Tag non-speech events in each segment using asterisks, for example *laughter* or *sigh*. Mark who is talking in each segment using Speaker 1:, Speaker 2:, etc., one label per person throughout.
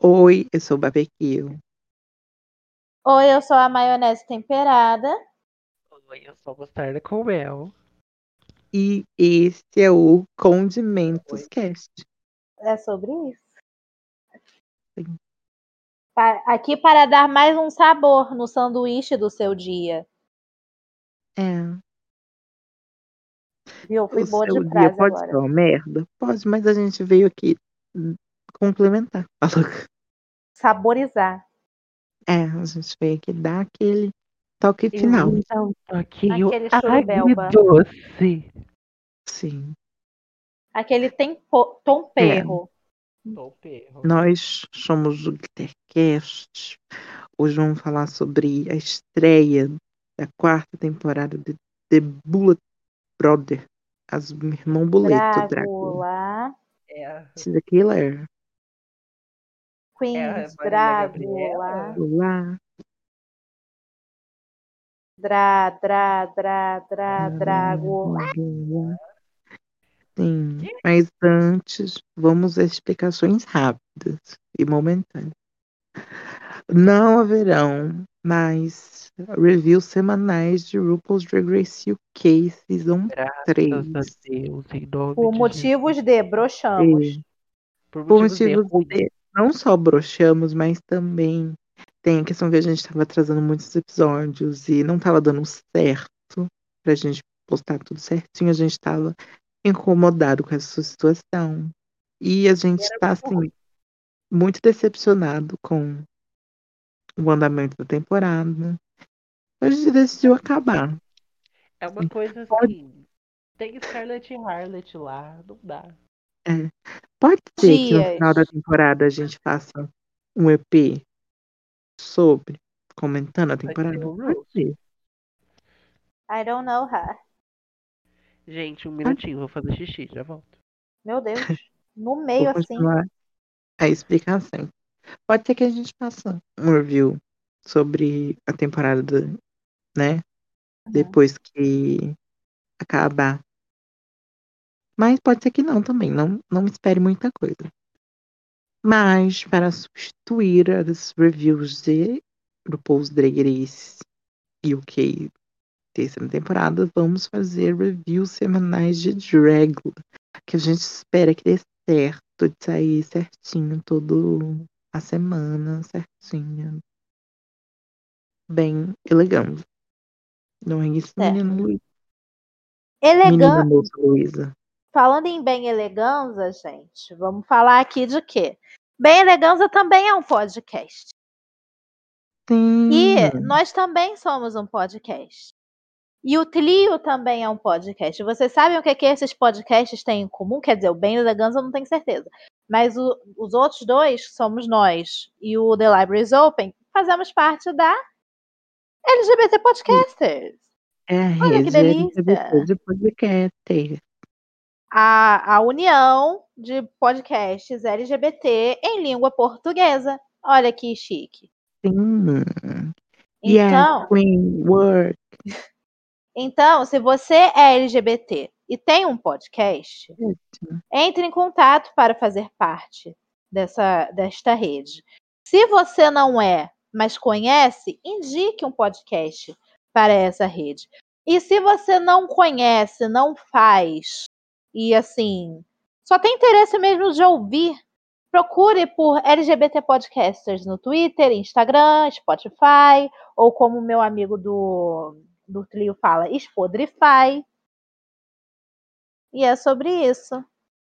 Speaker 1: Oi, eu sou o barbecue.
Speaker 2: Oi, eu sou a maionese temperada.
Speaker 3: Oi, eu sou a mostarda com mel.
Speaker 1: E este é o Condimentos Cast.
Speaker 2: É sobre isso.
Speaker 1: Sim.
Speaker 2: Pa- Aqui para dar mais um sabor no sanduíche do seu dia.
Speaker 1: É.
Speaker 2: Viu? Fui
Speaker 1: o
Speaker 2: boa
Speaker 1: seu
Speaker 2: de
Speaker 1: dia
Speaker 2: frase
Speaker 1: pode
Speaker 2: agora.
Speaker 1: ser uma merda? Pode, mas a gente veio aqui hum, complementar. *laughs* Falou.
Speaker 2: Saborizar.
Speaker 1: É, a gente veio aqui dar aquele toque final.
Speaker 3: Então, aquele
Speaker 2: Aquele churubelba.
Speaker 3: doce.
Speaker 1: Sim.
Speaker 2: Aquele tempo, tom
Speaker 1: É,
Speaker 2: perro.
Speaker 1: Nós somos o Glittercast. Hoje vamos falar sobre a estreia da quarta temporada de The Bullet Brother. As meu irmão Boleto, Drácula.
Speaker 2: Drácula.
Speaker 3: É,
Speaker 1: Esse daqui é
Speaker 2: Queens,
Speaker 3: Maria
Speaker 2: Drácula.
Speaker 3: Gabriela?
Speaker 1: lá.
Speaker 2: Drá, drá, drá, drá,
Speaker 1: Hum,
Speaker 2: Drácula.
Speaker 1: Sim, mas antes vamos às explicações rápidas e momentâneas. Não haverão mais reviews semanais de RuPaul's Drag Race UK Season
Speaker 3: Graças
Speaker 1: 3.
Speaker 3: a Deus, em nome
Speaker 2: Por
Speaker 3: de
Speaker 2: motivos
Speaker 3: Jesus.
Speaker 2: de broxamos.
Speaker 3: Por
Speaker 1: Por
Speaker 3: motivos de
Speaker 1: motivos
Speaker 3: ruim.
Speaker 1: de- não só broxamos, mas também tem a questão que a gente estava atrasando muitos episódios e não estava dando certo pra gente postar tudo certinho. A gente estava incomodado com essa situação. E a gente está assim,
Speaker 3: ruim.
Speaker 1: muito decepcionado com o andamento da temporada. A gente decidiu acabar.
Speaker 3: É uma coisa assim. Tem Scarlett e Harlett lá, não dá.
Speaker 1: Pode ser que no
Speaker 2: Dias.
Speaker 1: final da temporada a gente faça um EP sobre comentando a temporada.
Speaker 3: Aqui é o
Speaker 1: Pode ser. É.
Speaker 2: I don't know her.
Speaker 3: Gente, um minutinho, vou fazer xixi, já volto.
Speaker 2: Meu
Speaker 1: *laughs*
Speaker 2: Deus. No meio
Speaker 1: Vou
Speaker 2: assim.
Speaker 1: continuar a explicação. Pode ser que a gente faça um review sobre a temporada, né? Depois que acabar. Mas pode ser que não também. Não, não espere muita coisa. Mas para substituir as reviews de RuPaul's Drag Race UK terceira temporada, vamos fazer reviews semanais de Dragula, que a gente espera que dê certo, de sair certinho todo a semana, certinho. Bem elegante. Não é isso,
Speaker 2: Certo.
Speaker 1: menino Luiz? Menina
Speaker 2: Elegante.
Speaker 1: moça Luísa.
Speaker 2: Falando em bem eleganza, gente, vamos falar aqui de quê? Bem eleganza também é um podcast.
Speaker 1: Sim.
Speaker 2: E nós também somos um podcast. E o Trio também é um podcast. Vocês sabem o que, que esses podcasts têm em comum? Quer dizer, o Bem Eleganza eu não tenho certeza. Mas o- os outros dois somos nós. E o The Library is Open fazemos parte da LGBT Podcasters.
Speaker 1: É a
Speaker 2: Olha que
Speaker 1: rede
Speaker 2: delícia.
Speaker 1: LGBT de podcast.
Speaker 2: a, a união de podcasts LGBT em língua portuguesa. Olha que chique.
Speaker 1: Sim.
Speaker 2: Então,
Speaker 1: Yes, Queen, Word.
Speaker 2: então, se você é LGBT e tem um podcast, entre em contato para fazer parte dessa, desta rede. Se você não é, mas conhece, indique um podcast para essa rede. E se você não conhece, não faz, e assim, só tem interesse mesmo de ouvir, procure por LGBT Podcasters no Twitter, Instagram, Spotify, ou como meu amigo do, do trio fala, Spodrify. E é sobre isso.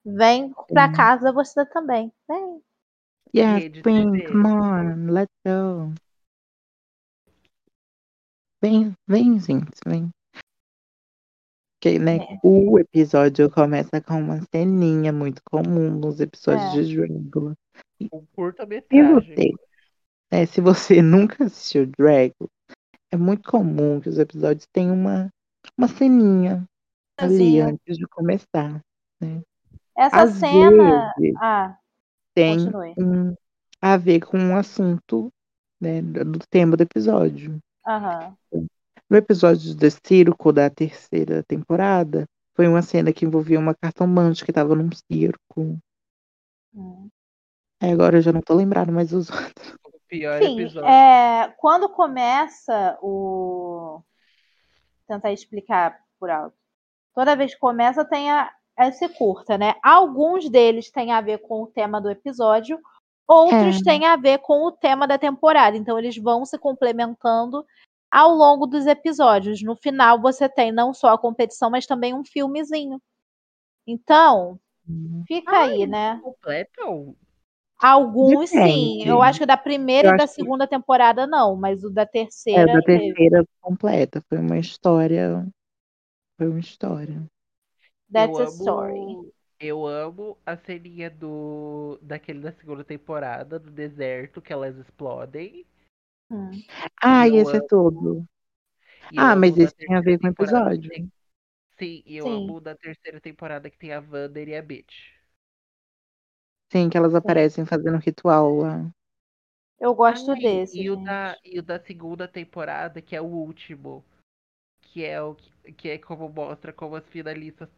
Speaker 2: Vem pra
Speaker 1: Sim.
Speaker 2: casa você também. Vem.
Speaker 1: Yes,
Speaker 3: Rede
Speaker 1: Queen,
Speaker 3: TV.
Speaker 1: come on, let's go. Vem, vem, gente, vem. Que, né,
Speaker 2: É.
Speaker 1: O episódio começa com uma ceninha muito comum nos episódios
Speaker 2: É.
Speaker 1: de Dragula.
Speaker 3: Um
Speaker 1: E você?
Speaker 3: curta-metragem.
Speaker 1: né, se você *laughs* nunca assistiu Dragula, é muito comum que os episódios tenham uma, uma ceninha ali
Speaker 2: Ceninha.
Speaker 1: antes de começar.
Speaker 2: Essa
Speaker 1: Às
Speaker 2: cena.
Speaker 1: vezes
Speaker 2: Ah,
Speaker 1: tem
Speaker 2: continue.
Speaker 1: um, a ver com um assunto né, do do tema do episódio.
Speaker 2: Aham.
Speaker 1: No episódio de circo da terceira temporada, foi uma cena que envolvia uma cartomante que estava num circo.
Speaker 2: Hum.
Speaker 1: É, agora eu já não tô lembrado mais os *laughs* outros.
Speaker 4: O pior
Speaker 2: Enfim,
Speaker 4: episódio.
Speaker 2: é, quando começa o. Tentar explicar por alto. Toda vez que começa, tem a, esse curta, né? Alguns deles têm a ver com o tema do episódio, outros têm a ver com o tema da temporada. Então, eles vão se complementando ao longo dos episódios. No final, você tem não só a competição, mas também um filmezinho. Então, fica aí, né?
Speaker 3: é
Speaker 4: Completo?
Speaker 2: Alguns sim.
Speaker 1: Depende.
Speaker 2: Eu acho que da primeira
Speaker 1: Eu
Speaker 2: e da
Speaker 1: acho que-
Speaker 2: segunda temporada não, mas o da
Speaker 1: É,
Speaker 2: terceira.
Speaker 1: da
Speaker 2: teve.
Speaker 1: terceira completa. Foi uma história. Foi uma história.
Speaker 2: That's
Speaker 4: eu
Speaker 2: a story.
Speaker 4: Amo, eu amo a ceninha do, daquele da segunda temporada, do deserto, que elas explodem.
Speaker 2: Hum.
Speaker 1: Ah, e
Speaker 4: Eu
Speaker 1: esse é
Speaker 4: amo.
Speaker 1: todo.
Speaker 4: E eu
Speaker 1: Ah, mas
Speaker 4: amo da
Speaker 1: esse tem a ver com o
Speaker 4: terceira temporada
Speaker 1: episódio.
Speaker 4: que tem- Sim, e eu
Speaker 2: Sim.
Speaker 4: amo da terceira temporada que tem a Wander e a Bitch.
Speaker 1: Sim, que elas aparecem fazendo ritual lá.
Speaker 2: Eu gosto
Speaker 4: Ai,
Speaker 2: desse.
Speaker 4: E o,
Speaker 2: gente.
Speaker 4: da, e o da segunda temporada, que é o último. Que é o que, que é como mostra como as finalistas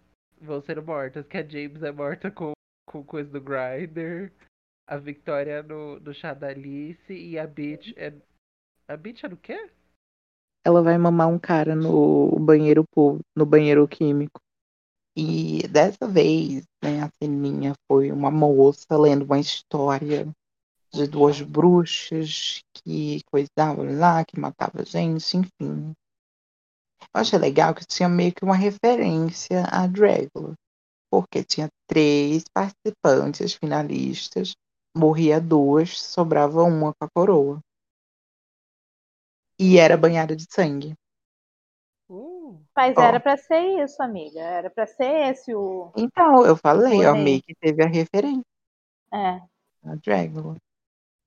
Speaker 4: vão ser mortas. Que a James é morta com, com coisa do Grinder. A Victoria no, no chá da Alice e a Bitch é. A Bitch é no quê?
Speaker 1: Ela vai mamar um cara no banheiro público, no banheiro químico. E dessa vez, né, a ceninha foi uma moça lendo uma história de duas bruxas que coisavam lá, que matavam gente, enfim. Eu achei legal que tinha meio que uma referência a Dragula, porque tinha três participantes finalistas, morria duas, sobrava uma com a coroa. E era banhada de sangue.
Speaker 4: Uh,
Speaker 2: Mas
Speaker 1: Ó.
Speaker 2: era pra ser isso, amiga. Era pra ser esse o.
Speaker 1: Então, eu falei, ó,
Speaker 2: Olhei.
Speaker 1: meio que teve a referência
Speaker 2: É.
Speaker 1: a Dragula.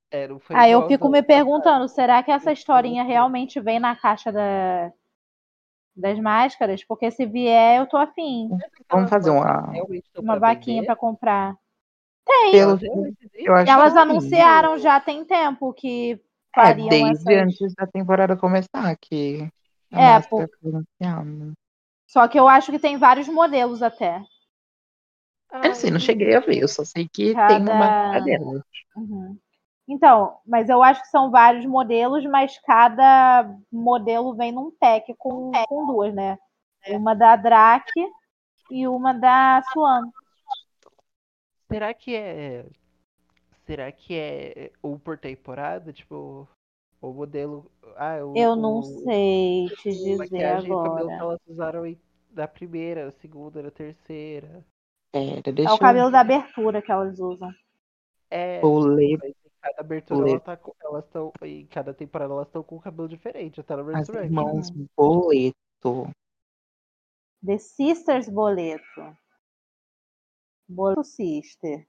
Speaker 4: é, não foi
Speaker 2: Aí Ah, eu
Speaker 4: igual
Speaker 2: fico
Speaker 4: do-
Speaker 2: me perguntando, será que essa
Speaker 4: Foi
Speaker 2: historinha
Speaker 4: igual.
Speaker 2: realmente vem na caixa da- das máscaras? Porque se vier, eu tô afim.
Speaker 1: Vamos fazer uma-
Speaker 4: Realmente estão
Speaker 2: Uma
Speaker 4: pra
Speaker 2: vaquinha
Speaker 4: vender?
Speaker 2: pra comprar.
Speaker 1: Pelo
Speaker 4: Elas
Speaker 1: que
Speaker 4: realmente
Speaker 1: eu acho
Speaker 2: Elas
Speaker 1: que sim.
Speaker 2: anunciaram já tem tempo que
Speaker 1: É,
Speaker 2: fariam
Speaker 1: desde
Speaker 2: essas-
Speaker 1: antes da temporada começar, que a tá
Speaker 2: É,
Speaker 1: máscara foi anunciada.
Speaker 2: Só que eu acho que tem vários modelos até.
Speaker 1: Eu Assim, não sei, não cheguei a ver, eu só sei que
Speaker 2: Cada-
Speaker 1: tem uma né? máscara dela.
Speaker 2: Uhum. Então, mas eu acho que são vários modelos, mas cada modelo vem num pack com, com duas, né? Uma da Drake e uma da Swan.
Speaker 4: Será que é. Será que é um por temporada? Tipo, o modelo. Ah, o,
Speaker 2: Eu não
Speaker 4: o-
Speaker 2: sei te
Speaker 4: a
Speaker 2: dizer
Speaker 4: maquiagem e cabelo que
Speaker 2: agora.
Speaker 4: elas usaram em- na primeira, na segunda, na terceira.
Speaker 1: Pera,
Speaker 2: É
Speaker 1: deixa
Speaker 2: o cabelo
Speaker 1: eu...
Speaker 2: da abertura que elas usam.
Speaker 4: É,
Speaker 1: Vou ler,
Speaker 4: mas em cada abertura
Speaker 1: Vou ler.
Speaker 4: ela tá com- elas estão. Em cada temporada elas estão com um cabelo diferente, até no
Speaker 1: as
Speaker 4: Resurrection.
Speaker 1: irmãs boleto.
Speaker 2: The Sisters Boleto. Boleto Sister.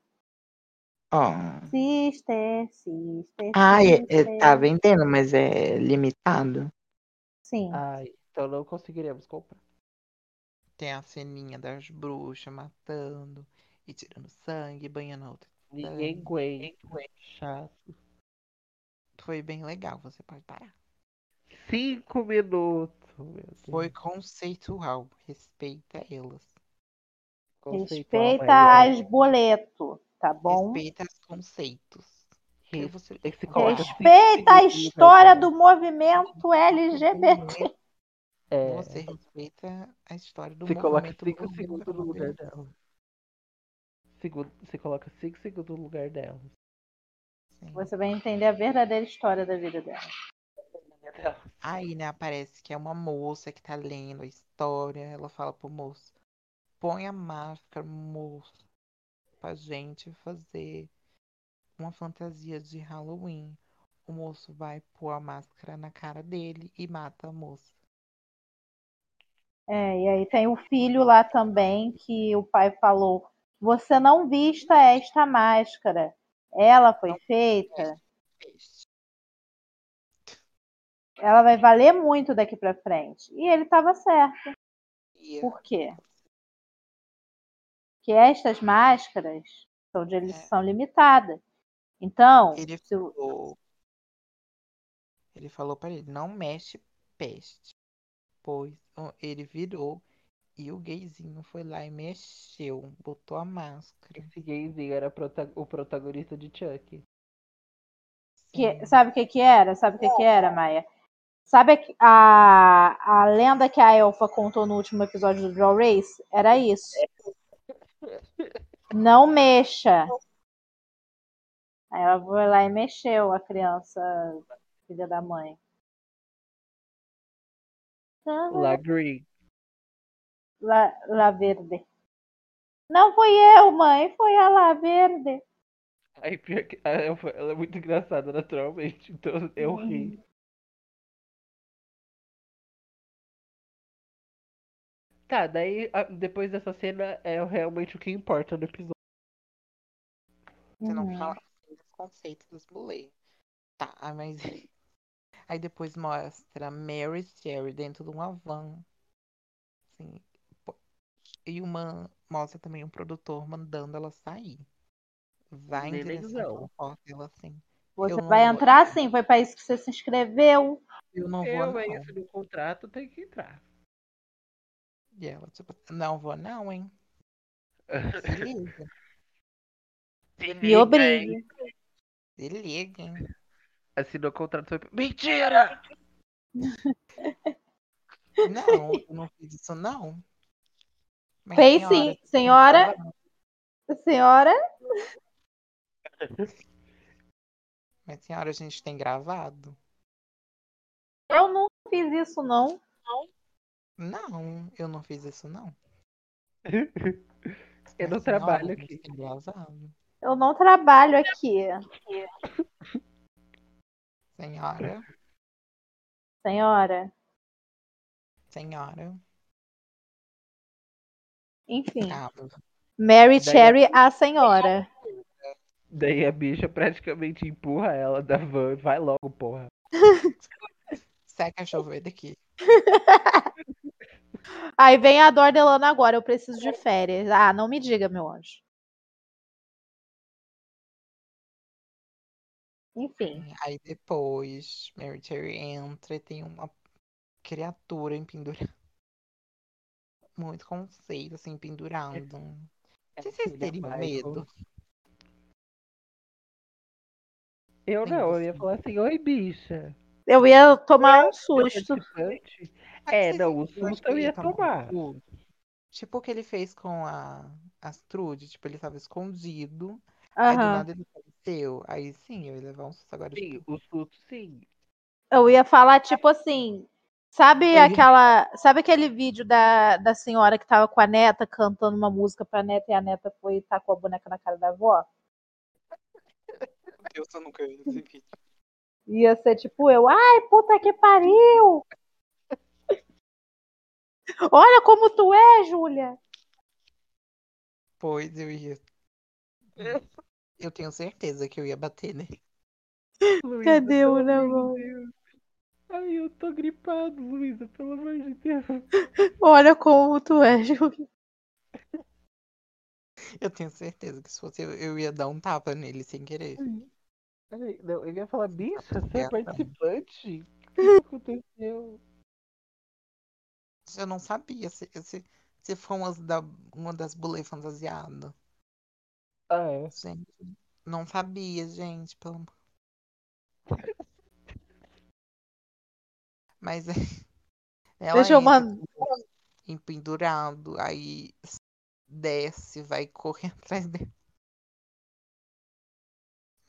Speaker 1: Ó.
Speaker 2: Sister, sister.
Speaker 1: Ah, é- é-
Speaker 2: sister.
Speaker 1: tá vendendo, mas é limitado.
Speaker 2: Sim.
Speaker 1: Ah,
Speaker 4: Ai, então não conseguiremos comprar.
Speaker 1: Tem a ceninha das bruxas matando e tirando sangue, banhando a outra.
Speaker 4: Ninguém aguenta. É. Chato.
Speaker 1: Foi bem legal, você pode parar.
Speaker 4: Cinco minutos, meu Deus.
Speaker 1: Foi conceitual, respeita elas.
Speaker 4: Conceitual,
Speaker 2: Respeita
Speaker 1: é.
Speaker 4: mas
Speaker 2: as boleto, tá bom?
Speaker 1: Respeita os conceitos.
Speaker 4: é-
Speaker 1: Eu vou ser-
Speaker 4: é que se coloca cinco
Speaker 2: Respeita a
Speaker 4: minutos,
Speaker 2: história
Speaker 4: né?
Speaker 2: do movimento LGBT.
Speaker 4: *laughs* É,
Speaker 1: Você respeita a história do
Speaker 4: Você coloca
Speaker 1: movimento
Speaker 4: 5
Speaker 1: moderno
Speaker 4: segundos no lugar dela. Segundo, você coloca 5 segundos no lugar dela.
Speaker 1: assim.
Speaker 2: Você vai entender a verdadeira história da vida dela.
Speaker 1: Aí, né, aparece que é uma moça que tá lendo a história. Ela fala pro moço: põe a máscara, moço, pra gente fazer uma fantasia de Halloween. O moço vai pôr a máscara na cara dele e mata a moça.
Speaker 2: É, e aí tem o filho lá também que o pai falou: você não vista esta máscara. Ela foi feita. Ela vai valer muito daqui pra frente. E ele tava certo.
Speaker 1: E
Speaker 2: Por quê? Que estas máscaras são de edição limitada. Então,
Speaker 1: ele
Speaker 2: se o-
Speaker 1: falou. Ele falou pra ele: não mexe peste. Pois ó, ele virou E o gayzinho foi lá e mexeu, botou a máscara.
Speaker 4: Esse gayzinho era prota- o protagonista de Chuck.
Speaker 2: Que- é, sabe o que que era? Sabe o que que era, Maia? Sabe a- a, a lenda que a Elfa contou no último episódio do Draw Race? Era
Speaker 1: *laughs*
Speaker 2: isso. Não mexa. Aí ela foi lá e mexeu a criança, filha da mãe.
Speaker 4: La Green.
Speaker 2: La, La Verde. Não fui eu, mãe, foi a La Verde.
Speaker 4: Aí, pior que- ah, eu fa- ela é muito engraçada, naturalmente. Então eu ri. Tá, daí a- depois dessa cena é realmente o que importa no episódio.
Speaker 1: Você não
Speaker 2: Uhum.
Speaker 1: fala assim dos conceitos dos mulê. Tá, ah, mas. *laughs* Aí depois mostra Mary e Jerry dentro de uma van. Assim, pô, e uma mostra também um produtor mandando ela sair. Vai em
Speaker 4: Nenenzão.
Speaker 1: direção ao e ela assim.
Speaker 2: Você
Speaker 1: Eu não
Speaker 2: vai
Speaker 1: vou.
Speaker 2: entrar sim, foi pra isso que você se inscreveu.
Speaker 1: Eu não vou
Speaker 4: Eu,
Speaker 1: não.
Speaker 4: é isso, no contrato tem que entrar.
Speaker 1: E ela, tipo, não vou não, hein? Se liga,
Speaker 2: Me obrigue.
Speaker 1: se liga, hein?
Speaker 4: Assinou o contrato foi. Mentira!
Speaker 1: Não, eu não fiz isso não. Mas,
Speaker 2: Fez
Speaker 1: senhora,
Speaker 2: sim, senhora. Senhora,
Speaker 1: Mas senhora, a gente tem gravado?
Speaker 2: eu não fiz isso, não.
Speaker 1: Não, eu não fiz isso não.
Speaker 4: *laughs* Eu
Speaker 1: Mas,
Speaker 4: não
Speaker 1: senhora, a
Speaker 4: trabalho
Speaker 1: gente
Speaker 4: aqui.
Speaker 1: tem gravado.
Speaker 2: Eu não trabalho aqui.
Speaker 1: Senhora,
Speaker 2: Senhora.
Speaker 1: senhora,
Speaker 2: Enfim.
Speaker 1: cabo.
Speaker 2: Mary
Speaker 4: Daí-
Speaker 2: Cherry, a senhora.
Speaker 4: Daí a bicha praticamente empurra ela da van. Vai logo, porra.
Speaker 1: Seca a chover daqui.
Speaker 2: Aí vem a Dordelana agora, eu preciso de férias. Ah, não me diga, meu anjo. Enfim.
Speaker 1: Aí depois, Mary Terry entra e tem uma criatura em pendurada. *laughs* Muito conceito, assim, pendurado. Não sei se vocês teriam medo.
Speaker 4: Eu
Speaker 1: Tem
Speaker 4: não, eu
Speaker 1: isso.
Speaker 4: ia falar assim, oi bicha.
Speaker 2: Eu ia tomar um susto.
Speaker 4: Participante.
Speaker 1: Sabe
Speaker 4: É,
Speaker 1: vocês
Speaker 4: não, o
Speaker 1: sentiram
Speaker 4: susto eu
Speaker 1: aquele
Speaker 4: ia
Speaker 1: tamanho
Speaker 4: tomar.
Speaker 1: do tá cu? Tipo o que ele fez com a Astrude, tipo, ele tava escondido, aí Tá do
Speaker 2: Aham.
Speaker 1: nada ele apareceu. Aí sim, eu ia levar um susto agora.
Speaker 4: Sim,
Speaker 1: Tipo,
Speaker 4: o susto sim.
Speaker 2: Eu ia falar, tipo assim. Sabe
Speaker 1: Eu ia-
Speaker 2: aquela. Sabe aquele vídeo da, da senhora que tava com a neta cantando uma música pra neta e a neta foi e tacou a boneca na cara da avó?
Speaker 1: Meu Deus, eu nunca vi esse vídeo.
Speaker 2: Ia ser tipo eu, ai, puta que pariu! *laughs* Olha como tu é, Júlia!
Speaker 1: Pois eu ia. Eu tenho certeza que eu ia bater nele.
Speaker 4: *laughs*
Speaker 1: *laughs*
Speaker 4: Luísa,
Speaker 2: Cadê o
Speaker 4: pelo amor de
Speaker 2: negócio?
Speaker 4: Deus. Ai, eu tô gripado, Luísa, pelo amor de Deus.
Speaker 2: Olha como tu é, Júlia.
Speaker 1: Eu tenho certeza que se fosse eu, eu ia dar um tapa nele sem querer.
Speaker 4: Ai, não, eu ia falar,
Speaker 1: tá
Speaker 4: bicha, você é
Speaker 1: Quieta.
Speaker 4: participante? *laughs* O que aconteceu?
Speaker 1: Eu não sabia se, se, se foi umas da, uma das bulê fantasiadas.
Speaker 4: Ah, é.
Speaker 1: Gente, não sabia, gente. Pelo... amor. Mas é- *laughs* ela
Speaker 2: Deixa eu
Speaker 1: entra
Speaker 2: mandar.
Speaker 1: em pendurado, aí desce, vai correr *laughs* atrás dele.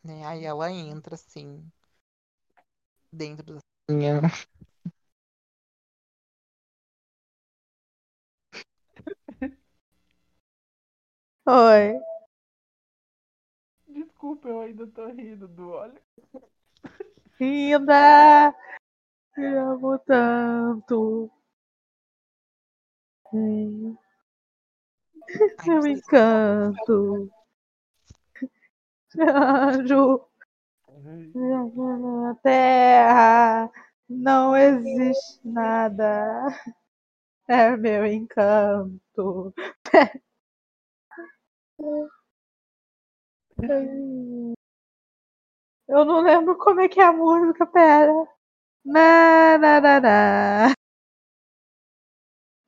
Speaker 1: Né? Aí ela entra assim, dentro da cozinha.
Speaker 2: Oi.
Speaker 4: Desculpa, eu ainda tô rindo do óleo.
Speaker 2: Linda! Te amo tanto. Hum,
Speaker 1: Ai,
Speaker 2: Seu
Speaker 1: vocês-
Speaker 2: *laughs* encanto. Anjo.
Speaker 4: Ai,
Speaker 2: Na terra não existe nada. É meu encanto. Eu não lembro como é que é a música, pera. Na, na, na, na.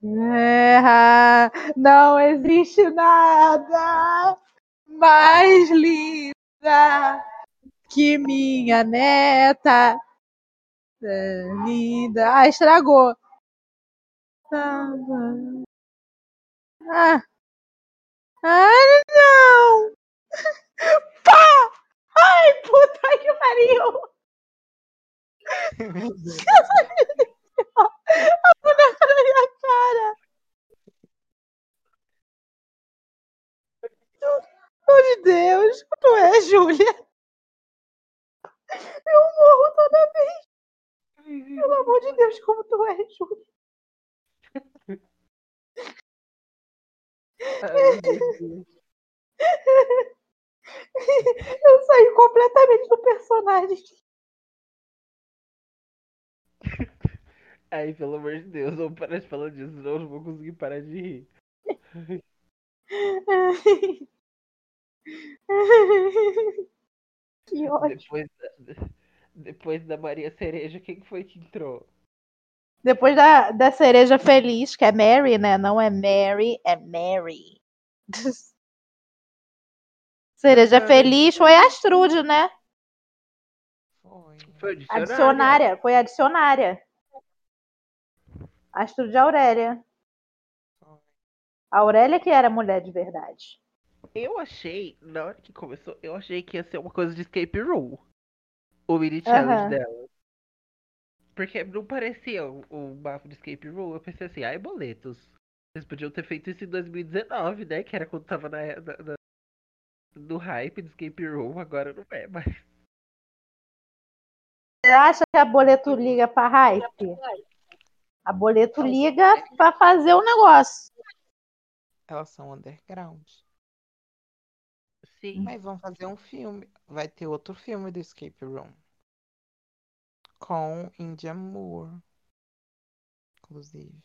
Speaker 2: Terra, não existe nada mais linda que minha neta. É, linda. Ah, estragou. Ah, ah não! *laughs* Pá! Ai, puta que pariu! *laughs* A boneca na minha cara! Meu Deus, não é, Júlia? Eu morro toda vez! Pelo amor de Deus, como tu é, Júlia? Eu saí completamente do personagem. *laughs*
Speaker 4: Ai, pelo amor de Deus, não para de falar disso, senão eu não vou conseguir parar de rir.
Speaker 2: Que ótimo.
Speaker 4: Depois da, *laughs* depois da Maria Cereja, quem que foi que entrou?
Speaker 2: Depois da, da cereja feliz, que é Mary, né? Não é Mary, é Mary. *laughs* cereja
Speaker 4: Mary.
Speaker 2: feliz foi a Astrude, né?
Speaker 4: Foi. Foi o dicionário.
Speaker 2: Adicionária, foi a dicionária. Astrude Aurélia. A Aurélia que era mulher de verdade.
Speaker 4: Eu achei, na hora que começou, eu achei que ia ser uma coisa de escape room. O mini
Speaker 2: Aham.
Speaker 4: challenge dela. Porque não parecia um, um mapa de escape room. Eu pensei assim, ai, boletos. Vocês podiam ter feito isso em 2019, né? Que era quando tava na, na- na- no hype de escape room. Agora não é mais.
Speaker 2: Você acha que a Boleto liga pra hype? A Boleto liga pra fazer o negócio.
Speaker 1: Elas são underground.
Speaker 4: Sim.
Speaker 1: Mas vão fazer um filme. Vai ter outro filme do Escape Room. Com India Moore. Inclusive.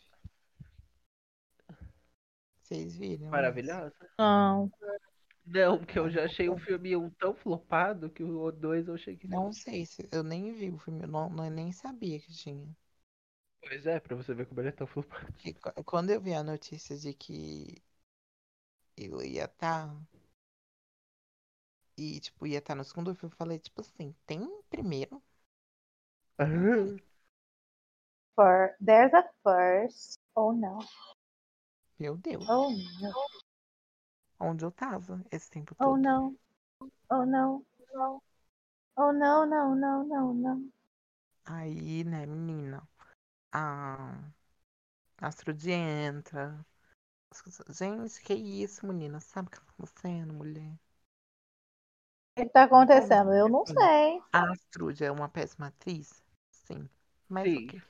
Speaker 1: Vocês viram? esse?
Speaker 4: Maravilhosa.
Speaker 2: Não.
Speaker 4: Não, porque eu já achei um filme um tão flopado que o 2 eu achei que
Speaker 1: Não sei se. Eu nem vi o filme. Eu não, não- nem sabia que tinha.
Speaker 4: Pois é, pra você ver como ele é tão flopado.
Speaker 1: Porque qu- quando eu vi a notícia de que eu ia estar. E, tipo, ia estar no segundo filme, eu falei, tipo assim, tem um primeiro?
Speaker 2: Fir- There's a first. Oh não.
Speaker 1: Meu Deus.
Speaker 2: Oh não.
Speaker 1: Onde eu tava esse tempo todo.
Speaker 2: Oh não. Oh não. Oh não, não, não, não, não.
Speaker 1: Aí, né, menina, a Astrud entra. As coisas- Gente, que isso, menina? Sabe o que tá acontecendo, mulher?
Speaker 2: O que tá acontecendo? Eu não sei.
Speaker 1: A Astrud é uma péssima atriz? Sim. Mas
Speaker 4: Sim.
Speaker 1: ok.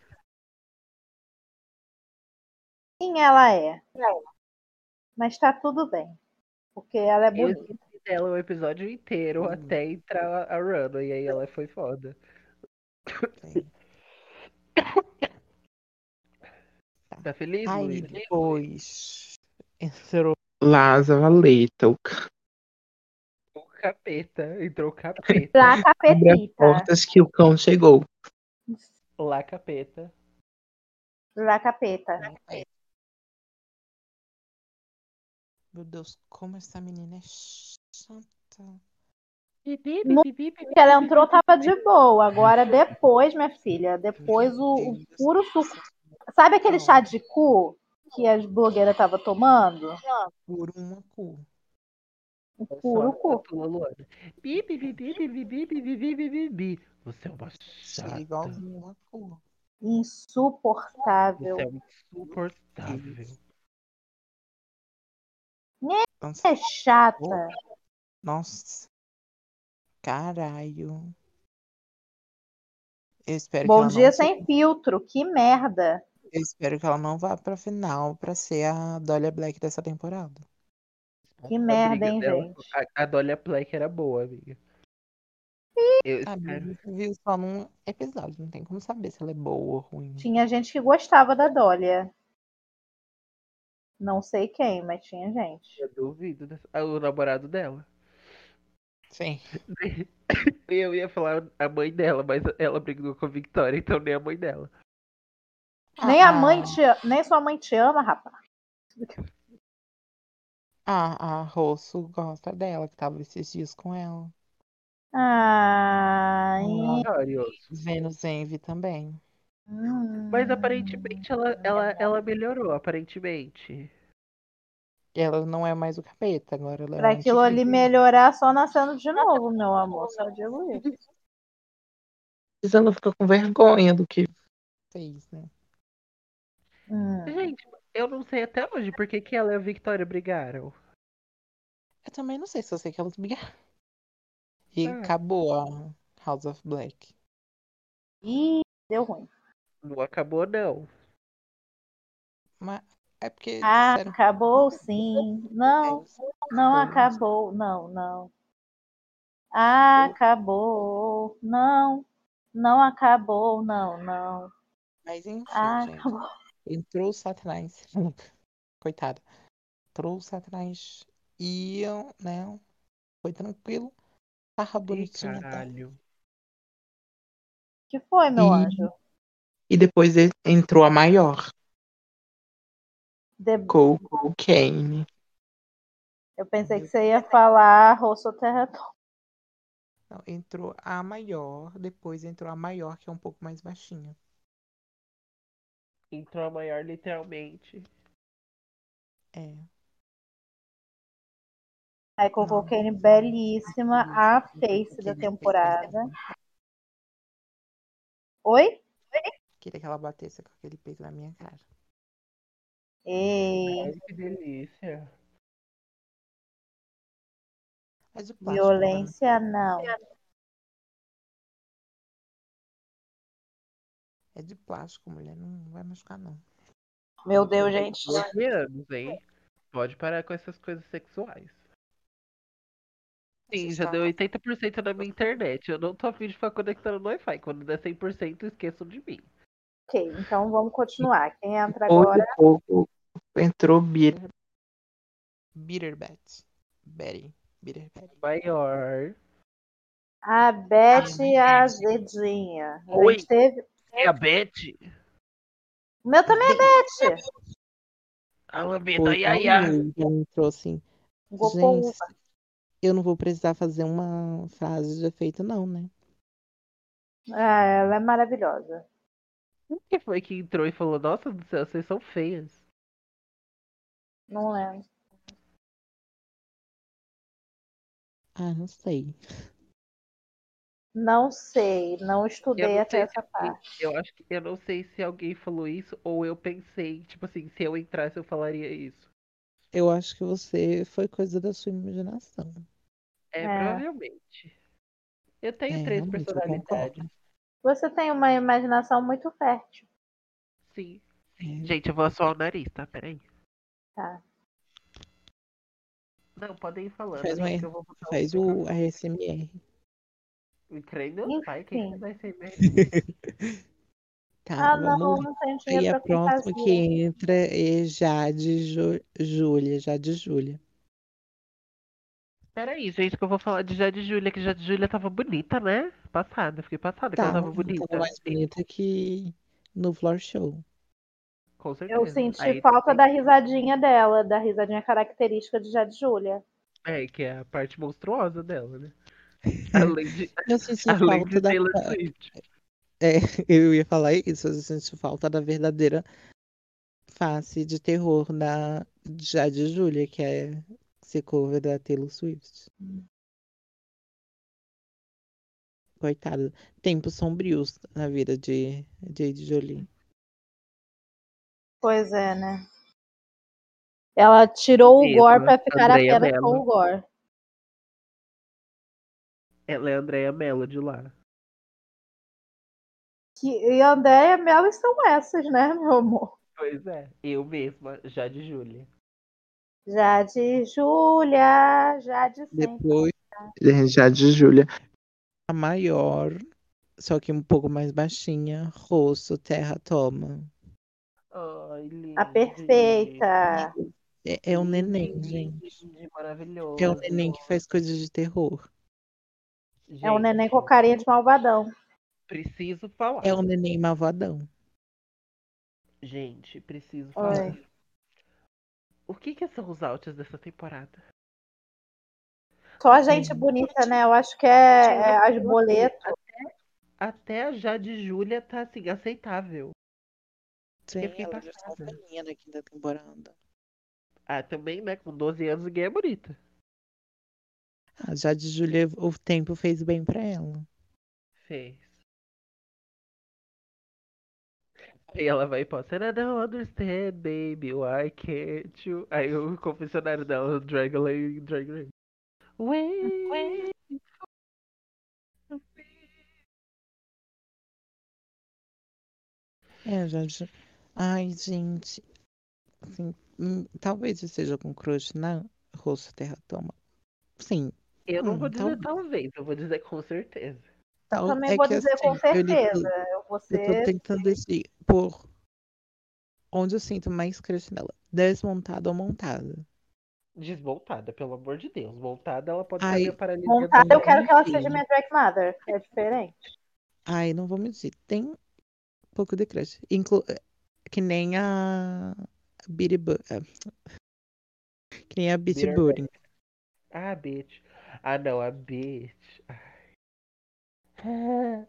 Speaker 2: Quem ela é? Mas tá tudo bem. Porque ela é
Speaker 4: Eu
Speaker 2: bonita.
Speaker 4: esqueci dela o episódio inteiro
Speaker 1: Hum.
Speaker 4: até entrar a Rana, e aí ela foi foda.
Speaker 1: Sim.
Speaker 4: Tá feliz,
Speaker 1: Aí
Speaker 4: Luísa?
Speaker 1: depois entrou É.
Speaker 5: Lázaro Leto,
Speaker 4: O capeta, entrou o capeta,
Speaker 2: Lá
Speaker 5: abre as
Speaker 2: capetita.
Speaker 5: portas que o cão chegou.
Speaker 4: lá capeta.
Speaker 2: Lá capeta.
Speaker 1: Meu Deus, como essa menina é chata.
Speaker 2: No- Que ela entrou, tava de boa. Agora, depois, minha filha, depois o, o
Speaker 1: Meu Deus.
Speaker 2: puro suco. Sabe aquele chá de cu que as blogueiras tava tomando?
Speaker 1: Por uma cu.
Speaker 2: O puro cu.
Speaker 4: Tua tá Luana. Bi, bi, bi, bi, bi, bi, bi, bi, bi, bi, bi, bi, bi. Você é uma
Speaker 1: Chega
Speaker 4: chata.
Speaker 1: igualzinho uma cu.
Speaker 2: Insuportável.
Speaker 4: Você é um insuportável.
Speaker 1: Nossa,
Speaker 2: É chata.
Speaker 1: Nossa. Caralho. Eu espero que
Speaker 2: Bom
Speaker 1: ela
Speaker 2: dia
Speaker 1: não...
Speaker 2: sem filtro. Que merda.
Speaker 1: Eu espero que ela não vá pra final pra ser a Dahlia Black dessa temporada.
Speaker 2: Que
Speaker 4: A
Speaker 2: merda,
Speaker 4: briga
Speaker 2: hein,
Speaker 4: dela-
Speaker 2: gente?
Speaker 4: né, A, a Dolly Plank era boa, amiga. Eu
Speaker 6: Ah,
Speaker 4: espero.
Speaker 1: Amiga, você viu só num episódio, não tem como saber se ela é boa ou ruim.
Speaker 2: Tinha gente que gostava da Dólia. Não sei quem, mas tinha gente.
Speaker 4: Eu duvido. Dessa... Ah, O namorado dela. *laughs*
Speaker 1: Sim.
Speaker 4: Eu ia falar a mãe dela, mas ela brigou com a Victoria, então nem a mãe dela.
Speaker 2: Nem a mãe te a- nem sua mãe te ama, rapaz.
Speaker 1: Ah, a Rosso gosta dela, que tava esses dias com ela.
Speaker 2: Ai.
Speaker 4: Curioso.
Speaker 1: Vênus Envy também.
Speaker 4: Mas aparentemente ela, ela, ela melhorou, aparentemente.
Speaker 1: Ela não é mais o capeta, agora ela é
Speaker 2: Pra
Speaker 1: a
Speaker 2: aquilo ali
Speaker 1: antivida.
Speaker 2: melhorar, só nascendo de novo, meu amor. Só digo isso.
Speaker 6: Mas ela fica com vergonha do que
Speaker 1: Fez, né?
Speaker 2: Hum.
Speaker 4: Gente, eu não sei até hoje por que que ela e a Victoria brigaram.
Speaker 1: Eu também não sei, só sei que elas brigaram. E
Speaker 4: Ah.
Speaker 1: acabou a House of Black.
Speaker 2: Ih, deu ruim.
Speaker 4: Não acabou, não.
Speaker 1: Mas é porque
Speaker 2: Ah,
Speaker 1: disseram que é
Speaker 2: acabou sim. Não,
Speaker 1: eles-
Speaker 2: não acabou. Não, não. Acabou. Não. Não acabou. Não, não.
Speaker 1: Mas enfim, gente.
Speaker 2: Acabou.
Speaker 1: Entrou o Satanás. *laughs* Coitado. Entrou o Satanás. E eu, né? Foi tranquilo. Tava
Speaker 4: Ih,
Speaker 1: bonitinho
Speaker 2: tá.
Speaker 1: até.
Speaker 4: caralho.
Speaker 2: que foi, meu
Speaker 6: Ih.
Speaker 2: anjo?
Speaker 6: E depois e- entrou a maior,
Speaker 2: De-
Speaker 6: Coco Kane.
Speaker 2: Eu pensei que você ia falar Rosso Terraton.
Speaker 1: Não, entrou a maior, depois entrou a maior, que é um pouco mais baixinha.
Speaker 4: Entrou a maior, literalmente.
Speaker 1: É.
Speaker 2: Aí coloquei ele belíssima, a
Speaker 1: é
Speaker 2: face da temporada. Oi?
Speaker 1: Queria que ela batesse com aquele peito na minha cara.
Speaker 2: Ei.
Speaker 4: Ai, que delícia.
Speaker 1: Mas o É plástico né? agora-
Speaker 2: Violência não.
Speaker 1: É de plástico, mulher. Não vai machucar, não.
Speaker 2: Meu Deus, gente.
Speaker 4: 12 anos, hein? Pode parar com essas coisas sexuais. Sim,
Speaker 1: Vocês
Speaker 4: já deu
Speaker 1: falam-
Speaker 4: 80% na minha internet. Eu não tô afim de ficar conectando no Wi-Fi. Quando der 100%, esqueçam de mim.
Speaker 2: Ok, então vamos continuar. Quem entra
Speaker 6: Outro
Speaker 2: agora.
Speaker 6: Coco entrou Bira.
Speaker 1: Bitter Bat. Betty. Bitter Bat.
Speaker 4: Maior.
Speaker 2: A Beth Azedinha. A
Speaker 4: Oi.
Speaker 2: gente teve.
Speaker 4: É a Beth?
Speaker 2: O meu também é Beth.
Speaker 4: Alô, Beta,
Speaker 1: Foi
Speaker 4: ia,
Speaker 1: a
Speaker 4: ia.
Speaker 1: única que entrou assim.
Speaker 2: Gopou um.
Speaker 1: Gente, eu não vou precisar fazer uma frase de efeito, não, né?
Speaker 2: Ah, ela é maravilhosa.
Speaker 4: Quem foi que entrou e falou, nossa do céu, vocês são feias?
Speaker 2: Não lembro.
Speaker 1: Ah, não sei.
Speaker 2: Não sei, não
Speaker 4: Eu
Speaker 2: estudei
Speaker 4: não
Speaker 2: até
Speaker 4: sei
Speaker 2: essa parte.
Speaker 4: Eu acho que eu não sei se alguém falou isso ou eu pensei, tipo assim, se eu entrasse eu falaria isso.
Speaker 1: Eu acho que você foi coisa da sua imaginação.
Speaker 4: É,
Speaker 2: É.
Speaker 4: provavelmente. Eu tenho
Speaker 1: É,
Speaker 4: três
Speaker 1: realmente, eu
Speaker 4: personalidades.
Speaker 1: concordo.
Speaker 2: Você tem uma imaginação muito fértil.
Speaker 4: Sim.
Speaker 1: É.
Speaker 4: Gente, eu vou assoar o nariz, tá? Peraí.
Speaker 2: Tá.
Speaker 4: Não, podem ir falando.
Speaker 1: Faz
Speaker 4: né,
Speaker 1: uma-
Speaker 4: que eu vou botar
Speaker 1: Faz o ASMR.
Speaker 4: Creio meu pai, quem
Speaker 2: Enfim.
Speaker 4: vai ser mesmo?
Speaker 1: Tá,
Speaker 2: Ah, é não,
Speaker 1: vamos lá.
Speaker 2: não tenho
Speaker 4: É
Speaker 1: E
Speaker 2: dinheiro
Speaker 1: a
Speaker 2: pra
Speaker 4: tá
Speaker 2: assim. comprar
Speaker 1: próxima que entra é Jade Ju- Júlia. Jade Júlia.
Speaker 4: Peraí, gente, que eu vou falar de Jade Júlia, que Jade Júlia tava bonita, né? Passada, fiquei passada que
Speaker 1: Tá,
Speaker 4: ela tava
Speaker 1: bonita.
Speaker 4: bonita.
Speaker 1: mais bonita que no Floor
Speaker 4: *laughs*
Speaker 1: Show.
Speaker 4: Com certeza.
Speaker 2: Eu senti
Speaker 4: Aí tá
Speaker 2: falta
Speaker 4: também-
Speaker 2: da risadinha dela, da risadinha característica de Jade Júlia.
Speaker 4: É, que é a parte monstruosa
Speaker 1: *laughs*
Speaker 4: dela, né? Além de,
Speaker 1: Eu senti
Speaker 4: além de
Speaker 1: falta da.
Speaker 4: Taylor Swift.
Speaker 1: *laughs* Eu ia falar isso, eu senti falta da verdadeira face de terror da Jade Júlia, que é se cover da Taylor Swift.
Speaker 4: Hum.
Speaker 1: Coitada. Tempos sombrios na vida de Jade Jolie.
Speaker 2: Pois é, né? Ela tirou o
Speaker 4: Isso,
Speaker 2: gore pra ficar
Speaker 4: Andrea
Speaker 2: apenas
Speaker 4: Mello.
Speaker 2: com o gore.
Speaker 4: Ela é a Andrea Melody lá.
Speaker 2: Que, e Andréia e Melo são essas, né, meu amor?
Speaker 4: Pois é. Eu mesma, Jade Júlia.
Speaker 2: Jade Júlia, Jade sim.
Speaker 1: Depois,
Speaker 2: é
Speaker 6: Já de Júlia.
Speaker 1: a maior, só que um pouco mais baixinha, Rosso, Terra, Toma.
Speaker 4: Ai, linda.
Speaker 2: A perfeita.
Speaker 1: É, é um neném, gente.
Speaker 4: Maravilhoso.
Speaker 1: É um neném que faz coisas de terror.
Speaker 2: É um
Speaker 4: Gente,
Speaker 2: neném com carinha de malvadão.
Speaker 1: um
Speaker 4: Preciso falar.
Speaker 1: É um neném malvadão.
Speaker 4: Gente, preciso
Speaker 2: Oi.
Speaker 4: falar. O que que são os outs dessa temporada?
Speaker 2: Só gente bonita, né? Eu acho que é, é as boletas.
Speaker 4: Até a Jade Júlia tá assim, aceitável.
Speaker 1: Sim,
Speaker 4: Eu fiquei
Speaker 1: ela já é está
Speaker 4: passada.
Speaker 1: velhinha na quinta temporada.
Speaker 4: Ah, também, né? Com 12 anos ninguém é bonita.
Speaker 1: A Jade Ah, Júlia, o tempo fez bem pra ela.
Speaker 4: Fez. Aí ela vai e posta, I don't understand, baby, why can't you? Aí o confessionário dela, o Drag Race, Drag Race. Wait, wait.
Speaker 1: É, a Jade. Ai, gente. Assim, hum, talvez eu seja com crush na Rosso Terra Toma. Sim,
Speaker 4: Eu não
Speaker 1: Hum,
Speaker 4: vou dizer
Speaker 2: Então
Speaker 1: talvez.
Speaker 4: talvez, eu vou dizer com certeza.
Speaker 1: tal,
Speaker 2: Também
Speaker 1: é
Speaker 2: vou
Speaker 1: que
Speaker 2: dizer
Speaker 1: assim,
Speaker 2: com
Speaker 1: eu li-
Speaker 2: certeza. Eu vou
Speaker 1: Eu tô
Speaker 2: ser.
Speaker 1: tentando decidir por onde eu sinto mais crush nela. Desmontada ou montada?
Speaker 4: Desmontada, pelo amor de Deus. Montada, ela pode
Speaker 1: Ai.
Speaker 4: fazer paralisia do
Speaker 2: Montada, eu quero que ela
Speaker 4: nariz,
Speaker 2: seja
Speaker 4: sim.
Speaker 2: minha Drag Mother. É diferente.
Speaker 1: Ai, não vou mentir. Tem um pouco de crush. Inclu- eh, Que nem a. Beauty Bu... eh, *laughs* Que nem a Beach
Speaker 4: Bitter
Speaker 1: Booting.
Speaker 4: Ah, bitch. Ah, não, a bitch. Ai.
Speaker 2: *laughs*
Speaker 4: Ah.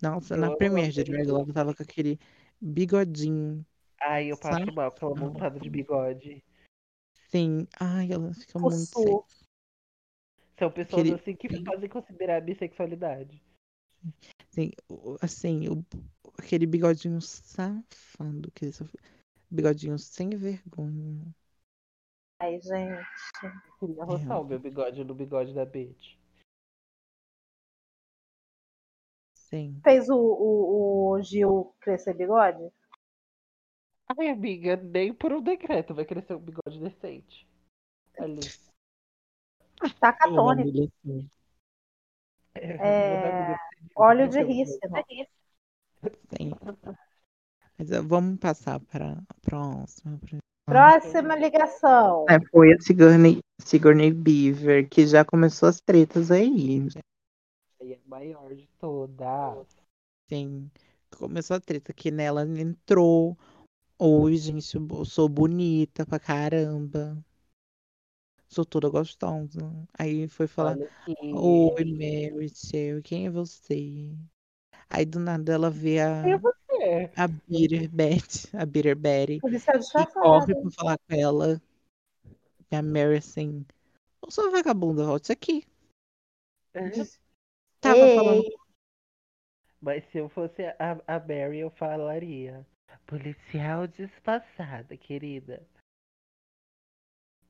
Speaker 1: Nossa,
Speaker 4: Eu
Speaker 1: na
Speaker 4: amo a
Speaker 1: Premiere de
Speaker 4: Beauty
Speaker 1: Drag ela tava com aquele bigodinho.
Speaker 4: Ai, eu passo
Speaker 1: Sabe?
Speaker 4: mal com aquela montada de bigode.
Speaker 1: Sim. Ai, ela fica
Speaker 2: O
Speaker 1: muito sexy.
Speaker 2: sul.
Speaker 4: São pessoas
Speaker 1: Aquele-
Speaker 4: assim que fazem considerar a bissexualidade.
Speaker 1: Assim, o- assim, o- aquele bigodinho safado. Que ele só- Bigodinho sem vergonha.
Speaker 2: Ai, gente.
Speaker 4: Eu queria roçar o meu bigode no bigode da bitch.
Speaker 1: Sim.
Speaker 2: Fez o, o, o Gil crescer bigode?
Speaker 4: Ai, amiga, nem por um decreto vai crescer um bigode decente. Ali.
Speaker 2: Tá
Speaker 1: Eu amo
Speaker 2: catônico.
Speaker 1: ele, assim.
Speaker 2: É, Óleo de
Speaker 4: é
Speaker 2: rícino.
Speaker 1: Sim. Mas eh, vamos passar para a próxima. pra-
Speaker 2: Próxima ligação.
Speaker 7: É, foi a Sigourney, Sigourney Beaver, que já começou as tretas aí.
Speaker 4: Aí é a maior de todas.
Speaker 1: Sim. Começou a treta que nela entrou. Oi, gente, eu bo- sou bonita pra caramba. Sou toda gostosa. Aí foi falar:
Speaker 4: Olha aqui.
Speaker 1: Oi, Mary, Sue, quem é você? Aí do nada ela vê a,
Speaker 4: Quem é você?
Speaker 1: a Bitter Betty, a Bitter Betty,
Speaker 2: Policial
Speaker 1: e corre
Speaker 2: disfarçado.
Speaker 1: pra falar com ela. E a Mary assim: Ô, sua vagabunda, volte aqui.
Speaker 4: É
Speaker 1: Tava falando
Speaker 2: Ei,
Speaker 4: Mas se eu fosse a, a Mary, eu falaria. Policial disfarçada, querida.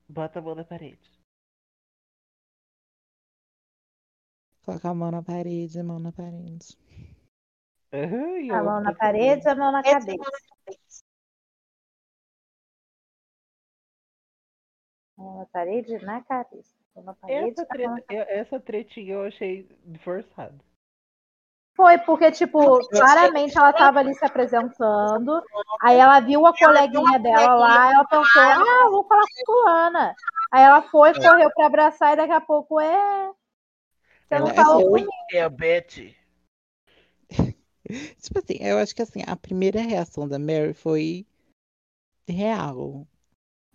Speaker 4: Bota a mão na parede.
Speaker 1: Coloca a mão na parede, a mão na parede.
Speaker 4: Aham, e
Speaker 2: a
Speaker 4: ela
Speaker 2: mão na
Speaker 4: fica
Speaker 2: parede, a mão na cabeça. A mão na parede, na cabeça. A mão na
Speaker 4: assim.
Speaker 2: parede, tá
Speaker 4: Essa,
Speaker 2: a mão na
Speaker 4: treta, e- essa tretinha eu achei forçada.
Speaker 2: Foi, porque, tipo, claramente ela tava ali se apresentando, aí ela viu a coleguinha dela lá, É. ela pensou, ah, vou falar com fulana. Aí ela foi, correu pra abraçar e daqui a pouco, é... Você não
Speaker 1: Ela-
Speaker 2: falou
Speaker 1: essa-
Speaker 2: comigo.
Speaker 4: É a Betty.
Speaker 1: Tipo assim, eu acho que assim, a primeira reação da Mary foi real.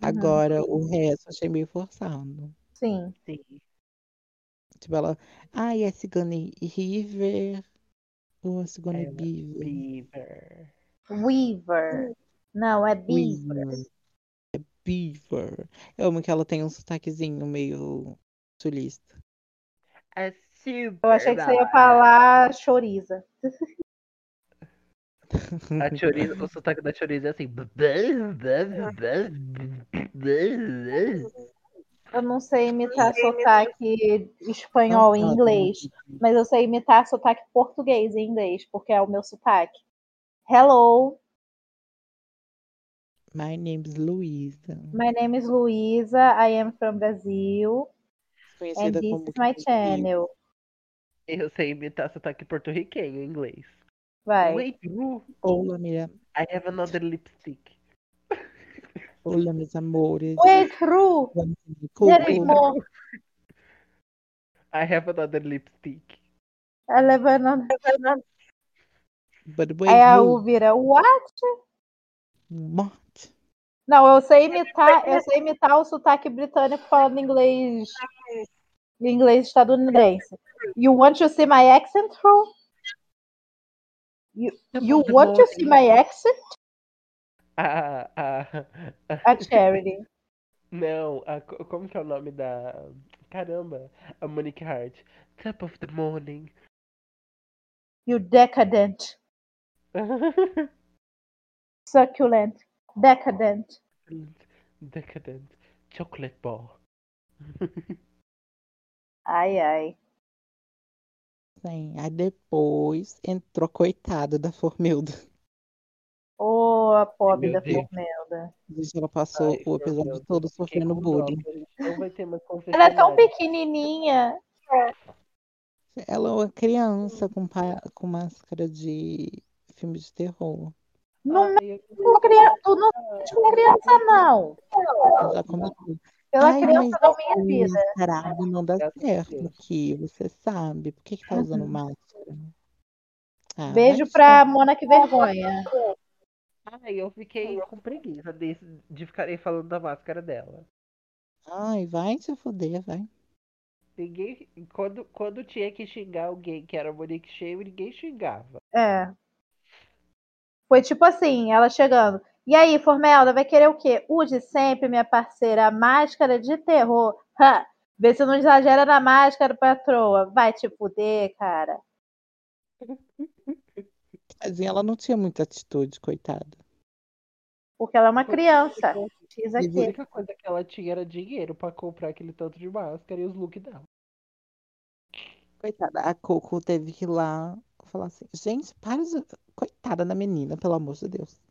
Speaker 1: Agora o resto eu achei meio forçado.
Speaker 2: Sim.
Speaker 4: Sim.
Speaker 1: Tipo, ela. Ai, é Cigane River. Ou é Cigane
Speaker 4: Ela-
Speaker 1: Beaver.
Speaker 4: Beaver.
Speaker 2: Weaver. Não, é Beaver.
Speaker 1: Beaver. Eu amo que ela tem um sotaquezinho meio sulista.
Speaker 4: É
Speaker 2: Eu achei que você ia falar choriza.
Speaker 4: A chorizo, o sotaque da chorizo é assim.
Speaker 2: Eu não sei imitar sotaque espanhol em
Speaker 1: Ah,
Speaker 2: inglês, mas eu sei imitar sotaque português em inglês, porque é o meu sotaque. Hello,
Speaker 1: My name's Luísa.
Speaker 2: my name is Luisa, I am from Brazil, and
Speaker 1: Conhecida
Speaker 2: this
Speaker 1: como.
Speaker 2: is my channel.
Speaker 4: Eu sei imitar sotaque porto-riquenho em inglês.
Speaker 2: Vai.
Speaker 4: Wait, Ru,
Speaker 1: Olá, minha...
Speaker 4: I have another lipstick.
Speaker 1: Olá, meus amores.
Speaker 2: Wait, Ru,
Speaker 1: Vamos de
Speaker 2: there is
Speaker 1: coco.
Speaker 2: more.
Speaker 4: I have another lipstick.
Speaker 2: I live on-
Speaker 1: But wait,
Speaker 2: Aí é a né?
Speaker 1: Ru,
Speaker 2: U vira, what?
Speaker 1: Morte.
Speaker 2: Não, eu sei imitar, eu sei imitar o sotaque britânico falando inglês inglês estadunidense. You want to see my accent, bro? You,
Speaker 1: Tá
Speaker 2: you want to see my accent?
Speaker 4: Ah, ah.
Speaker 2: A Charity.
Speaker 4: Não, a, co- como que é o nome da. Caramba, a Monique Hart. Top of the morning.
Speaker 2: You decadent. Succulent. Decadent.
Speaker 4: Decadent. Chocolate ball.
Speaker 2: Ai, ai.
Speaker 1: Sim. Aí depois entrou coitada da Formelda.
Speaker 2: Ô, a pobre da
Speaker 4: Meu Deus.
Speaker 2: Formelda.
Speaker 1: Gente, ela passou
Speaker 4: Ai,
Speaker 1: o episódio
Speaker 4: Formelda,
Speaker 1: todo
Speaker 4: Fiquei
Speaker 1: sofrendo
Speaker 4: com dó,
Speaker 1: bullying.
Speaker 4: porque a gente Não vai ter mais
Speaker 2: *laughs* Ela é tão
Speaker 4: confessionário.
Speaker 2: pequenininha.
Speaker 1: Ela é uma criança com, pa- com máscara de filme de terror.
Speaker 2: Não
Speaker 4: Ai, eu-
Speaker 2: uma criança, tu não mexe com criança, não.
Speaker 1: Já começou.
Speaker 2: Pela
Speaker 1: Ai,
Speaker 2: criança
Speaker 1: mas
Speaker 2: da minha
Speaker 1: esse
Speaker 2: vida.
Speaker 1: mascarado não dá
Speaker 4: Graças a
Speaker 1: certo
Speaker 4: Deus.
Speaker 1: aqui, você sabe. Por que que tá usando máscara? Ah, vai
Speaker 2: Beijo
Speaker 1: te
Speaker 2: pra Mona que vergonha.
Speaker 4: Ai, eu fiquei com preguiça desse- de ficarem falando da máscara dela.
Speaker 1: Ai, vai te fuder, vai.
Speaker 4: Ninguém, quando, quando tinha que xingar alguém que era Monique Shearer, ninguém xingava.
Speaker 2: É. Foi tipo assim, ela chegando. E aí, Formelda, vai querer o quê? O de sempre, minha parceira, a máscara de terror. Ha! Vê se não exagera na máscara, patroa. Vai te fuder, cara.
Speaker 1: Tadinha, ela não tinha muita atitude, coitada.
Speaker 2: Porque ela é uma criança. Diz
Speaker 4: A
Speaker 2: aqui.
Speaker 4: única coisa que ela tinha era dinheiro pra comprar aquele tanto de máscara e os looks dela.
Speaker 1: Coitada, a Coco teve que ir lá falar assim, gente, para de... Coitada da menina, pelo amor de Deus.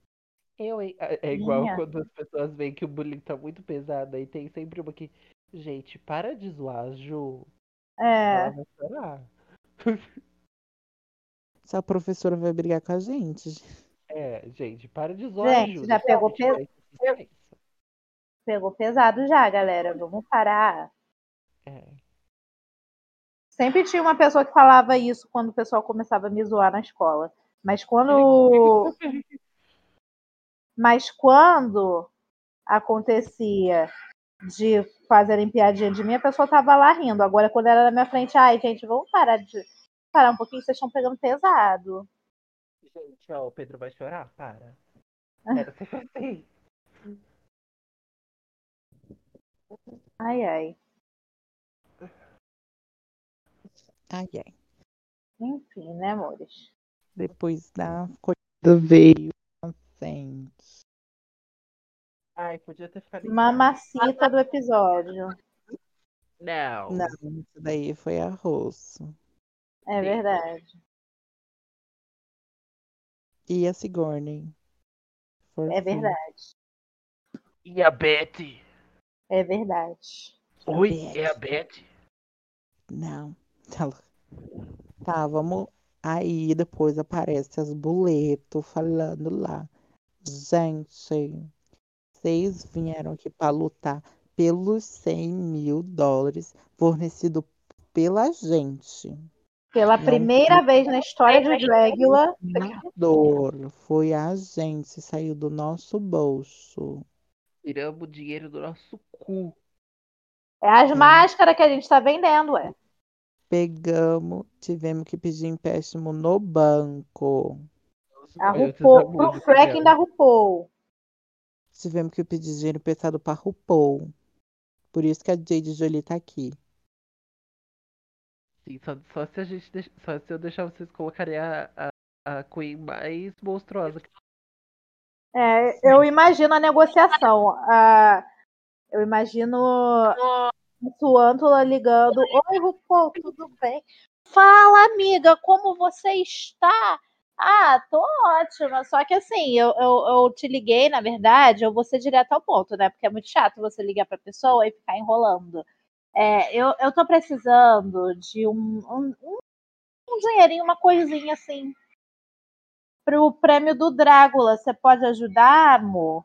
Speaker 4: Eu, hein? É- É igual
Speaker 2: Minha.
Speaker 4: quando as pessoas veem que o bullying tá muito pesado aí tem sempre uma que. Gente, para de zoar, Ju. Ela
Speaker 2: É.
Speaker 4: vai chorar.
Speaker 1: Se a professora vai brigar com a gente.
Speaker 4: É, gente, para de zoar,
Speaker 2: Gente,
Speaker 4: Ju.
Speaker 2: já pegou
Speaker 4: Gente, vai ter paciência.
Speaker 2: Pegou pesado já, galera. Vamos parar.
Speaker 4: É.
Speaker 2: Sempre tinha uma pessoa que falava isso quando o pessoal começava a me zoar na escola. Mas quando. Mas quando acontecia de fazerem piadinha de mim, a pessoa tava lá rindo. Agora, quando era na minha frente, ai, gente, vamos parar de. Parar um pouquinho, vocês estão pegando pesado.
Speaker 4: Gente, ó, o Pedro vai chorar?
Speaker 2: *laughs*
Speaker 4: Para. Era sempre assim.
Speaker 2: Ai, ai.
Speaker 1: Ai, ai.
Speaker 2: Enfim, né, amores?
Speaker 1: Depois da coitada
Speaker 8: veio.
Speaker 1: sente.
Speaker 4: Ai, podia ter ficado. em casa.
Speaker 2: Mamacita do episódio.
Speaker 4: Não.
Speaker 1: Não, isso daí foi arroz.
Speaker 2: É
Speaker 4: Sim.
Speaker 2: verdade.
Speaker 1: E a Sigourney. For
Speaker 2: É
Speaker 1: free.
Speaker 2: verdade.
Speaker 4: E a Betty?
Speaker 2: É verdade.
Speaker 4: Oi,
Speaker 1: Betty.
Speaker 4: é a Betty?
Speaker 1: Não. Tá, louca. Tá, vamos. Aí depois aparece as boletos falando lá. Gente, vocês vieram aqui para lutar pelos 100 mil dólares fornecido pela gente.
Speaker 2: Pela
Speaker 1: Não
Speaker 2: primeira vez na história de Dragula,
Speaker 1: Dor, foi a gente, saiu do nosso bolso.
Speaker 4: Tiramos o dinheiro do nosso cu.
Speaker 2: é as máscaras que a gente tá vendendo, ué.
Speaker 1: Pegamos, tivemos que pedir empréstimo no banco.
Speaker 2: A
Speaker 1: É,
Speaker 4: Eu te
Speaker 2: RuPaul,
Speaker 4: amo
Speaker 2: pro
Speaker 4: muito,
Speaker 2: fracking da
Speaker 4: Gabriela.
Speaker 2: RuPaul.
Speaker 1: Tivemos que pedir dinheiro emprestado para RuPaul. Por isso que a Jade Jolie tá aqui.
Speaker 4: Sim, só, só se a gente deix- só se eu deixar vocês colocarem a, a, a Queen mais monstruosa que
Speaker 2: É, eu imagino a negociação. a- eu imagino o Suântula ligando. Oi, RuPaul, tudo bem? Fala, amiga, como você está? Ah, tô ótima. Só que assim, eu, eu, eu te liguei, na verdade, eu vou ser direto ao ponto, né? Porque é muito chato você ligar pra pessoa e ficar enrolando. É, eu, eu tô precisando de um, um, um- um dinheirinho, uma coisinha assim, pro prêmio do Drácula. Você pode ajudar, amor?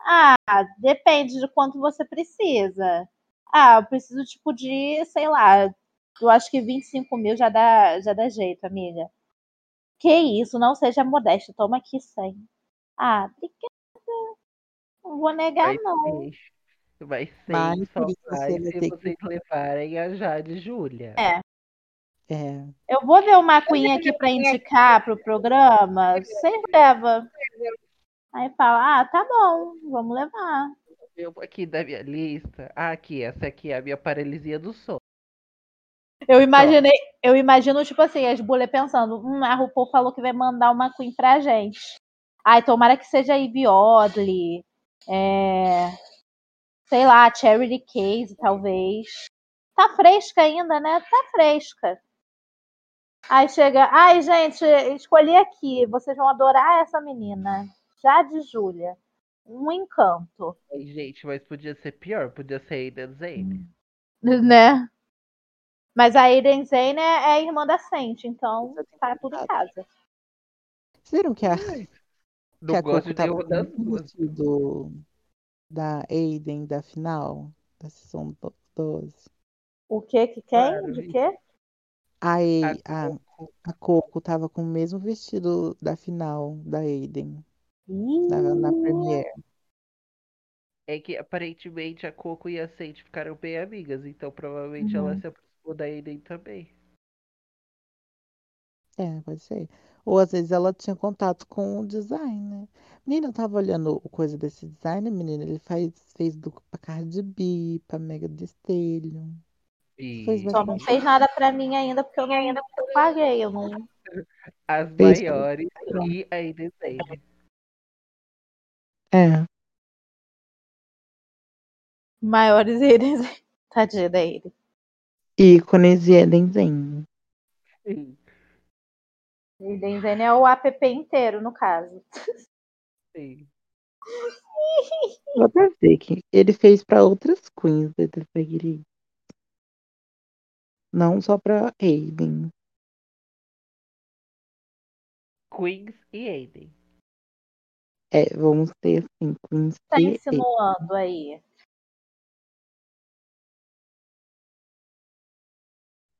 Speaker 2: Ah, depende de quanto você precisa. Ah, eu preciso, tipo, de, sei lá, eu acho que 25 mil já dá, já dá jeito, amiga. Que isso, não seja modesta, toma aqui 100. Ah, obrigada, Não vou negar,
Speaker 4: Vai
Speaker 2: não.
Speaker 4: ser. Vai ser.
Speaker 9: Vai,
Speaker 4: só
Speaker 9: É por isso
Speaker 4: vai
Speaker 9: você vai
Speaker 4: se
Speaker 9: ter que-
Speaker 4: vocês levarem a Jade e Júlia.
Speaker 2: É.
Speaker 9: É.
Speaker 2: Eu vou ver uma cunha aqui pra indicar pro programa. Vocês levam. Aí fala, ah, tá bom, vamos levar.
Speaker 4: Eu aqui da minha lista. Ah, aqui, essa aqui é a minha paralisia do sono.
Speaker 2: Eu imaginei, eu imagino, tipo assim, as bulhas pensando, hum, a RuPaul falou que vai mandar uma Queen pra gente. Ai, tomara que seja a Ivy Odley, é, sei lá, Charity Case, talvez. Tá fresca ainda, né? Tá fresca. Aí chega, ai, gente, escolhi aqui, vocês vão adorar essa menina. Jade Júlia. Um encanto,
Speaker 4: Ai, gente, mas podia ser pior, podia ser Aiden Zane.
Speaker 2: né? Mas a Aiden Zane é é a irmã da Sente, então tá tudo em casa.
Speaker 9: Vocês viram que a, que
Speaker 4: Não
Speaker 9: a
Speaker 4: gosto
Speaker 9: Coco
Speaker 4: de
Speaker 9: tava
Speaker 4: nenhuma das
Speaker 9: com o
Speaker 4: duas.
Speaker 9: vestido da Aiden da final, da sessão do- 12?
Speaker 2: O que que
Speaker 4: Claro,
Speaker 2: quem? De
Speaker 4: isso.
Speaker 2: quê?
Speaker 9: A,
Speaker 4: A
Speaker 9: Ei- a,
Speaker 4: Coco-
Speaker 9: a Coco tava com o mesmo vestido da final da Aiden, na, na
Speaker 2: Ih,
Speaker 9: Premiere.
Speaker 4: É que aparentemente a Coco e a Sage ficaram bem amigas, então provavelmente ela se aproximou da Aiden também.
Speaker 9: É, pode ser. Ou às vezes ela tinha contato com o designer. Menina, eu tava olhando o coisa desse designer, menina. Ele faz, fez look pra Cardi B, pra Mega Thee Stallion. Fez
Speaker 4: E
Speaker 2: só não fez nada pra mim ainda porque eu não ainda paguei, eu não.
Speaker 4: as
Speaker 1: Fez-
Speaker 4: maiores e a Aiden Zane.
Speaker 1: É.
Speaker 2: Maiores eles. *laughs* Tadinha da ele.
Speaker 1: Ícones e Edenzinho.
Speaker 4: Sim,
Speaker 2: E Denzen é o app inteiro, no caso.
Speaker 4: sim.
Speaker 1: Só pra ver que ele fez pra outras queens da Drag Race. Não só pra Aiden.
Speaker 4: Queens e Aiden.
Speaker 1: É, vamos ter assim, queens
Speaker 2: Tá
Speaker 1: e Aiden.
Speaker 2: insinuando aí.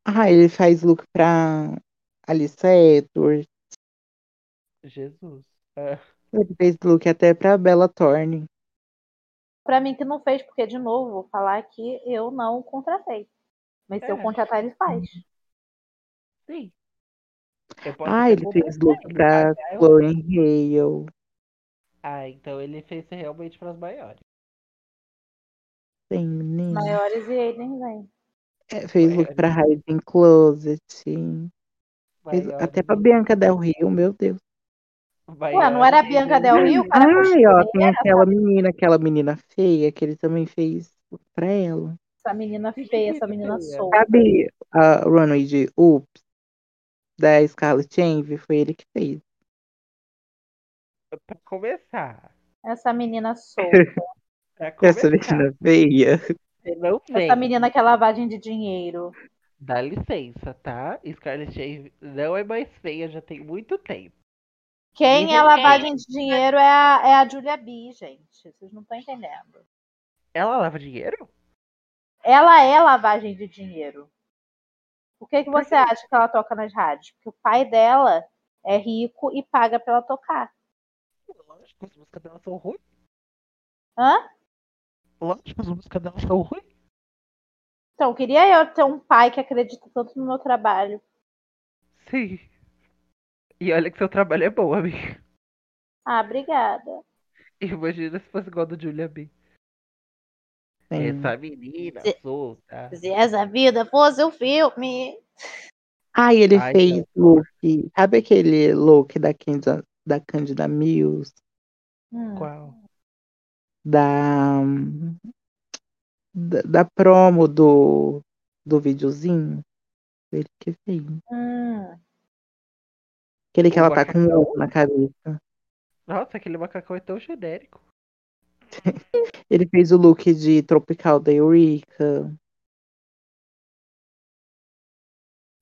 Speaker 1: Ah, ele faz look pra Alissa Edwards.
Speaker 4: Jesus. Ah,
Speaker 1: Ele fez look até pra Bella Thorne.
Speaker 2: Pra mim que não fez, porque, de novo, vou falar que eu não contratei. Mas se eu
Speaker 4: É.
Speaker 2: contratar, ele faz.
Speaker 4: sim. Eu posso
Speaker 1: Ah,
Speaker 4: até
Speaker 1: ele fez
Speaker 4: contratar
Speaker 1: look
Speaker 4: ele,
Speaker 1: pra
Speaker 4: pagar eu-
Speaker 1: Chloe Hale.
Speaker 4: Ah, então ele fez realmente pras maiores.
Speaker 1: Tem menino.
Speaker 2: Maiores e Aiden vem.
Speaker 1: É, fez look pra Raiden Closet. Fez até pra
Speaker 4: Maiores-
Speaker 1: Bianca Del Rio, meu Deus.
Speaker 2: Ué, não era a
Speaker 4: maiores
Speaker 2: Bianca
Speaker 4: e-
Speaker 2: Del Rio? Cara,
Speaker 1: Ai, ó, tem aquela menina, aquela menina feia, que ele também fez look pra ela.
Speaker 2: Essa menina feia, essa menina
Speaker 4: Feia.
Speaker 2: solta.
Speaker 1: Sabe a runway de Oops da Scarlett Envy? Foi ele que fez.
Speaker 4: Pra começar.
Speaker 2: Essa menina solta.
Speaker 4: Pra
Speaker 1: Essa
Speaker 4: começar.
Speaker 1: menina feia.
Speaker 4: Você não vem.
Speaker 2: Essa menina que é lavagem de dinheiro.
Speaker 4: Dá licença, tá? Scarlett Envy não é mais feia, já tem muito tempo.
Speaker 2: Quem
Speaker 4: Ninguém
Speaker 2: é lavagem de dinheiro é a, é a Julia B, gente. Vocês não estão entendendo.
Speaker 4: Ela lava dinheiro?
Speaker 2: Ela é lavagem de dinheiro. Por que, que
Speaker 4: Por
Speaker 2: você acha que ela toca nas rádios? Porque o pai dela é rico e paga pra ela tocar.
Speaker 4: Lógico, as músicas dela são ruins.
Speaker 2: Hã?
Speaker 4: Lógico, as músicas dela são ruins.
Speaker 2: Então, queria eu ter um pai que acredita tanto no meu trabalho.
Speaker 4: Sim. E olha que seu trabalho é bom, amiga.
Speaker 2: Ah, obrigada.
Speaker 4: Imagina se fosse igual do Julia B.
Speaker 1: Sim.
Speaker 4: Essa menina
Speaker 2: Se-
Speaker 4: solta.
Speaker 2: Se essa vida fosse um filme.
Speaker 1: Ah, e ele
Speaker 4: Ai,
Speaker 1: fez
Speaker 4: não.
Speaker 1: look. Sabe aquele look da Candida, da Candida Mills?
Speaker 2: Hum.
Speaker 4: Qual?
Speaker 1: Da, da, da promo do, do videozinho? Foi ele que fez.
Speaker 2: Hum.
Speaker 1: Aquele que
Speaker 4: O
Speaker 1: ela tá com um
Speaker 4: macacão?
Speaker 1: ovo na cabeça.
Speaker 4: Nossa, aquele macacão é tão genérico.
Speaker 1: Ele fez o look de Tropical da Eureka.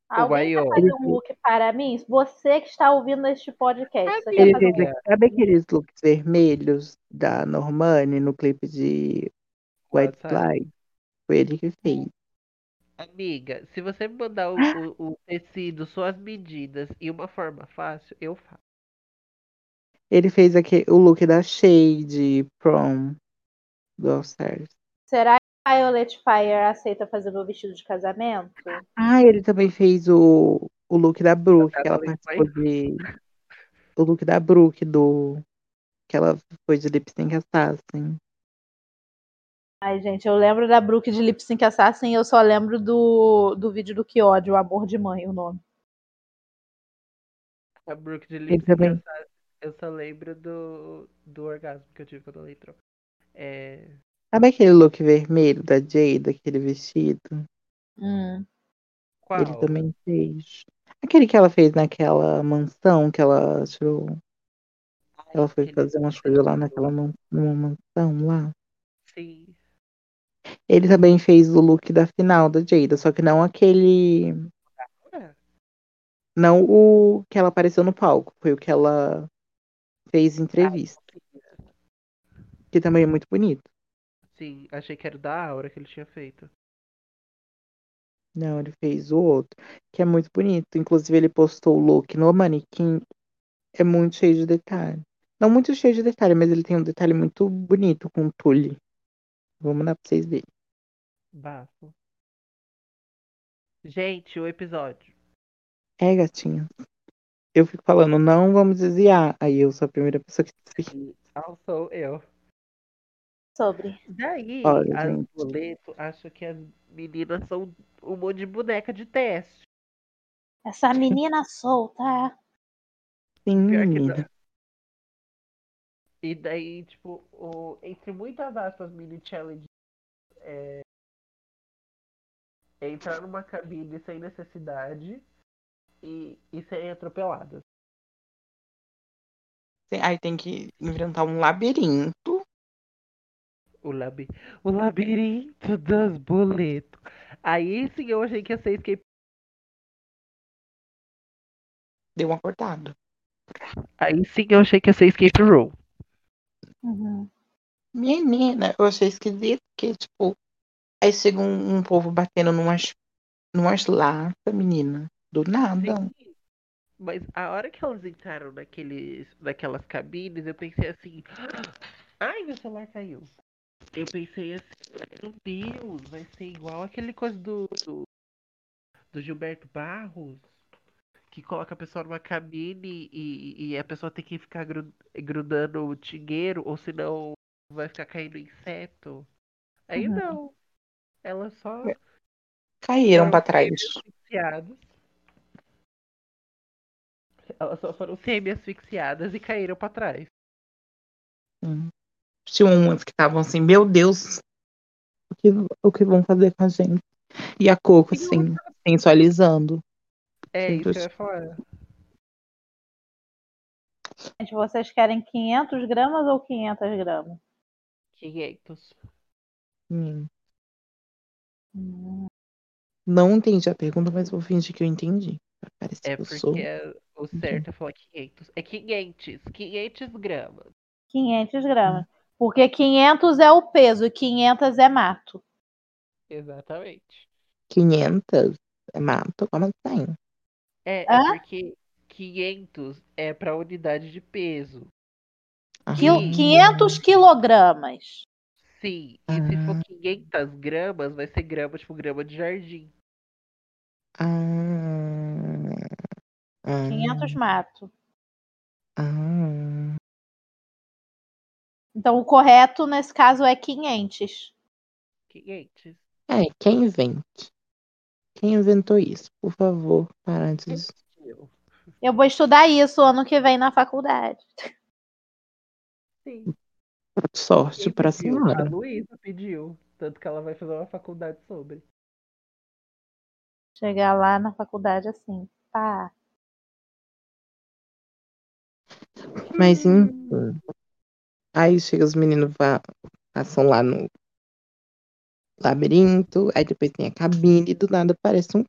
Speaker 2: Alguém
Speaker 4: maior.
Speaker 2: quer fazer um look para mim? Você que está ouvindo este podcast. Você quer
Speaker 1: Ele
Speaker 2: fazer um
Speaker 1: fez,
Speaker 4: Olha.
Speaker 1: sabe aqueles looks vermelhos da Normani no clipe de White
Speaker 4: Nossa,
Speaker 1: Flag? Foi ele que fez.
Speaker 4: Amiga, se você me mandar o,
Speaker 1: Ah!
Speaker 4: o- o tecido, suas medidas e uma forma fácil, eu faço.
Speaker 1: Ele fez aquele, o look da Shade Prom do All Stars.
Speaker 2: Será que Violet Fire aceita fazer meu vestido de casamento?
Speaker 1: Ah, ele também fez o, o look da Brooke, que ela
Speaker 4: Casamento,
Speaker 1: participou de. O look da Brooke, do. Que ela foi de Lip Sync Assassin.
Speaker 2: Ai, gente, eu lembro da Brooke de Lip Sync Assassin e eu só lembro do, do vídeo do Que Ódio, Amor de Mãe, o nome.
Speaker 4: A Brooke de
Speaker 1: Ele também.
Speaker 4: Lipsy. Eu só lembro do, do orgasmo que eu tive quando ela entrou. É,
Speaker 1: Sabe aquele look vermelho da Jade, aquele vestido?
Speaker 2: Hum.
Speaker 4: qual?
Speaker 1: Ele também fez. Aquele que ela fez naquela mansão que ela tirou. Ela foi
Speaker 4: É, Aquele-
Speaker 1: fazer umas coisas lá naquela man- numa mansão lá.
Speaker 4: Sim.
Speaker 1: Ele também fez o look da final da Jada, só que não aquele.
Speaker 4: Ué,
Speaker 1: Não o que ela apareceu no palco, foi o que ela fez em
Speaker 4: Ah,
Speaker 1: entrevista, que também é muito bonito.
Speaker 4: Sim, achei que era o da Aura que ele tinha feito.
Speaker 1: Não, né? ele fez o outro, que é muito bonito. Inclusive, ele postou o look no manequim, é muito cheio de detalhe. Não muito cheio de detalhe, mas ele tem um detalhe muito bonito com o tule. Vou mandar pra vocês verem.
Speaker 4: Bafo. Gente, o episódio.
Speaker 1: É, gatinha. Eu fico falando, não vamos desviar. Aí eu sou a primeira pessoa que desvia.
Speaker 4: Ah, sou eu.
Speaker 2: Sobre.
Speaker 4: Daí,
Speaker 1: Olha,
Speaker 4: as
Speaker 1: gente.
Speaker 4: boleto acham que as meninas são um monte de boneca de teste.
Speaker 2: Essa menina *laughs* solta.
Speaker 1: Sim,
Speaker 4: Pior que
Speaker 1: menina.
Speaker 4: dá. E daí, tipo, o- entre muitas aspas, mini challenge é, é entrar numa cabine sem necessidade e, e serem atropeladas.
Speaker 1: Tem- Aí tem que enfrentar um labirinto.
Speaker 4: O, labi... o labirinto dos boletos. Aí sim eu achei que ia ser escape.
Speaker 1: Deu uma cortada.
Speaker 4: Aí sim eu achei que ia ser escape room.
Speaker 2: Uhum.
Speaker 1: Menina, eu achei esquisito que, tipo, aí chega um, um povo batendo numas, numas latas, menina. Do nada.
Speaker 4: Sim. Mas a hora que elas entraram naqueles, naquelas cabines, eu pensei assim. Ai, meu celular caiu. Eu pensei assim, meu Deus, vai ser igual aquele coisa do, do, do Gilberto Barros, que coloca a pessoa numa cabine e, e a pessoa tem que ficar gru- grudando o dinheiro, ou senão vai ficar caindo inseto. Aí
Speaker 2: Uhum.
Speaker 4: não. Ela só
Speaker 1: Caíram pra trás.
Speaker 4: asfixiadas. Elas só foram semi-asfixiadas e caíram pra trás.
Speaker 1: Tinha Hum. umas que estavam assim, meu Deus, o que, o que vão fazer com a gente? E a Coco, assim, sensualizando.
Speaker 4: É
Speaker 1: Sim,
Speaker 4: isso que eu
Speaker 1: pois-
Speaker 4: ia falar.
Speaker 2: Gente, vocês querem 500 gramas ou 500 gramas?
Speaker 4: 500.
Speaker 1: Hum.
Speaker 2: Hum.
Speaker 1: Não entendi a pergunta, mas vou fingir que eu entendi. Parece
Speaker 4: É
Speaker 1: que eu sou.
Speaker 4: porque é- o
Speaker 1: Uhum.
Speaker 4: certo é falar 500. É 500. 500 gramas.
Speaker 2: 500 gramas. Porque 500 é o peso e 500 é mato.
Speaker 4: Exatamente.
Speaker 1: 500? É mato? Como assim?
Speaker 4: É, é
Speaker 2: Hã?
Speaker 4: porque 500 é pra unidade de peso.
Speaker 1: Ah,
Speaker 2: Quil- 500 quilogramas.
Speaker 4: Sim. E se
Speaker 1: Ah.
Speaker 4: for 500 gramas, vai ser grama, tipo grama de jardim.
Speaker 1: Ah, ah,
Speaker 2: 500 mato.
Speaker 1: ah.
Speaker 2: Então o correto nesse caso é 500.
Speaker 4: 500.
Speaker 1: É, quem invente? Quem inventou isso? Por favor, para antes.
Speaker 4: Eu.
Speaker 2: Eu vou estudar isso ano que vem na faculdade.
Speaker 4: Sim.
Speaker 1: Sorte
Speaker 4: Quem
Speaker 1: para a
Speaker 4: pediu? A
Speaker 1: senhora.
Speaker 4: Luísa pediu. Tanto que ela vai fazer uma faculdade sobre.
Speaker 2: Chegar lá na faculdade assim, pá.
Speaker 1: Mas
Speaker 10: Hum.
Speaker 1: enfim. Aí chega os meninos va- passam lá no labirinto, aí depois tem a cabine, e do nada aparece um.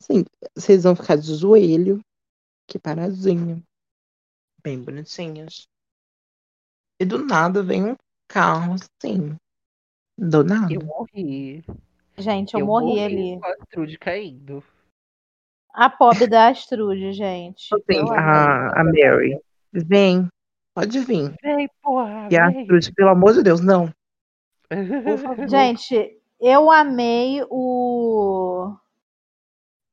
Speaker 1: Sim, vocês vão ficar de joelho, que paradinho. Bem bonitinhos. E do nada vem um carro, assim. Do
Speaker 11: Ah.
Speaker 1: nada.
Speaker 4: Eu morri.
Speaker 2: Gente, eu, morri, ali.
Speaker 4: com a Trude caindo.
Speaker 2: A pobre da Astrude, gente.
Speaker 1: Assim,
Speaker 2: Pelo amor de
Speaker 1: a, a Mary. Vem,
Speaker 10: Pode vir.
Speaker 11: Vem, porra,
Speaker 10: E a
Speaker 11: vem.
Speaker 10: Astrid, pelo amor de Deus, não.
Speaker 4: *laughs*
Speaker 1: Por favor.
Speaker 2: Gente, eu amei o.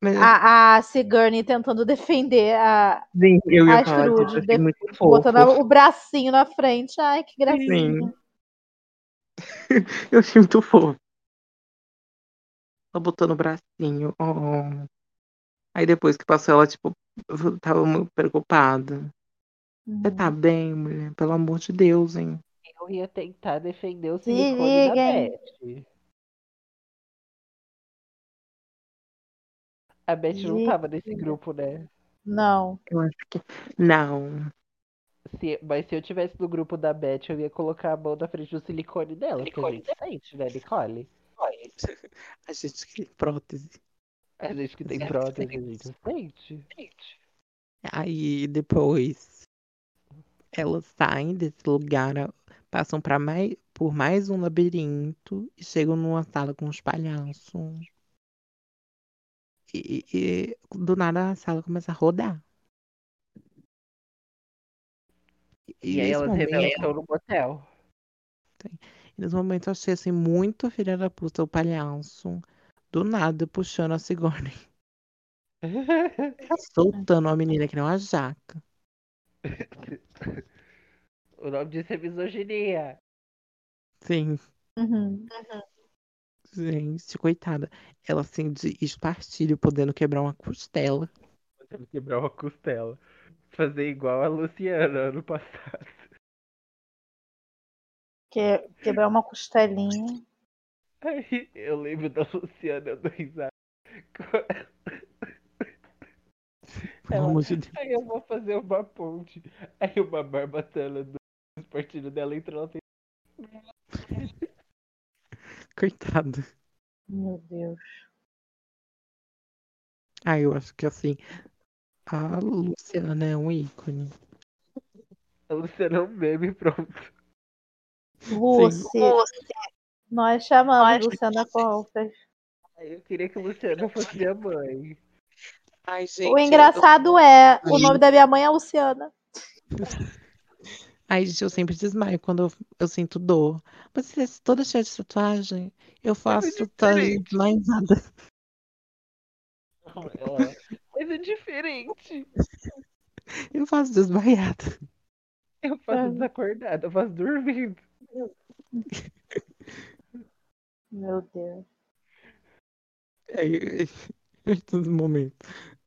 Speaker 10: Mas,
Speaker 2: A, a Sigourney tentando defender a.
Speaker 10: sim, eu ia
Speaker 2: a
Speaker 10: falar
Speaker 2: Astrud,
Speaker 10: disso, eu
Speaker 2: de-
Speaker 10: achei muito fofo.
Speaker 2: Botando o bracinho na frente. Ai, que gracinha.
Speaker 10: Sim. Eu achei muito fofo. Ela botou no bracinho. oh. Aí depois que passou, ela, tipo, tava muito preocupada. Você
Speaker 2: Uhum.
Speaker 10: tá bem, mulher? Pelo amor de Deus, hein?
Speaker 11: Eu ia tentar defender o
Speaker 2: Se
Speaker 11: silicone da
Speaker 2: liguem.
Speaker 11: Beth. A Beth não
Speaker 2: Gente.
Speaker 11: tava nesse grupo, né?
Speaker 2: Não.
Speaker 10: Eu acho que. Não.
Speaker 11: Se- mas se eu tivesse no grupo da Beth, eu ia colocar a mão na frente do silicone dela, porque a
Speaker 1: Silicone
Speaker 11: gente sente, né, Nicole?
Speaker 1: *laughs* A gente que prótese.
Speaker 11: A gente É que tem
Speaker 1: Certo,
Speaker 11: prótese,
Speaker 1: tem
Speaker 11: a gente sente.
Speaker 1: Aí depois elas saem desse lugar, a- passam para mais por mais um labirinto e chegam numa sala com uns palhaços. E, e- e do nada a sala começa a rodar.
Speaker 11: E, aí
Speaker 1: nesse
Speaker 11: elas
Speaker 1: momento-
Speaker 11: revelam que estão no
Speaker 4: *laughs*
Speaker 11: motel.
Speaker 1: Nesse momento eu achei assim muito filha da puta o palhaço. Do nada puxando a Sigourney. *laughs* Soltando uma menina que não é uma jaca.
Speaker 11: o nome disso é misoginia.
Speaker 1: Sim,
Speaker 2: Uhum.
Speaker 1: gente, coitada. Ela assim de espartilho, podendo quebrar uma costela.
Speaker 4: Tendo que quebrar uma costela. Fazer igual a Luciana ano passado.
Speaker 2: Que, quebrar uma costelinha.
Speaker 4: Aí eu lembro da Luciana do risada.
Speaker 1: Pelo
Speaker 4: *laughs*
Speaker 11: Ela-
Speaker 1: amor de Deus. *laughs*
Speaker 4: Aí eu vou fazer uma ponte. Aí uma barbatana do partido dela entra ela tem.
Speaker 1: Coitada.
Speaker 2: Meu Deus.
Speaker 1: Ah, eu acho que assim. A Luciana é um ícone.
Speaker 4: A Luciana é um meme, pronto.
Speaker 2: Lucy. Nós chamamos Luciana Colfer.
Speaker 4: Aí eu queria que a Luciana fosse minha mãe.
Speaker 1: Ai, gente.
Speaker 2: O engraçado é, o nome da minha mãe é Luciana.
Speaker 1: Ai, gente, eu sempre desmaio quando eu, eu sinto dor. Mas se é toda cheia de tatuagem, eu faço tatuagem
Speaker 4: diferente.
Speaker 1: desmaiada.
Speaker 4: Ela... Mas é diferente.
Speaker 1: Eu faço desmaiada.
Speaker 4: Eu
Speaker 11: Ah.
Speaker 4: faço desacordada, eu faço dormindo.
Speaker 2: Meu Deus.
Speaker 1: É, *laughs* eu- eu acho esse momento.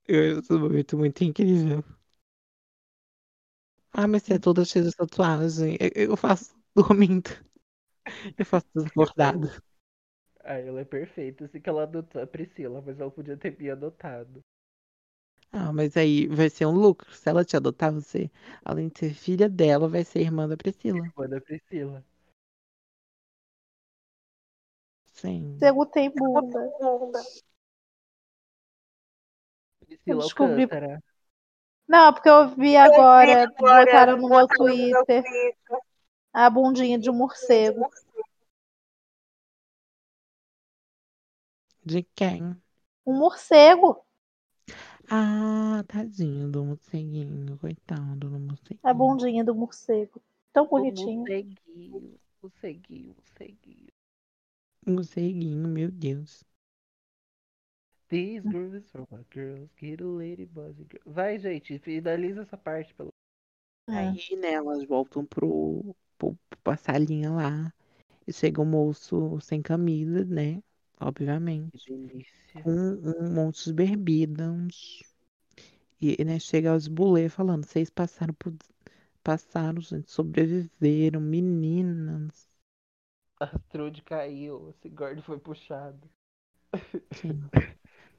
Speaker 1: Eu acho esse momento muito incrível. Ah, mas você é toda cheia de tatuagem. Eu, eu faço *laughs* dormindo. Eu faço desbordado.
Speaker 4: Aí ela é perfeita. Assim que ela adotou a Priscila, mas ela podia ter me adotado.
Speaker 1: Ah, mas aí vai ser um lucro. Se ela te adotar, você, além de ser filha dela, vai ser irmã da Priscila.
Speaker 4: Manda a Priscila.
Speaker 1: Sim.
Speaker 2: Cego tem um *laughs* né? bunda.
Speaker 4: Priscila
Speaker 2: descobri-
Speaker 4: Alcântara.
Speaker 2: Não, é porque eu vi agora, botaram no meu Twitter a bundinha de um morcego.
Speaker 1: De quem?
Speaker 2: Um morcego.
Speaker 1: Ah, tadinho do morceguinho. Coitado do morceguinho.
Speaker 2: A bundinha do morcego. Tão bonitinho.
Speaker 4: Conseguiu, conseguiu, conseguiu.
Speaker 1: Morceguinho, meu Deus.
Speaker 4: These grooves for my girls, get a lady boys and girls. Vai, gente, finaliza essa parte. Pelo...
Speaker 2: É.
Speaker 1: Aí, né, elas voltam pro, pro, pra salinha lá. E chega o moço sem camisa, né? Obviamente.
Speaker 4: Que delícia.
Speaker 1: Com um monte de bebidas. E, né, chega aos bulê falando, vocês passaram por. Passaram, gente, sobreviveram, meninas.
Speaker 4: A Trude caiu, esse guarda foi puxado.
Speaker 1: Gente.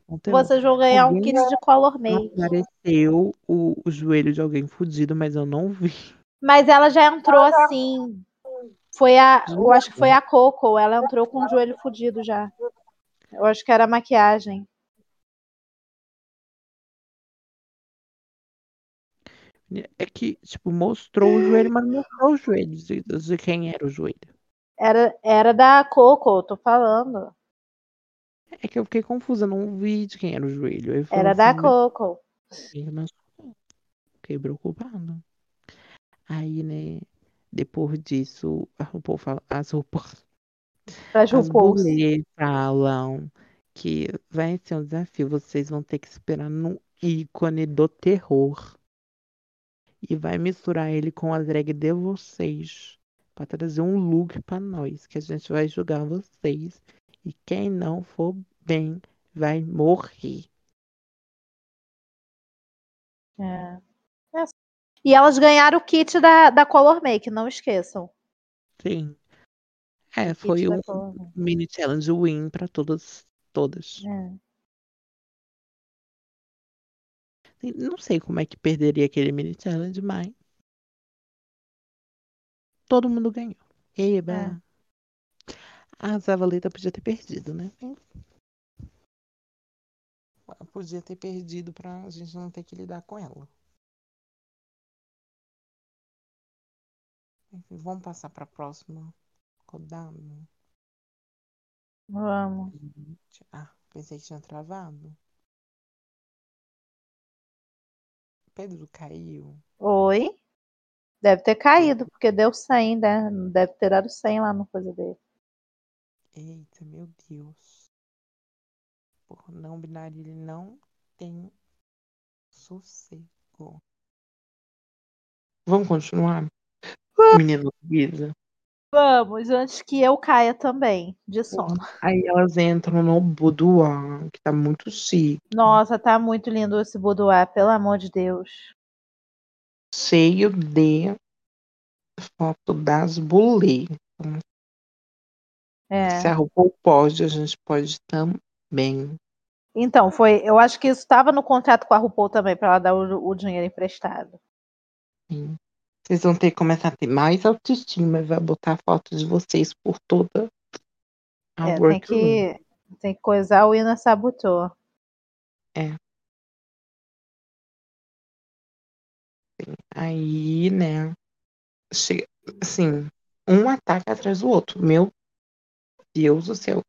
Speaker 1: Ontem
Speaker 2: Vocês vão ganhar um
Speaker 1: Então, Alguém
Speaker 2: kit de color
Speaker 1: não
Speaker 2: make.
Speaker 1: apareceu o, o joelho de alguém fudido, mas eu não vi. *laughs*
Speaker 2: Mas ela já entrou assim. Foi a. Eu acho que foi a Coco. Ela entrou com o joelho fudido já. Eu acho que era a maquiagem.
Speaker 1: É que, tipo, mostrou o joelho, mas não mostrou o joelho de, de quem era o joelho.
Speaker 2: Era, era da Coco, eu tô falando.
Speaker 1: É que eu fiquei confusa, não vi de quem era o joelho. Aí eu falei
Speaker 2: Era da
Speaker 1: assim,
Speaker 2: Coco.
Speaker 1: "Meu Deus, mas Fiquei preocupada.
Speaker 12: Aí, né, depois disso, a RuPaul fala, as RuPaul,
Speaker 2: Traz
Speaker 12: as
Speaker 2: RuPaul.
Speaker 12: mulheres falam que vai ser um desafio, vocês vão ter que esperar no ícone do terror. E vai misturar ele com a drag de vocês. Pra trazer um look pra nós, que a gente vai julgar vocês. E quem não for bem vai morrer.
Speaker 2: É. É. E elas ganharam o kit da, da Color Make, não esqueçam.
Speaker 12: Sim. É,
Speaker 2: O kit
Speaker 12: foi
Speaker 2: da
Speaker 12: um
Speaker 2: Color Make.
Speaker 12: mini challenge win pra todas, todas.
Speaker 2: É.
Speaker 12: Não sei como é que perderia aquele mini challenge, mas todo mundo ganhou. Eba.
Speaker 2: É.
Speaker 12: A Zavaleta podia ter perdido, né? Ela Podia ter perdido pra gente não ter que lidar com ela. Enfim, vamos passar pra próxima rodada.
Speaker 2: Vamos.
Speaker 12: Ah, pensei que tinha travado. Pedro caiu.
Speaker 2: Oi. Deve ter caído, porque deu 100, né? Deve ter dado 100 lá no coisa dele.
Speaker 12: Eita, meu Deus. Por não binário, ele não tem sossego.
Speaker 1: Vamos continuar? Menina Luísa.
Speaker 2: Vamos, antes que eu caia também de sono.
Speaker 1: Aí elas entram no boudoir, que tá muito chique.
Speaker 2: Nossa, tá muito lindo esse boudoir, pelo amor de Deus.
Speaker 1: Cheio de foto das bulê. Se
Speaker 2: É.
Speaker 1: a RuPaul pode, a gente pode também.
Speaker 2: Então, foi. Eu acho que isso estava no contrato com a RuPaul também, pra ela dar o, o dinheiro emprestado.
Speaker 1: Vocês vão ter que começar a ter mais autoestima e vai botar foto de vocês por toda a
Speaker 2: É, tem
Speaker 1: workroom.
Speaker 2: que, tem que coisar o Ina Sabutor.
Speaker 1: Aí, né? Chega, assim, um ataque atrás do outro. Meu Deus do céu.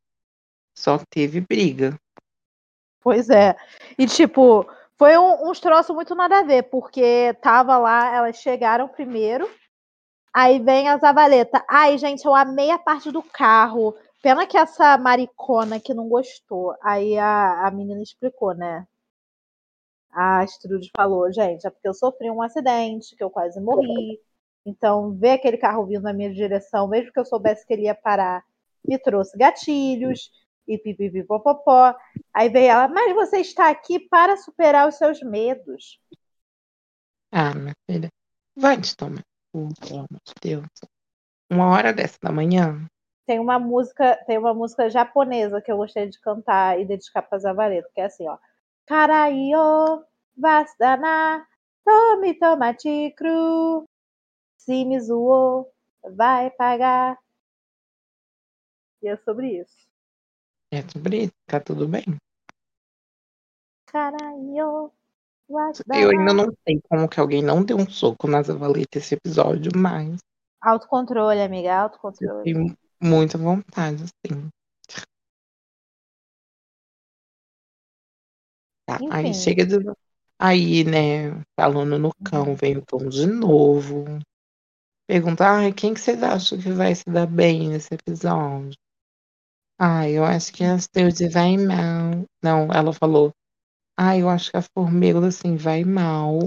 Speaker 1: Só teve briga.
Speaker 2: Pois é. E tipo, foi um, uns troços muito nada a ver, porque tava lá, elas chegaram primeiro, aí vem a Zavaleta. Ai, gente, eu amei a parte do carro. Pena que essa maricona que não gostou. Aí a, a menina explicou, né? A Strude falou, gente, é porque eu sofri um acidente, que eu quase morri. Então, ver aquele carro vindo na minha direção, mesmo que eu soubesse que ele ia parar, me trouxe gatilhos, e pipipipopopó. Aí veio ela, mas você está aqui para superar os seus medos.
Speaker 1: Ah, minha filha. Vai te tomar. no cu, Pelo amor de Deus. Uma hora dessa da manhã.
Speaker 2: Tem uma música, tem uma música japonesa que eu gostei de cantar e dedicar para Zavareto, que é assim, ó. Karaiyo vasdana tome tomate cru. Se me zoou, vai pagar. E é sobre isso.
Speaker 1: É sobre isso. Tá tudo bem.
Speaker 2: Karaiyo
Speaker 1: Eu ainda
Speaker 2: wasdana.
Speaker 1: não sei como que alguém não deu um soco na Zavaleta esse episódio, mas
Speaker 2: Autocontrole, amiga,
Speaker 1: eu
Speaker 2: autocontrole.
Speaker 1: tenho muita vontade, assim. Tá, Aí
Speaker 2: Enfim.
Speaker 1: chega de. Aí, né, falando no cão, vem o Tom de novo. Pergunta, ai, quem que vocês acham que vai se dar bem nesse episódio? Ai, eu acho que a Sturdy vai mal. Não, ela falou, ai, eu acho que a Formiguda, assim, vai mal.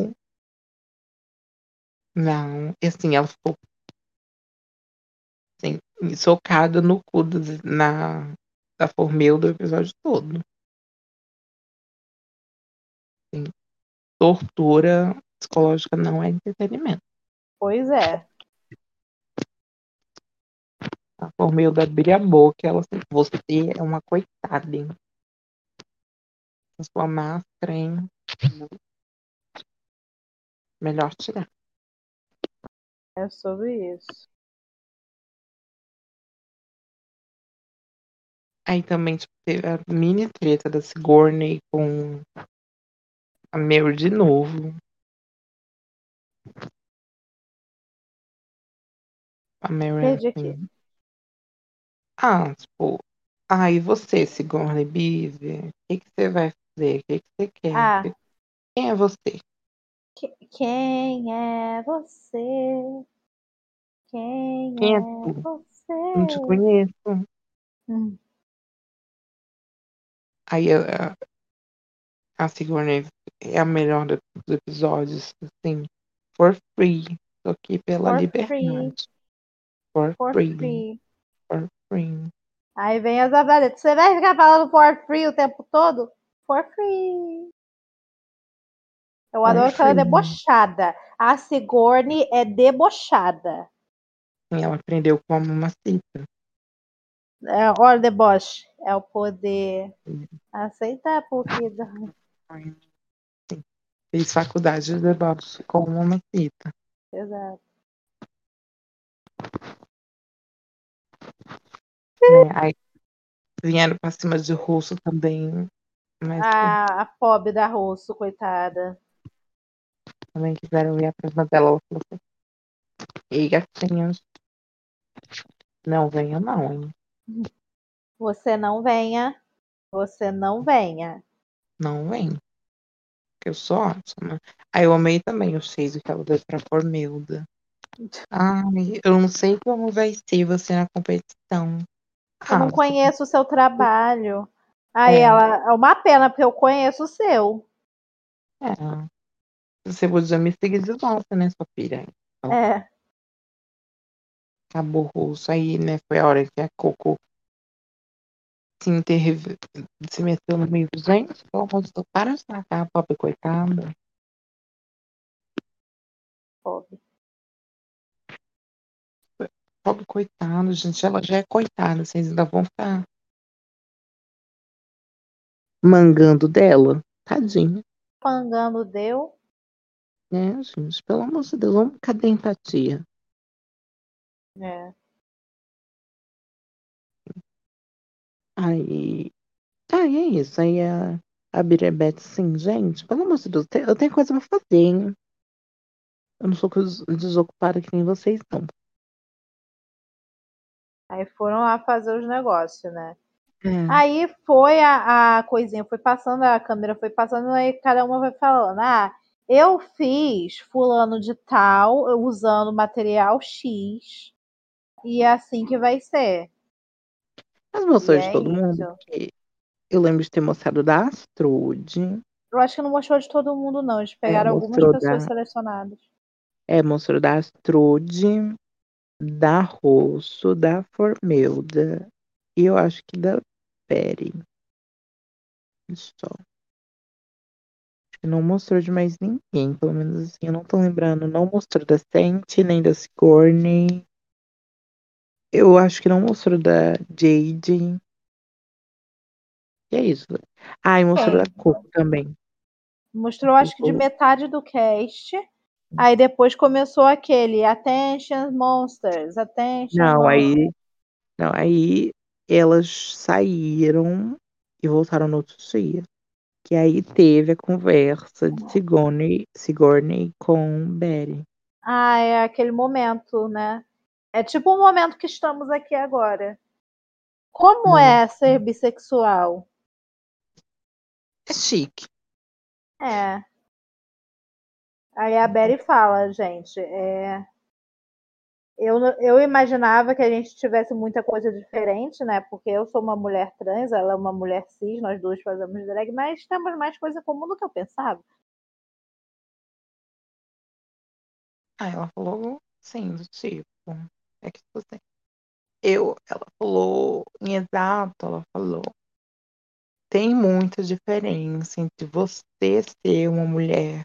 Speaker 1: Não, e assim, ela ficou, assim, socada no cu do, na, da Formiguda o episódio todo. Assim, tortura psicológica não é entretenimento.
Speaker 2: Pois é.
Speaker 1: Tá? Por meio da abrir a boca, ela assim, você é uma coitada, hein? A sua máscara, hein? Melhor tirar.
Speaker 2: É sobre isso.
Speaker 1: Aí também tipo, teve a mini treta da Sigourney com a Mary de novo. A Mary
Speaker 2: Perdi
Speaker 1: assim,
Speaker 2: aqui.
Speaker 1: Ah, tipo, ah, e você, Sigourney Beaver? O que que você vai fazer? O que que você quer?
Speaker 2: Ah.
Speaker 1: Quem é você?
Speaker 2: Que- Quem, Quem é você? Quem
Speaker 1: Quem é
Speaker 2: é
Speaker 1: tu? Não te
Speaker 2: você?
Speaker 1: conheço.
Speaker 2: Hum.
Speaker 1: Aí a, a- a Sigourney é a melhor do- dos episódios, assim, for free. Tô aqui pela
Speaker 2: For free.
Speaker 1: liberdade. For,
Speaker 2: For
Speaker 1: free.
Speaker 2: free.
Speaker 1: For free.
Speaker 2: Aí vem as avaliações. Você vai ficar falando for free o tempo todo? For free. Eu adoro que ela é
Speaker 1: free.
Speaker 2: debochada. A Sigourney é debochada.
Speaker 1: E ela aprendeu como uma cita.
Speaker 2: É, olha o deboche. É o poder
Speaker 1: Sim.
Speaker 2: aceitar, porque dá-
Speaker 1: Fez faculdade de deboche como uma cita.
Speaker 2: Exato.
Speaker 1: né? Aí vieram pra cima de russo também. Mas
Speaker 2: A, a pobre da Russo, coitada.
Speaker 1: também quiseram ir pra cima dela. Ela falou assim, Ei, gatinhos. Não venha não, hein?
Speaker 2: Você não venha. Você não venha.
Speaker 1: Não vem. Que eu sou ótima. Aí eu amei também o shade que ela deu pra Formilda. Ai, eu não sei como vai ser você na competição.
Speaker 2: Eu
Speaker 1: Ah,
Speaker 2: não
Speaker 1: você-
Speaker 2: conheço o seu trabalho. Aí
Speaker 1: É.
Speaker 2: ela, é uma pena, porque eu conheço o seu.
Speaker 1: É. Você podia me seguir de volta, né, sua filha?
Speaker 2: É.
Speaker 1: Acabou o russo. Aí, né, foi a hora que a Coco se, interve... se meteu no meio. Gente, pelo amor de Deus, para de sacar a pobre coitada.
Speaker 2: Pobre.
Speaker 1: Pobre coitada, gente. Ela já é coitada. Vocês ainda vão ficar.
Speaker 13: Mangando dela. Tadinha,
Speaker 2: Pangando deu.
Speaker 13: né, gente? Pelo amor de Deus, vamos cadê a empatia?
Speaker 2: É.
Speaker 13: Aí. Aí é isso. Aí a, a Birebete, sim, gente, pelo amor de Deus, te- eu tenho coisa pra fazer, hein? Eu não sou cos- desocupada que nem vocês, não.
Speaker 2: Aí foram lá fazer os negócios, né?
Speaker 1: Hum.
Speaker 13: É.
Speaker 2: Aí foi a, a coisinha, foi passando, a câmera foi passando, aí cada uma vai falando, ah, eu fiz fulano de tal, eu usando material X, e é assim que vai ser.
Speaker 13: As moções
Speaker 2: E
Speaker 13: de
Speaker 2: é
Speaker 13: todo mundo.
Speaker 2: isso.
Speaker 13: porque eu lembro de ter mostrado da Astrude.
Speaker 2: Eu acho que não mostrou de todo mundo, não. Eles pegaram algumas
Speaker 13: É, mostrou né?
Speaker 2: pessoas
Speaker 13: da-
Speaker 2: selecionadas.
Speaker 13: É, mostrou da Astrude, da Rosso, da Formelda. E eu acho que da Peri. Só. Acho que não mostrou de mais ninguém. Pelo menos assim, eu não tô lembrando. Não mostrou da Sente, nem da Sigourney. Eu acho que não mostrou da Jade. E é isso. Ah, e mostrou
Speaker 2: É.
Speaker 13: da Coco também.
Speaker 2: Mostrou, acho que de
Speaker 13: Uhum.
Speaker 2: metade do cast. Aí depois começou aquele Attention Monsters, Attention
Speaker 13: Não,
Speaker 2: Monsters.
Speaker 13: aí. Não, aí elas saíram e voltaram no outro dia. Que aí teve a conversa de Sigourney, Sigourney com Barry.
Speaker 2: Ah, é aquele momento, né? É tipo o momento que estamos aqui agora. Como é ser bissexual?
Speaker 13: É chique.
Speaker 2: É. Aí a Betty fala, gente, é... eu, não- eu imaginava que a gente tivesse muita coisa diferente, né? Porque eu sou uma mulher trans, ela é uma mulher cis, nós duas fazemos drag, mas temos mais coisa em comum do que eu pensava.
Speaker 1: Aí Ah, ela falou, sim, do tipo. É que tipo assim. Eu, ela falou, em exato, ela falou. Tem muita diferença entre você ser uma mulher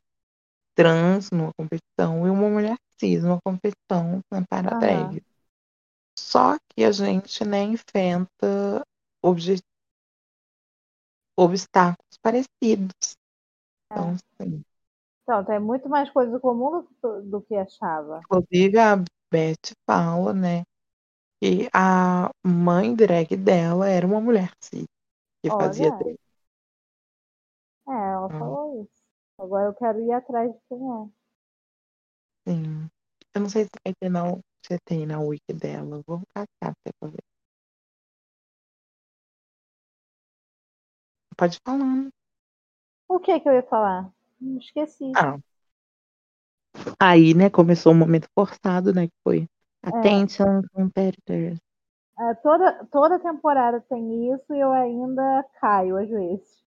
Speaker 1: trans numa competição e uma mulher cis numa competição né, para
Speaker 2: Aham.
Speaker 1: drag. Só que a gente, né, enfrenta obje- obstáculos parecidos. Então, assim,
Speaker 2: Então, tem muito mais coisa em comum do, do que achava.
Speaker 1: Inclusive, a Beth fala, né, que a mãe drag dela era uma mulher cis, que fazia
Speaker 2: Olha.
Speaker 1: drag.
Speaker 2: É, ela
Speaker 1: Ah.
Speaker 2: falou isso. Agora eu quero ir atrás de quem é.
Speaker 1: Sim. Eu não sei se vai ter na, se tem na wiki dela. Vou catar até pra ver. Pode falar. né?
Speaker 2: O que que eu ia falar? Hum, Esqueci.
Speaker 1: Ah. Aí, né, começou um momento forçado, né, que foi Attention competitors.
Speaker 2: É, toda, toda temporada tem isso e eu ainda caio às vezes.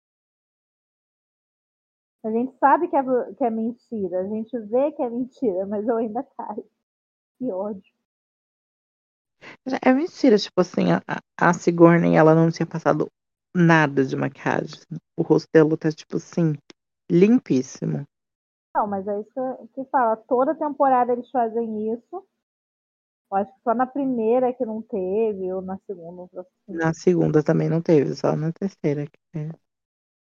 Speaker 2: A gente sabe que é, que é mentira, a gente vê que é mentira, mas eu ainda caio. Que ódio.
Speaker 1: É mentira, tipo assim, a, a Sigourney, ela não tinha passado nada de maquiagem. assim. O rosto dela tá, tipo assim, limpíssimo.
Speaker 2: Não, mas é isso que que fala. Toda temporada eles fazem isso. Eu acho que só na primeira que não teve, ou na segunda. ou na-
Speaker 1: Na segunda também não teve, só na terceira. que teve.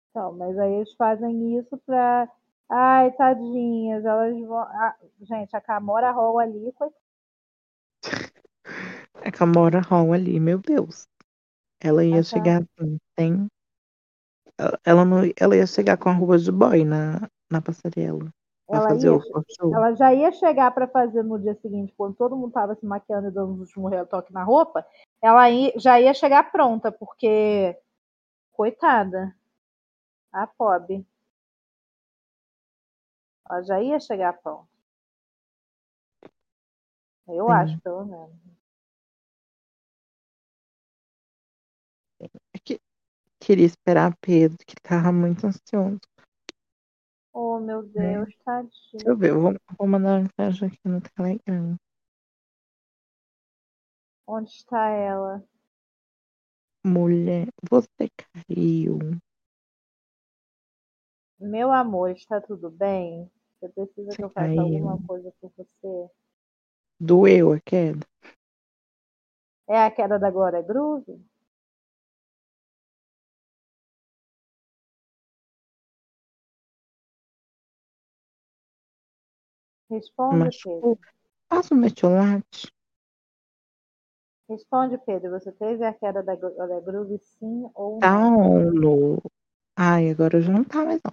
Speaker 2: Então, mas aí eles fazem isso pra. Ai, tadinhas, elas vão. Ah, gente, a Camora Hall ali, coitada.
Speaker 1: É A Camora Hall ali, meu Deus. Ela ia
Speaker 2: Ah, tá.
Speaker 1: chegar assim, sem. Ela- Ela, não, ela ia chegar com a roupa de boy na, na passarela. Pra
Speaker 2: Ela,
Speaker 1: fazer
Speaker 2: ia,
Speaker 1: o show.
Speaker 2: ela já ia chegar pra fazer no dia seguinte, quando todo mundo tava se maquiando e dando os últimos retoques na roupa, ela ia- já ia chegar pronta, porque. Coitada. A pobre. Ela já ia chegar pronta. Eu
Speaker 1: Sim.
Speaker 2: acho, pelo menos.
Speaker 1: Queria esperar Pedro, que tava muito ansioso.
Speaker 2: Oh, meu Deus,
Speaker 1: Deixa eu
Speaker 2: tadinho.
Speaker 1: ver, eu vou, vou mandar uma mensagem aqui no Telegram.
Speaker 2: Onde está ela?
Speaker 1: Mulher, você caiu.
Speaker 2: Meu amor, está tudo bem? Você precisa que eu faça
Speaker 1: Ai,
Speaker 2: alguma coisa por você?
Speaker 1: Doeu a queda?
Speaker 2: É a queda da Glória Groove? Responde,
Speaker 1: Machucou?
Speaker 2: Pedro.
Speaker 1: Faz um metiolate.
Speaker 2: Responde, Pedro. Você teve a queda da Glória Groove, sim ou
Speaker 1: Tá
Speaker 2: não?
Speaker 1: on no. Ai, agora já não tá mais não.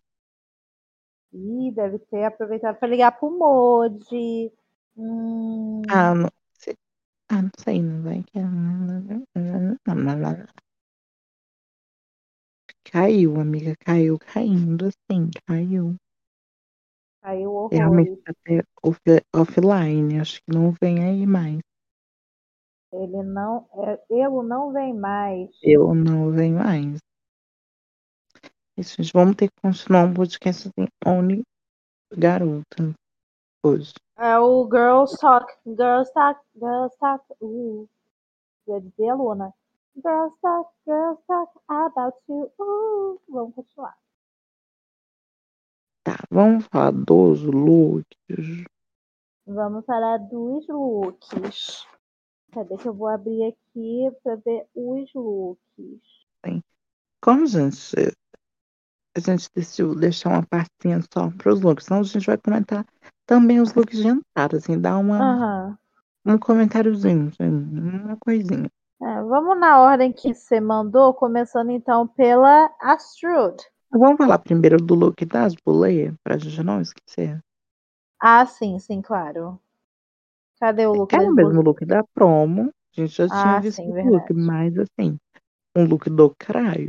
Speaker 2: Ih, deve ter aproveitado para ligar pro Modi. Hum,
Speaker 1: Ah, não sei. Ah, não sei, não vai que. Caiu, amiga, caiu, caindo, assim, caiu.
Speaker 2: caiu
Speaker 1: Realmente
Speaker 2: horrores.
Speaker 1: tá até off- offline, acho que não vem aí mais.
Speaker 2: Ele não. é- Ele não vem mais.
Speaker 1: Eu não venho mais. Isso, gente, vamos ter que continuar um podcast assim, Only Garota hoje.
Speaker 2: É o Girls Talk. Girls Talk. Girls Talk. Uh, ia dizer aluna. Girls Talk. Girls Talk about you. Uh, vamos continuar.
Speaker 1: Tá, vamos falar dos looks.
Speaker 2: Vamos falar dos looks. Cadê que eu vou abrir aqui pra ver os looks?
Speaker 1: Como, gente, a gente decidiu deixar uma partinha só para os looks, senão a gente vai comentar também os looks de entrada, assim, dar uma,
Speaker 2: Aham.
Speaker 1: um comentáriozinho, assim, uma coisinha.
Speaker 2: É, vamos na ordem que você mandou, começando então pela Astrud.
Speaker 1: Vamos falar primeiro do look das boleias, pra gente não esquecer.
Speaker 2: Ah, sim, sim, claro. Cadê o look
Speaker 1: É
Speaker 2: das
Speaker 1: o mesmo
Speaker 2: bol-
Speaker 1: look da promo, a gente já tinha
Speaker 2: Ah,
Speaker 1: visto
Speaker 2: sim,
Speaker 1: o
Speaker 2: verdade.
Speaker 1: look, mas assim, um look do caralho.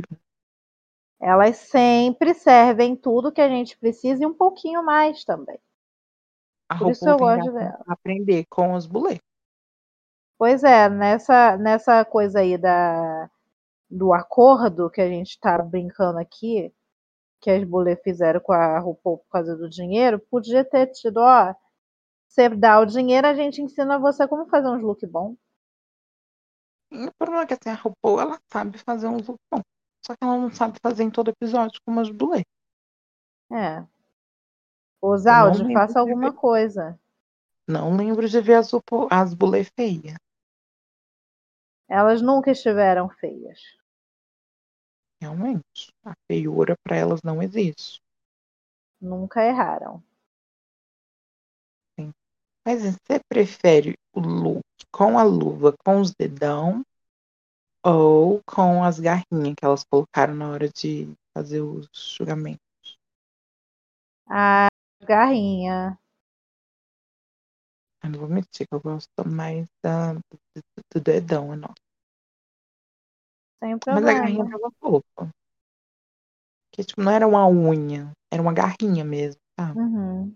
Speaker 2: Elas sempre servem tudo que a gente precisa e um pouquinho mais também.
Speaker 1: A
Speaker 2: Por isso
Speaker 1: RuPaul
Speaker 2: eu
Speaker 1: tem que
Speaker 2: gosto
Speaker 1: a-
Speaker 2: dela.
Speaker 1: aprender com os bulê.
Speaker 2: Pois é, nessa, nessa coisa aí da, do acordo que a gente tá brincando aqui, que as bulê fizeram com a RuPaul por causa do dinheiro, podia ter tido, ó, você dá o dinheiro, a gente ensina você como fazer uns look bom.
Speaker 1: E O problema é que assim, a RuPaul, ela sabe fazer um look bom. Só que ela não sabe fazer em todo episódio como as bulê.
Speaker 2: É. Os
Speaker 1: Eu não
Speaker 2: áudios,
Speaker 1: lembro de
Speaker 2: faça alguma coisa.
Speaker 1: Não lembro de ver as, upo- as bulê feias.
Speaker 2: Elas nunca estiveram feias.
Speaker 1: Realmente. A feiura pra elas não existe.
Speaker 2: Nunca erraram.
Speaker 1: Mas assim, você prefere o look com a luva, com os dedão, ou com as garrinhas que elas colocaram na hora de fazer os julgamentos?
Speaker 2: A garrinha.
Speaker 1: Eu não vou mentir, que eu gosto mais da, do, do dedão, é
Speaker 2: Sem
Speaker 1: Mas
Speaker 2: problema.
Speaker 1: a garrinha tava fofa. Que tipo, não era uma unha, era uma garrinha mesmo.
Speaker 2: Uhum.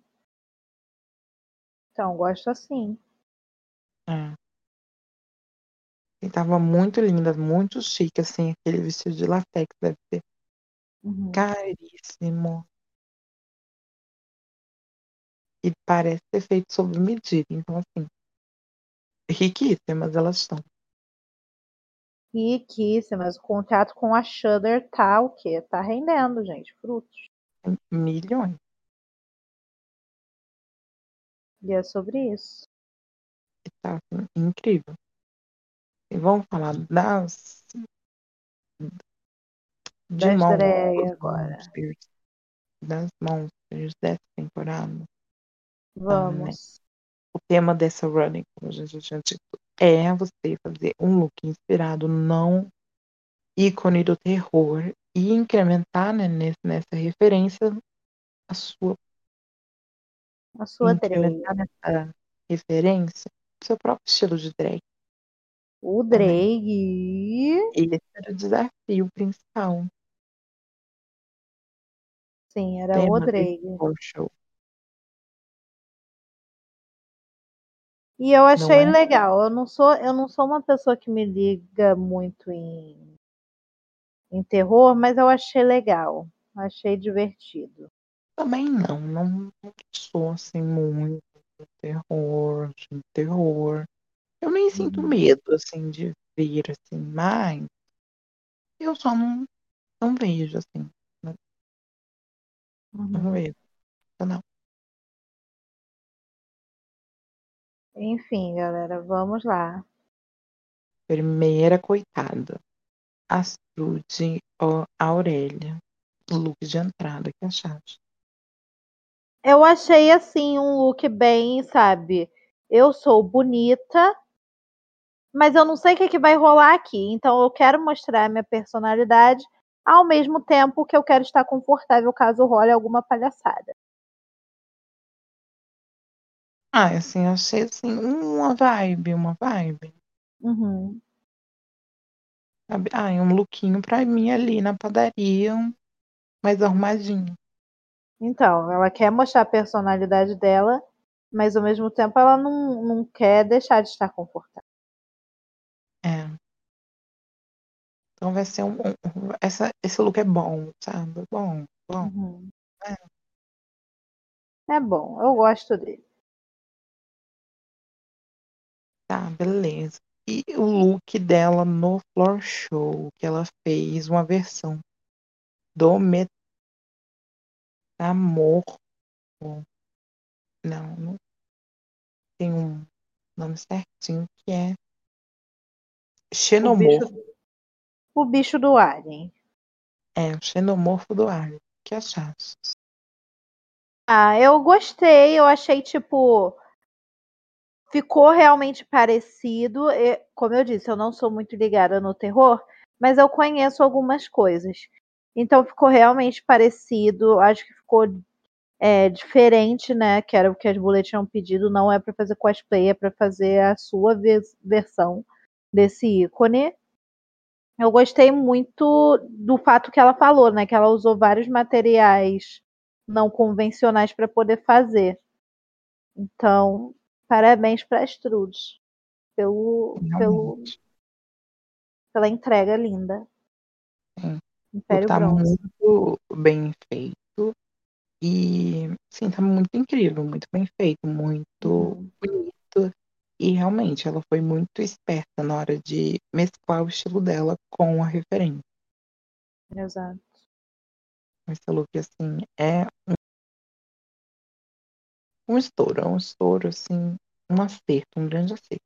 Speaker 2: Então, gosto assim.
Speaker 1: É. E tava muito linda, muito chique, assim, aquele vestido de latex deve ser
Speaker 2: Uhum.
Speaker 1: caríssimo. E parece ser feito sob medida, então assim. Riquíssimas elas são.
Speaker 2: Riquíssima, mas o contrato com a Shudder tá o quê? Tá rendendo, gente, frutos.
Speaker 1: Milhões.
Speaker 2: E é sobre isso.
Speaker 1: E tá assim, incrível. E vamos falar das. De
Speaker 2: Das
Speaker 1: Mon-
Speaker 2: drag agora.
Speaker 1: Monsters. Das Monsters dessa temporada.
Speaker 2: Vamos.
Speaker 1: O tema dessa running, como a gente já tinha dito, é você fazer um look inspirado não ícone do terror e incrementar né, nesse- nessa referência a sua
Speaker 2: A sua né? Drey.
Speaker 1: incrementar nessa referência o seu próprio estilo de drag.
Speaker 2: O Drake.
Speaker 1: E esse era o desafio principal,
Speaker 2: Sim, era
Speaker 1: Tema
Speaker 2: o
Speaker 1: de-
Speaker 2: Drake.
Speaker 1: do show.
Speaker 2: E eu achei
Speaker 1: é?
Speaker 2: legal. Eu não sou, eu não sou uma pessoa que me liga muito em, em terror, mas eu achei legal. Achei divertido.
Speaker 1: Também não, não, não sou assim muito de terror, de terror. Eu nem sinto medo, assim, de ver, assim, mas eu só não, não vejo, assim,
Speaker 2: Uhum.
Speaker 1: não vejo.
Speaker 2: Enfim, galera, vamos lá.
Speaker 1: Primeira coitada, Astrude ó, Aurélia, look de entrada, que achaste?
Speaker 2: Eu achei assim um look bem, sabe? Eu sou bonita, mas eu não sei o que, que vai rolar aqui. Então eu quero mostrar a minha personalidade ao mesmo tempo que eu quero estar confortável caso role alguma palhaçada.
Speaker 1: Ah, assim, eu achei, assim, uma vibe, uma vibe,
Speaker 2: Uhum.
Speaker 1: sabe? Ah, é um lookinho pra mim ali na padaria, um mais arrumadinho.
Speaker 2: Então, ela quer mostrar a personalidade dela, mas ao mesmo tempo ela não, não quer deixar de estar confortável.
Speaker 1: É. Então vai ser um, um- essa, esse look é bom, sabe? Bom, bom.
Speaker 2: Uhum. É bom, eu gosto dele.
Speaker 1: Tá, beleza. E o look dela no floor show, que ela fez uma versão do Metamorfo. Não, não tem um nome certinho que é
Speaker 2: O bicho,
Speaker 1: Xenomorfo.
Speaker 2: o bicho do Alien.
Speaker 1: É, o Xenomorfo do ar. O que achaste?
Speaker 2: Ah, eu gostei, eu achei tipo. Ficou realmente parecido. e- como eu disse, eu não sou muito ligada no terror, mas eu conheço algumas coisas. Então ficou realmente parecido. Acho que ficou é, diferente, né? Que era o que as boletas tinham pedido. Não é para fazer cosplay, é para fazer a sua vers- versão desse ícone. Eu gostei muito do fato que ela falou, né? Que ela usou vários materiais não convencionais para poder fazer. Então, parabéns para Strudes pelo, pelo,
Speaker 1: Realmente.
Speaker 2: pela entrega linda.
Speaker 1: Sim.
Speaker 2: Império
Speaker 1: tá
Speaker 2: Bronze.
Speaker 1: muito bem feito. E, sim, tá muito incrível, muito bem feito, muito
Speaker 2: Uhum.
Speaker 1: bonito. E realmente, ela foi muito esperta na hora de mesclar o estilo dela com a referência.
Speaker 2: Exato.
Speaker 1: Esse look, assim, é um, um estouro, é um estouro, assim, um acerto, um grande acerto.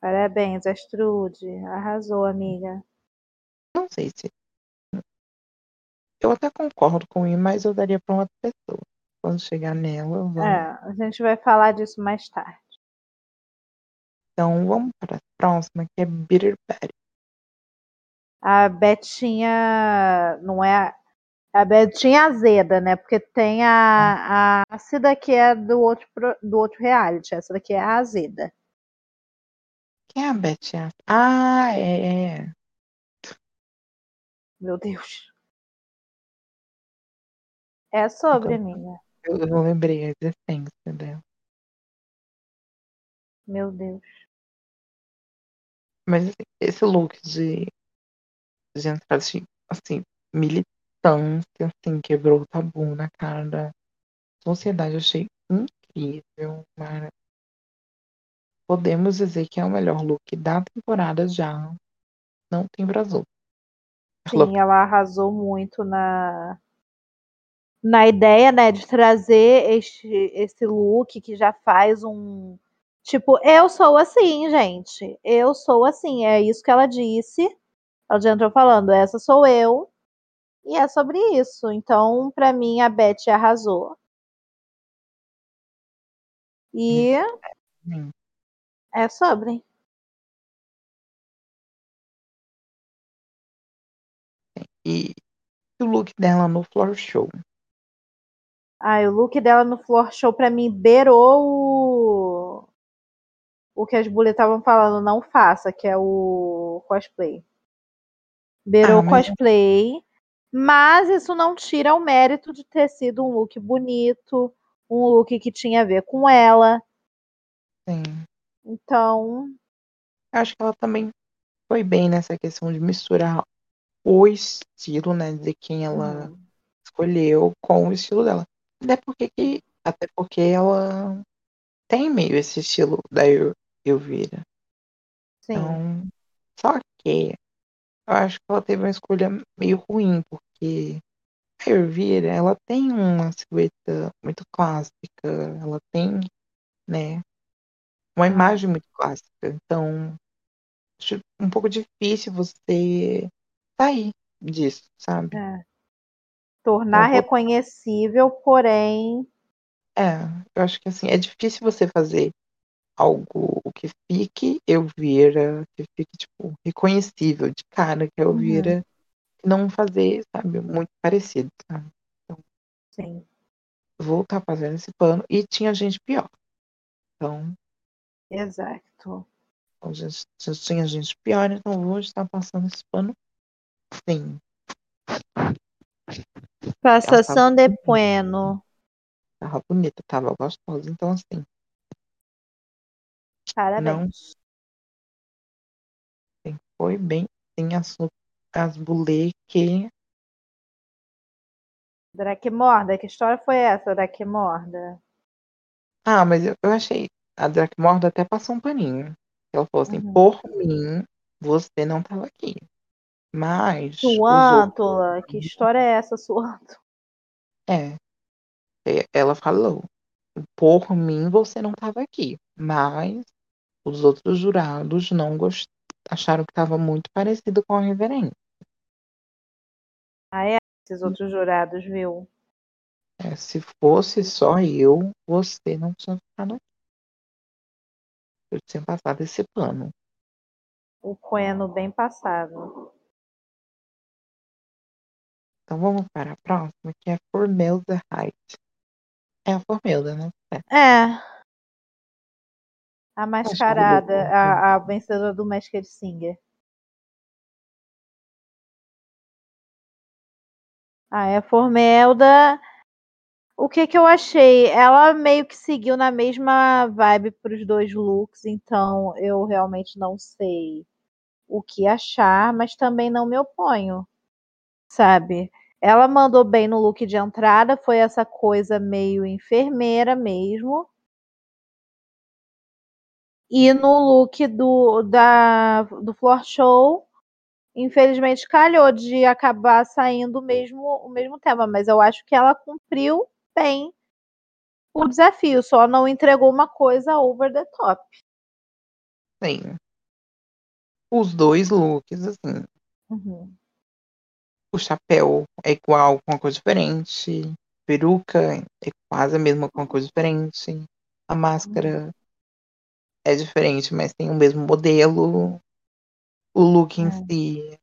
Speaker 2: Parabéns, Astrude. Arrasou, amiga.
Speaker 1: Não sei se. Eu até concordo com ele, mas eu daria pra outra pessoa. Quando chegar nela,
Speaker 2: É,
Speaker 1: vamos.
Speaker 2: a gente vai falar disso mais tarde.
Speaker 1: Então, vamos para a próxima, que é Bitter Betty.
Speaker 2: A Betinha. Não é. a- A Betinha azeda, né? Porque tem a, a ácida que é do outro, pro- do outro reality. Essa daqui é a azeda.
Speaker 1: Quem é a Betty? Aff- Ah, é, é.
Speaker 2: Meu Deus. É sobre, amiga.
Speaker 1: Eu, eu lembrei a existência dela.
Speaker 2: Meu Deus.
Speaker 1: Mas assim, esse look de, de entrar assim, assim, militância, assim, quebrou o tabu na cara da sociedade, eu achei incrível, mara- Podemos dizer que é o melhor look da temporada já. Não tem Brasil.
Speaker 2: Sim, ela arrasou muito na na ideia, né, de trazer este esse look que já faz um tipo, eu sou assim, gente. Eu sou assim, é isso que ela disse. é Ela já entrou falando, essa sou eu. E é sobre isso. Então, pra mim a Beth arrasou. E
Speaker 1: Hum.
Speaker 2: é sobre.
Speaker 1: E o look dela no floor show.
Speaker 2: Ai, o look dela no floor show pra mim beirou o, o que as bullies estavam falando, não faça, que é o cosplay. Beirou
Speaker 1: Ah,
Speaker 2: o
Speaker 1: mas-
Speaker 2: cosplay, mas isso não tira o mérito de ter sido um look bonito, um look que tinha a ver com ela.
Speaker 1: Sim.
Speaker 2: Então,
Speaker 1: Eu acho que ela também foi bem nessa questão de misturar o estilo, né, de quem ela
Speaker 2: Uhum.
Speaker 1: escolheu com o estilo dela. Até porque, que- até porque ela tem meio esse estilo da Eu- Elvira.
Speaker 2: sim.
Speaker 1: Então, só que eu acho que ela teve uma escolha meio ruim, porque a Elvira, ela tem uma silhueta muito clássica, ela tem, né, uma imagem muito clássica. Então, acho um pouco difícil você sair disso, sabe?
Speaker 2: é. Tornar
Speaker 1: vou-
Speaker 2: reconhecível, porém,
Speaker 1: É, eu acho que assim, é difícil você fazer algo que fique Elvira, que fique, tipo, reconhecível de cara que é Elvira, e não fazer, sabe, muito parecido, sabe?
Speaker 2: sim.
Speaker 1: Vou estar fazendo esse pano e tinha gente pior. Então,
Speaker 2: Exato.
Speaker 1: então, gente- se tinha gente pior, então vou estar passando esse pano sim.
Speaker 2: Passação de bueno.
Speaker 1: Tava bonita, tava gostosa, então assim,
Speaker 2: Parabéns.
Speaker 1: não foi bem sim as, su- as bulê que
Speaker 2: Drakmorda, que história foi essa, Drakmorda?
Speaker 1: Ah, mas eu, eu achei. A Drakmorda até passou um paninho. Ela falou assim:
Speaker 2: Uhum.
Speaker 1: por mim, você não tava aqui. Mas. os outros-
Speaker 2: Suântula, que história é essa, Suântula?
Speaker 1: É. E- Ela falou: por mim, você não tava aqui. Mas os outros jurados não gost... acharam que tava muito parecido com a reverenda.
Speaker 2: Ah, é? Esses outros jurados, viu?
Speaker 1: É, se fosse só eu, você não tinha ficado aqui. Eu tinha passado esse pano.
Speaker 2: O Queno bem passado.
Speaker 1: Então vamos para a próxima, que é Formelda Height. É a Formelda, né?
Speaker 2: É. A
Speaker 1: que
Speaker 2: mascarada,
Speaker 1: mudou. um
Speaker 2: a, a vencedora do Masked Singer. Ah, é a Formelda. O que que eu achei? Ela meio que seguiu na mesma vibe para os dois looks, então eu realmente não sei o que achar, mas também não me oponho, sabe? Ela mandou bem no look de entrada, foi essa coisa meio enfermeira mesmo. E no look do, da, do floor show, infelizmente calhou de acabar saindo o mesmo, o mesmo tema, mas eu acho que ela cumpriu bem o desafio, só não entregou uma coisa over the top.
Speaker 1: Sim. Os dois looks, assim,
Speaker 2: Uhum.
Speaker 1: o chapéu é igual com uma cor diferente, peruca é quase a mesma com uma cor diferente, a máscara é diferente, mas tem o mesmo modelo, o look em
Speaker 2: É.
Speaker 1: si é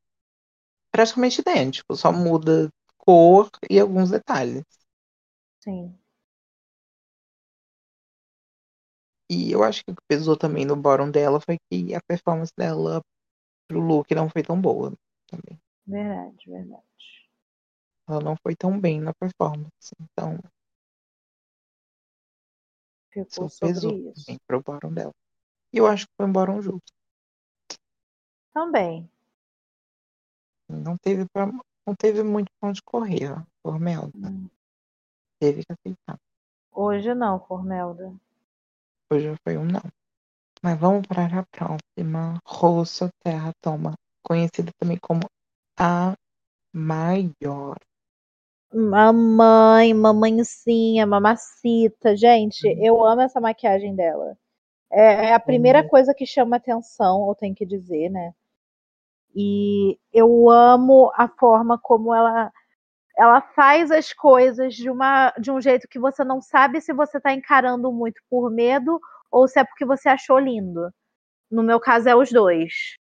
Speaker 1: praticamente idêntico, só muda cor e alguns detalhes.
Speaker 2: Sim.
Speaker 1: E eu acho que o que pesou também no bottom dela foi que a performance dela pro look não foi tão boa também.
Speaker 2: Verdade, verdade.
Speaker 1: Ela não foi tão bem na performance, então
Speaker 2: Ficou
Speaker 1: isso
Speaker 2: sobre
Speaker 1: pesou
Speaker 2: isso.
Speaker 1: também pro bottom dela. E eu acho que foi embora um justo.
Speaker 2: Também.
Speaker 1: assim, Não teve, pra, não teve muito pra onde correr, ó, por Melda. Teve que aceitar.
Speaker 2: Hoje não, Formelda.
Speaker 1: Hoje foi um não. Mas vamos para a próxima. Rosso Terra Toma, conhecida também como a maior.
Speaker 2: Mamãe, mamãezinha, mamacita. Gente, eu amo essa maquiagem dela. É, é a primeira coisa que chama atenção, eu tenho que dizer, né? E eu amo a forma como ela ela faz as coisas de uma de um jeito que você não sabe se você tá encarando muito por medo ou se é porque você achou lindo. No meu caso é os dois.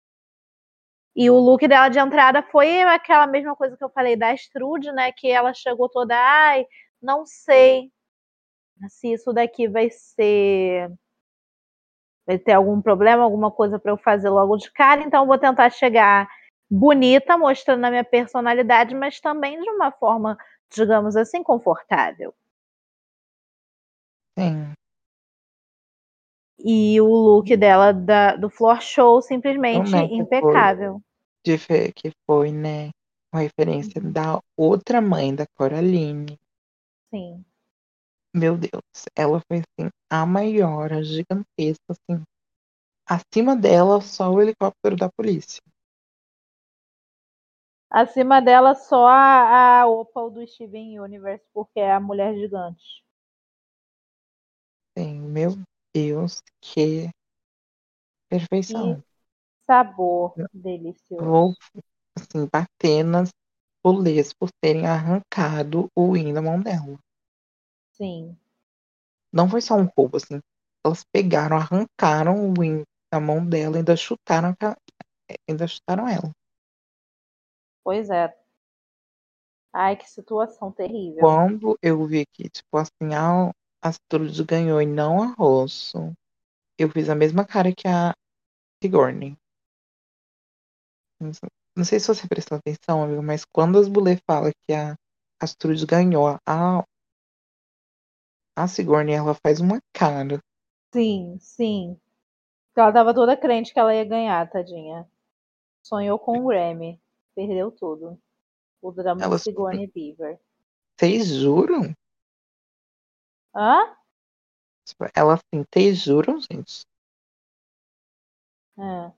Speaker 2: E o look dela de entrada foi aquela mesma coisa que eu falei da Strude, né? Que ela chegou toda, ai, não sei se isso daqui vai ser. Vai ter algum problema, alguma coisa para eu fazer logo de cara, então eu vou tentar chegar bonita, mostrando a minha personalidade, mas também de uma forma, digamos assim, confortável.
Speaker 1: Sim.
Speaker 2: E o look dela da- do floor show simplesmente
Speaker 1: Como é que foi?
Speaker 2: impecável.
Speaker 1: De ver que foi, né? Uma referência da outra mãe da Coraline.
Speaker 2: Sim.
Speaker 1: Meu Deus, ela foi assim, a maior, a gigantesca, assim. Acima dela, só o helicóptero da polícia.
Speaker 2: Acima dela, só a, a Opal do Steven Universe, porque é a mulher gigante.
Speaker 1: Sim, Assim, meu Deus, que perfeição.
Speaker 2: Sabor
Speaker 1: É.
Speaker 2: delicioso.
Speaker 1: Vou, assim, bater nas polês por terem arrancado o Win da mão dela.
Speaker 2: Sim.
Speaker 1: Não foi só um roubo, assim. Elas pegaram, arrancaram o Win da mão dela, ainda chutaram, ca- ainda chutaram ela.
Speaker 2: Pois é. Ai, que situação terrível.
Speaker 1: Quando eu vi que, tipo, assim, a Astrud ganhou e não a Rosso, eu fiz a mesma cara que a Sigourney. Não sei- não sei se você prestou atenção, amigo, mas quando as Bulê fala que a Astrud ganhou, a, a Sigourney, ela faz uma cara.
Speaker 2: Sim, sim. Porque Ela tava toda crente que ela ia ganhar, tadinha. Sonhou com o Grammy. Perdeu tudo. O drama
Speaker 1: Ela-
Speaker 2: de Sigourney Beaver.
Speaker 1: Vocês juram?
Speaker 2: Hã?
Speaker 1: Tipo, Ela, assim, vocês juram, gente?
Speaker 2: É.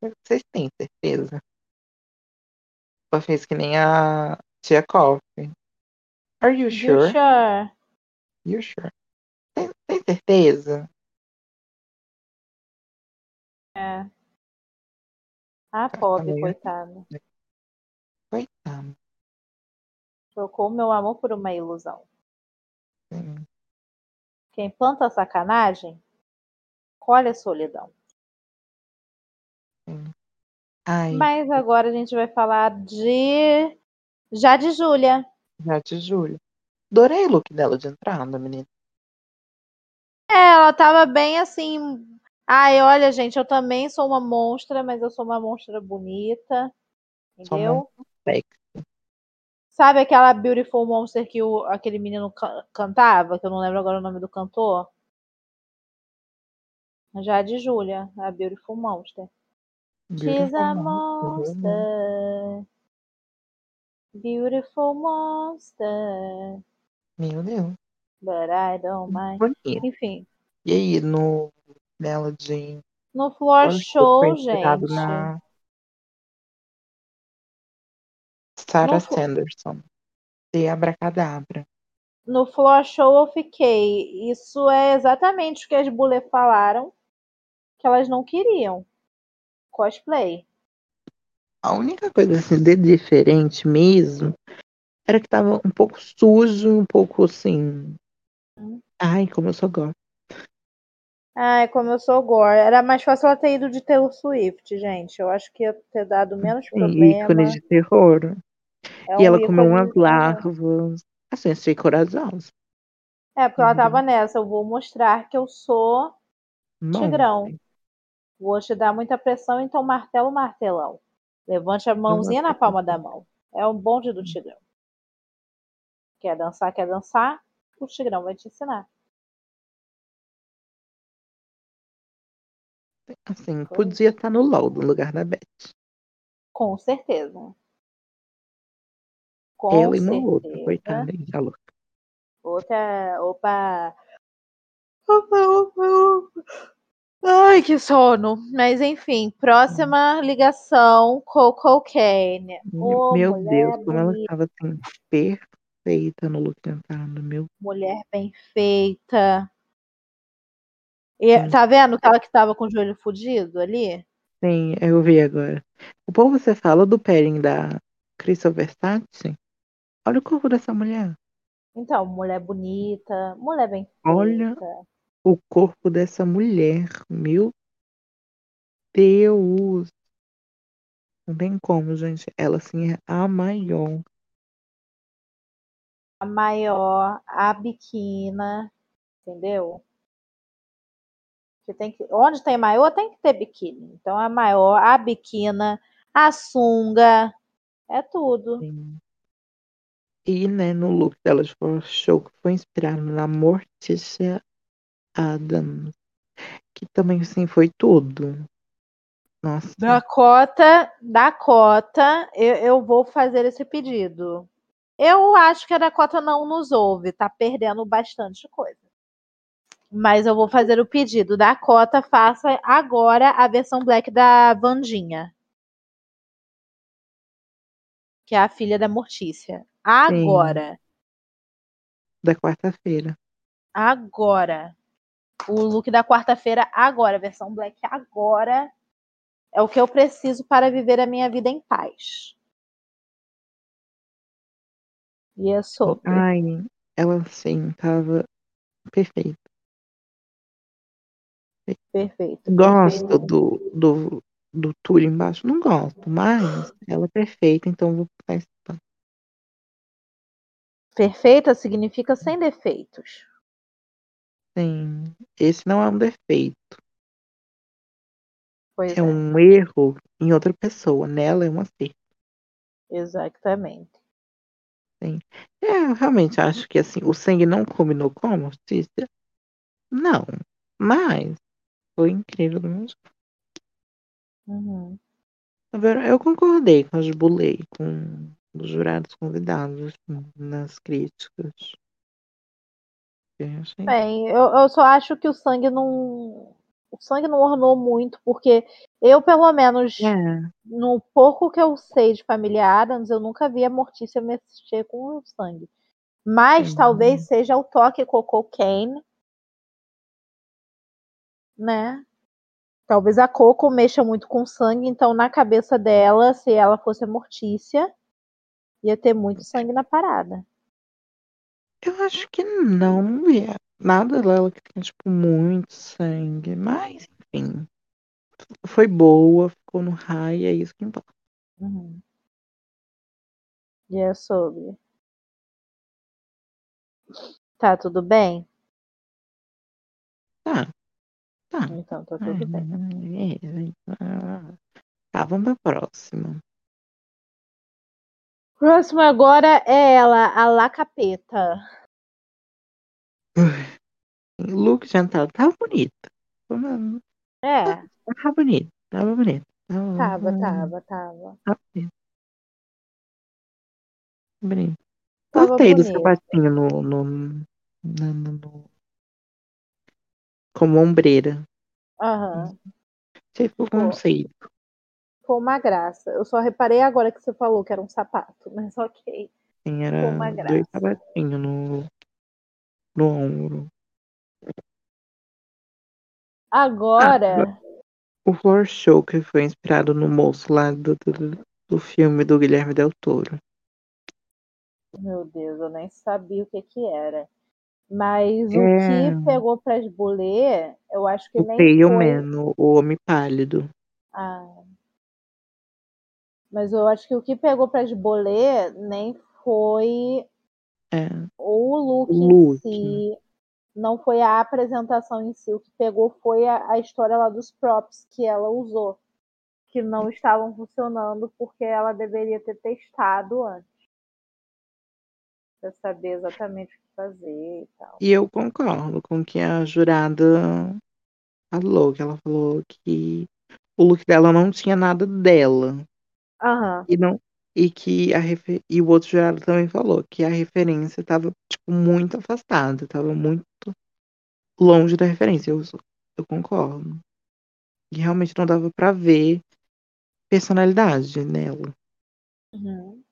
Speaker 1: Vocês têm certeza? Ela fez que nem a Tia Coffee. Are you
Speaker 2: You
Speaker 1: sure?
Speaker 2: sure?
Speaker 1: You sure? Tem, tem certeza?
Speaker 2: É. Ah, pobre,
Speaker 1: também. é.
Speaker 2: coitada.
Speaker 1: Coitada.
Speaker 2: Trocou meu amor por uma ilusão.
Speaker 1: assim.
Speaker 2: Quem planta sacanagem, colhe a solidão.
Speaker 1: Ai,
Speaker 2: Mas agora a gente vai falar de. Já de Júlia.
Speaker 1: já te juro. Adorei o look dela de entrada, menina.
Speaker 2: É, ela tava bem assim. Ai, olha, gente, eu também sou uma monstra, mas eu sou uma monstra bonita.
Speaker 1: Sou uma
Speaker 2: Entendeu?
Speaker 1: sexy.
Speaker 2: Sabe aquela Beautiful Monster que o, aquele menino ca- cantava, que eu não lembro agora o nome do cantor? Já de Júlia, a Beautiful Monster. She's
Speaker 1: Beautiful
Speaker 2: a
Speaker 1: monster.
Speaker 2: monster. Beautiful monster.
Speaker 1: Meu Deus.
Speaker 2: But I don't mind.
Speaker 1: Bonito.
Speaker 2: Enfim,
Speaker 1: E aí, no dela de.
Speaker 2: no floor
Speaker 1: Olha, foi
Speaker 2: show,
Speaker 1: inspirado
Speaker 2: gente.
Speaker 1: na Sarah
Speaker 2: Não foi-
Speaker 1: Sanderson. De Abracadabra.
Speaker 2: No floor show eu fiquei. Isso é exatamente o que as bulê falaram que elas não queriam. Cosplay.
Speaker 14: A única coisa assim de diferente mesmo era que tava um pouco sujo, um pouco assim. Ai, como eu só gosto.
Speaker 2: Ai, como eu sou gore. Era mais fácil ela ter ido de Taylor Swift, gente. Eu acho que ia ter dado menos
Speaker 14: Tem
Speaker 2: problema.
Speaker 14: ícones de terror.
Speaker 2: É
Speaker 14: e
Speaker 2: um
Speaker 14: ela comeu
Speaker 2: ícone-
Speaker 14: umas larvas. Assim, achei corajosa.
Speaker 2: É, porque ela
Speaker 1: Uhum.
Speaker 2: tava nessa. Eu vou mostrar que eu sou tigrão. Vou te dar muita pressão, então martelo, martelão. Levante a mãozinha na palma da mão. É o bonde
Speaker 1: Uhum.
Speaker 2: do tigrão. Quer dançar, quer dançar? O tigrão vai te ensinar.
Speaker 1: Assim, podia estar no LOL no lugar da Beth.
Speaker 2: Com certeza. Com
Speaker 1: Ela e
Speaker 2: certeza.
Speaker 1: uma outra, coitada, hein, a louca.
Speaker 2: Outra. Opa! Opa, opa, opa. Ai, que sono. Mas enfim, próxima ligação: Coco Kane. Ô,
Speaker 1: Meu
Speaker 2: mulher
Speaker 1: Deus, como ela
Speaker 2: bonita,
Speaker 1: estava assim, perfeita no look tentado, meu.
Speaker 2: mulher bem feita. E, Tá vendo aquela que tava com o joelho fudido ali?
Speaker 1: Sim, eu vi agora. O povo você fala do pairing da Crystal Versace? Olha o corpo dessa mulher.
Speaker 2: Então, mulher bonita, mulher bem feita.
Speaker 1: Olha. O corpo dessa mulher, meu Deus. Não tem como, gente. Ela, assim, é a maior.
Speaker 2: a maior, a biquina, entendeu? Você tem que, onde tem maior, tem que ter biquíni. Então, a maior, a biquina, a sunga, é tudo.
Speaker 1: assim. E, né, no look dela de Flower show que foi inspirado na Morticia Adams. Que também, assim, foi tudo. Nossa.
Speaker 2: Dakota, Dakota, eu, eu vou fazer esse pedido. Eu acho que a Dakota não nos ouve, tá perdendo bastante coisa. Mas eu vou fazer o pedido. Dakota, faça agora a versão black da Vandinha. Que é a filha da Mortícia. Agora.
Speaker 1: Da quarta-feira.
Speaker 2: Agora. O look da quarta-feira, agora. A versão black, agora. É o que eu preciso para viver a minha vida em paz. E é sobre.
Speaker 1: Ai, ela, assim, tava perfeita.
Speaker 2: Perfeito.
Speaker 1: Gosto do, do, do tule embaixo. Não gosto, mas ela é perfeita, então vou botar esse pano.
Speaker 2: Perfeita significa sem defeitos.
Speaker 1: Sim. assim, Esse não é um defeito.
Speaker 2: Pois
Speaker 1: É um erro em outra pessoa. Nela é um acerto.
Speaker 2: Exatamente.
Speaker 1: É, eu realmente acho que assim, o sangue não combinou com a mortícia. Não. Mas foi incrível do mesmo jeito.
Speaker 2: Uhum.
Speaker 1: Tá vendo? Eu concordei com as bulei, com os jurados convidados, assim, nas críticas. Eu achei
Speaker 2: Bem, eu, eu só acho que o sangue não. O sangue não ornou muito, porque eu, pelo menos,
Speaker 1: É,
Speaker 2: no pouco que eu sei de família Adams, eu nunca vi a Mortícia mexer com o sangue. Mas
Speaker 1: Uhum.
Speaker 2: talvez seja o toque Coco Kane. Né? Talvez a Coco mexa muito com sangue, então na cabeça dela, se ela fosse a Mortícia, ia ter muito sangue na parada.
Speaker 1: eu acho que não, não é nada dela que tem, tipo, muito sangue, mas, enfim, foi boa, ficou no raio, é isso que importa.
Speaker 2: Uhum. E é sobre. Tá tudo bem?
Speaker 1: Tá, tá.
Speaker 2: Então tá tudo bem.
Speaker 1: É, é, é. Tá, vamos pra próxima.
Speaker 2: Próxima agora é ela, a La Capeta.
Speaker 1: Look jantar, tava bonita. Tava
Speaker 2: É,
Speaker 1: tava bonita, tava bonita. Tava,
Speaker 2: tava, tava, tava.
Speaker 1: tava bonita. Bonita.
Speaker 2: Tava
Speaker 1: Gostei do
Speaker 2: bonita.
Speaker 1: sapatinho no, no, no- no- no- como ombreira.
Speaker 2: Aham.
Speaker 1: Uhum. Achei que o conceito.
Speaker 2: Foi uma graça. Eu só reparei agora que você falou que era um sapato, *laughs* mas ok.
Speaker 1: Assim,
Speaker 2: Ficou uma
Speaker 1: era
Speaker 2: graça.
Speaker 1: dois sapatinhos no, no ombro. Ah,
Speaker 2: Agora,
Speaker 1: O Floor Show, que foi inspirado no moço lá do, do, do filme do Guilherme Del Toro.
Speaker 2: meu Deus, eu nem sabia o que que era. Mas o
Speaker 1: É.
Speaker 2: que pegou pras bolê, eu acho que
Speaker 1: O
Speaker 2: nem
Speaker 1: Pale
Speaker 2: foi...
Speaker 1: Man, o- o Homem Pálido.
Speaker 2: Ah. Mas eu acho que o que pegou pras bolê nem foi
Speaker 1: É.
Speaker 2: o look,
Speaker 1: O look. né?
Speaker 2: em si, não foi a apresentação em si, o que pegou foi a, a história lá dos props que ela usou, que não estavam funcionando porque ela deveria ter testado antes. Pra saber exatamente o que fazer e tal.
Speaker 1: E eu concordo com o que a jurada falou, que ela falou que o look dela não tinha nada dela.
Speaker 2: Aham.
Speaker 1: E não e que a refe- e o outro jurado também falou que a referência tava tipo muito afastada, tava muito longe da referência. Eu, sou- eu concordo. E realmente não dava pra ver personalidade nela.
Speaker 2: Uhum.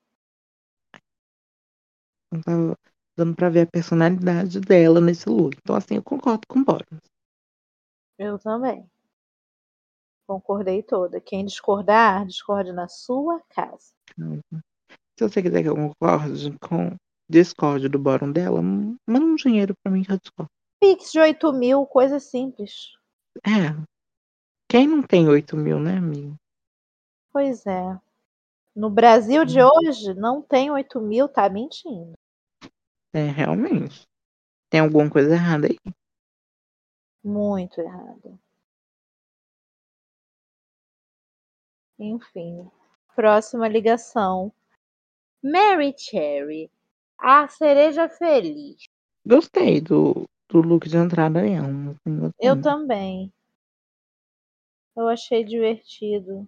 Speaker 1: Não tava dando pra ver a personalidade dela nesse look. Então assim, eu concordo com o Boris.
Speaker 2: Eu também. Concordei toda. Quem discordar, discorde na sua casa.
Speaker 1: Se você quiser que eu concorde com discorde do bórum dela, m- manda um dinheiro pra mim que eu discordo.
Speaker 2: Pix de 8 mil, coisa simples.
Speaker 1: É. Quem não tem 8 mil, né, amigo?
Speaker 2: Pois é. No Brasil de hoje, não tem 8 mil, tá mentindo.
Speaker 1: É, realmente. Tem alguma coisa errada aí.
Speaker 2: Muito errado. Enfim. Próxima ligação. Mary Cherry. A cereja feliz.
Speaker 1: Gostei do, do look de entrada dela. assim, gostei.
Speaker 2: Eu também. Eu achei divertido.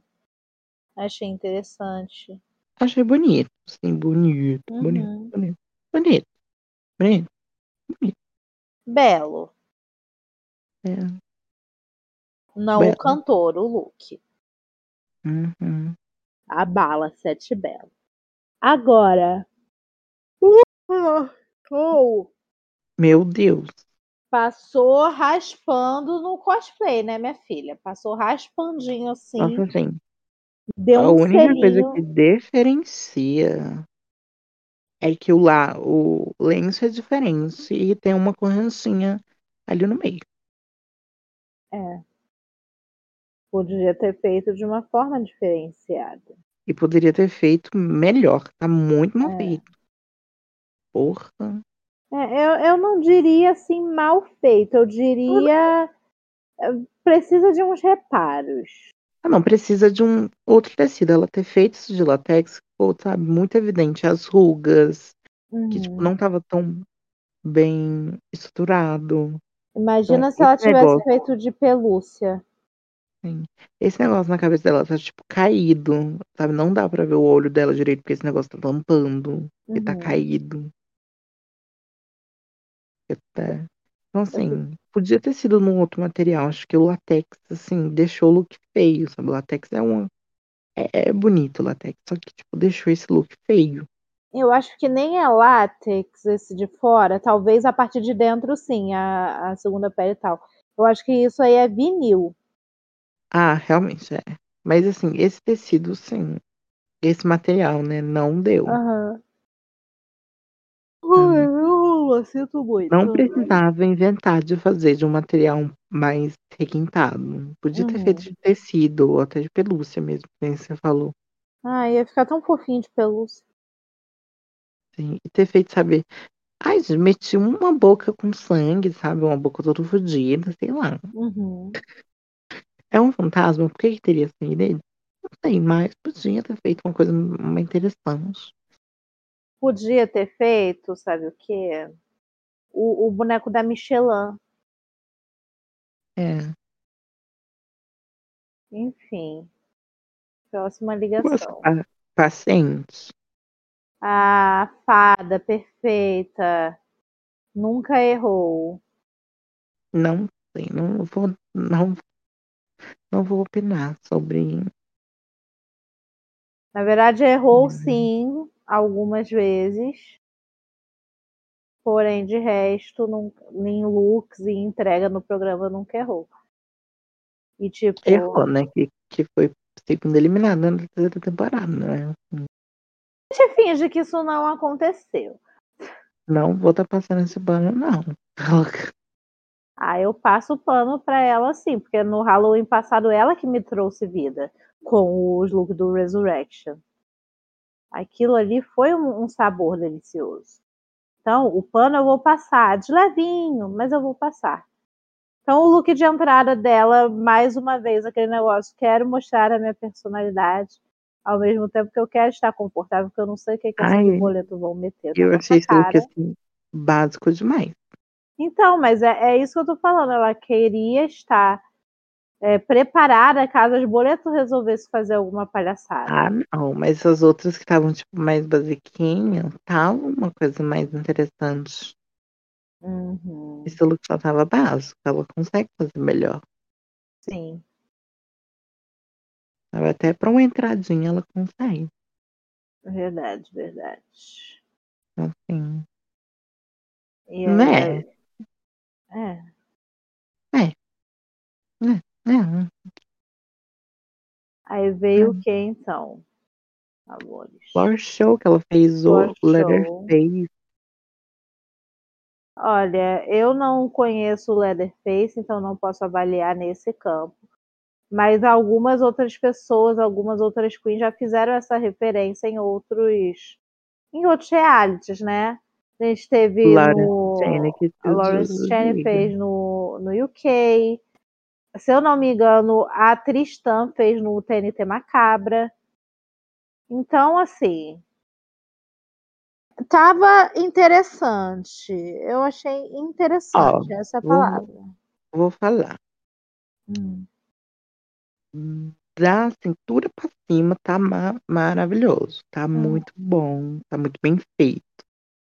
Speaker 2: Achei interessante.
Speaker 1: Achei bonito. Sim, bonito, bonito,
Speaker 2: Uhum.
Speaker 1: bonito. Bonito.
Speaker 2: Belo.
Speaker 1: É.
Speaker 2: Não o
Speaker 1: Belo.
Speaker 2: cantor, o look.
Speaker 1: Uhum.
Speaker 2: A bala, sete belo. Agora. Uh, oh,
Speaker 1: Meu Deus.
Speaker 2: passou raspando no cosplay, né, minha filha? Passou raspandinho assim.
Speaker 1: Nossa, assim,
Speaker 2: Deu
Speaker 1: a
Speaker 2: um
Speaker 1: única coisa
Speaker 2: selinho.
Speaker 1: que diferencia é que o, lá, o lenço é diferente e tem uma correntinha ali no meio.
Speaker 2: É. Podia ter feito de uma forma diferenciada.
Speaker 1: E poderia ter feito melhor. Tá muito mal
Speaker 2: É.
Speaker 1: feito. Porra.
Speaker 2: É, eu, eu não diria assim mal feito, eu diria eh, precisa de uns reparos.
Speaker 1: Ah, não, precisa de um outro tecido. Ela ter feito isso de latex ficou, sabe, muito evidente. As rugas, que tipo,
Speaker 2: Uhum.
Speaker 1: não tava tão bem estruturado.
Speaker 2: Imagina
Speaker 1: então,
Speaker 2: se ela
Speaker 1: esse
Speaker 2: tivesse
Speaker 1: negócio-
Speaker 2: feito de pelúcia.
Speaker 1: Esse negócio na cabeça dela tá, tipo, caído, sabe? Não dá pra ver o olho dela direito, porque esse negócio tá tampando, porque tá
Speaker 2: Uhum.
Speaker 1: caído. porque tá- Então, assim, podia ter sido num outro material. Acho que o latex, assim, deixou o look feio, sabe? O latex é um... É, é bonito o latex, só que, tipo, deixou esse look feio.
Speaker 2: Eu acho que nem é látex esse de fora, talvez a parte de dentro sim, a, a segunda pele e tal. Eu acho que isso aí é vinil.
Speaker 1: Ah, realmente é. Mas assim, esse tecido, sim. Esse material, né? Não deu.
Speaker 2: Aham. Ui, eu sinto muito.
Speaker 1: Uhum. Não precisava inventar de fazer de um material mais requintado. Podia ter
Speaker 2: Uhum.
Speaker 1: feito de tecido, ou até de pelúcia mesmo, que nem você falou.
Speaker 2: Ai, ia ficar tão fofinho de pelúcia.
Speaker 1: assim, E ter feito, sabe? Ai, gente, meti uma boca com sangue, sabe? Uma boca toda fodida, sei lá.
Speaker 2: Uhum.
Speaker 1: É um fantasma? Por que, que teria sangue dele? Não sei, mas podia ter feito uma coisa mais interessante.
Speaker 2: podia ter feito, sabe o quê? O, o boneco da Michelin.
Speaker 1: É.
Speaker 2: Enfim. Próxima
Speaker 1: Mas,
Speaker 2: ligação.
Speaker 1: a- Paciente.
Speaker 2: Ah, fada perfeita. Nunca errou.
Speaker 1: Não sei, não vou, não, não vou opinar sobre.
Speaker 2: Na verdade, errou
Speaker 1: Uhum.
Speaker 2: sim, algumas vezes. Porém, de resto, nunca, em looks e entrega no programa, nunca errou. E tipo,
Speaker 1: Errou, né? Que, que foi segunda eliminada na terceira temporada, né?
Speaker 2: você finge que isso não aconteceu.
Speaker 1: Não vou estar passando esse pano, não.
Speaker 2: Ah, eu passo o pano pra ela sim, porque no Halloween passado ela que me trouxe vida com os looks do Resurrection. Aquilo ali foi um, um sabor delicioso. Então, o pano eu vou passar de levinho, mas eu vou passar. Então, o look de entrada dela, mais uma vez, aquele negócio: quero mostrar a minha personalidade, ao mesmo tempo que eu quero estar confortável, porque eu não sei o que, que
Speaker 1: Ai,
Speaker 2: esses boletos vão meter. na
Speaker 1: Eu
Speaker 2: nossa
Speaker 1: achei esse look
Speaker 2: cara.
Speaker 1: assim, básico demais.
Speaker 2: Então, mas é, é isso que eu tô falando. Ela queria estar é, preparada caso as boletas resolvessem fazer alguma palhaçada.
Speaker 1: Ah, não, mas as outras que estavam, tipo, mais basiquinhas, tava uma coisa mais interessante.
Speaker 2: Uhum,
Speaker 1: Esse look só tava básico, ela consegue fazer melhor.
Speaker 2: sim.
Speaker 1: Tava Até pra uma entradinha ela consegue.
Speaker 2: Verdade, verdade.
Speaker 1: Então, assim,
Speaker 2: E
Speaker 1: Né?
Speaker 2: aí- É.
Speaker 1: é,
Speaker 2: Aí veio
Speaker 1: Uhum.
Speaker 2: o que então? Amores.
Speaker 1: floor show que ela fez, o
Speaker 2: Floor show.
Speaker 1: Letterface.
Speaker 2: Olha, eu não conheço o Leatherface, então não posso avaliar nesse campo. Mas algumas outras pessoas, algumas outras queens já fizeram essa referência em outros em outros realities, né? A gente teve
Speaker 1: Lawrence
Speaker 2: no
Speaker 1: Jennings,
Speaker 2: a Lawrence Cheney fez no, no UK. Se eu não me engano, a Tristan fez no TNT Macabra. Então, assim, tava interessante. Eu achei interessante essa é a
Speaker 1: vou-
Speaker 2: palavra.
Speaker 1: Vou falar.
Speaker 2: Hum.
Speaker 1: da cintura pra cima tá ma- maravilhoso, tá
Speaker 2: Hum.
Speaker 1: muito bom, tá muito bem feito.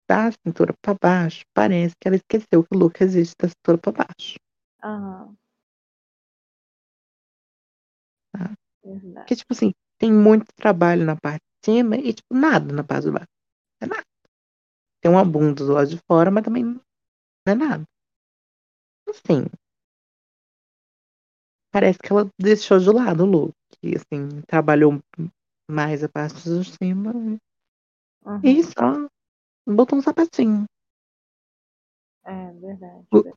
Speaker 1: Da cintura pra baixo, parece que ela esqueceu que o look existe da cintura pra baixo.
Speaker 2: Aham.
Speaker 1: Tá.
Speaker 2: Verdade.
Speaker 1: Porque, tipo assim, tem muito trabalho na parte de cima e, tipo, nada na parte de baixo. Não é nada. Tem uma bunda do lado de fora, mas também não é nada. Assim, parece que ela deixou de lado o look. E, assim, trabalhou mais a parte de cima
Speaker 2: Aham.
Speaker 1: E só botou um sapatinho.
Speaker 2: É verdade.
Speaker 1: O-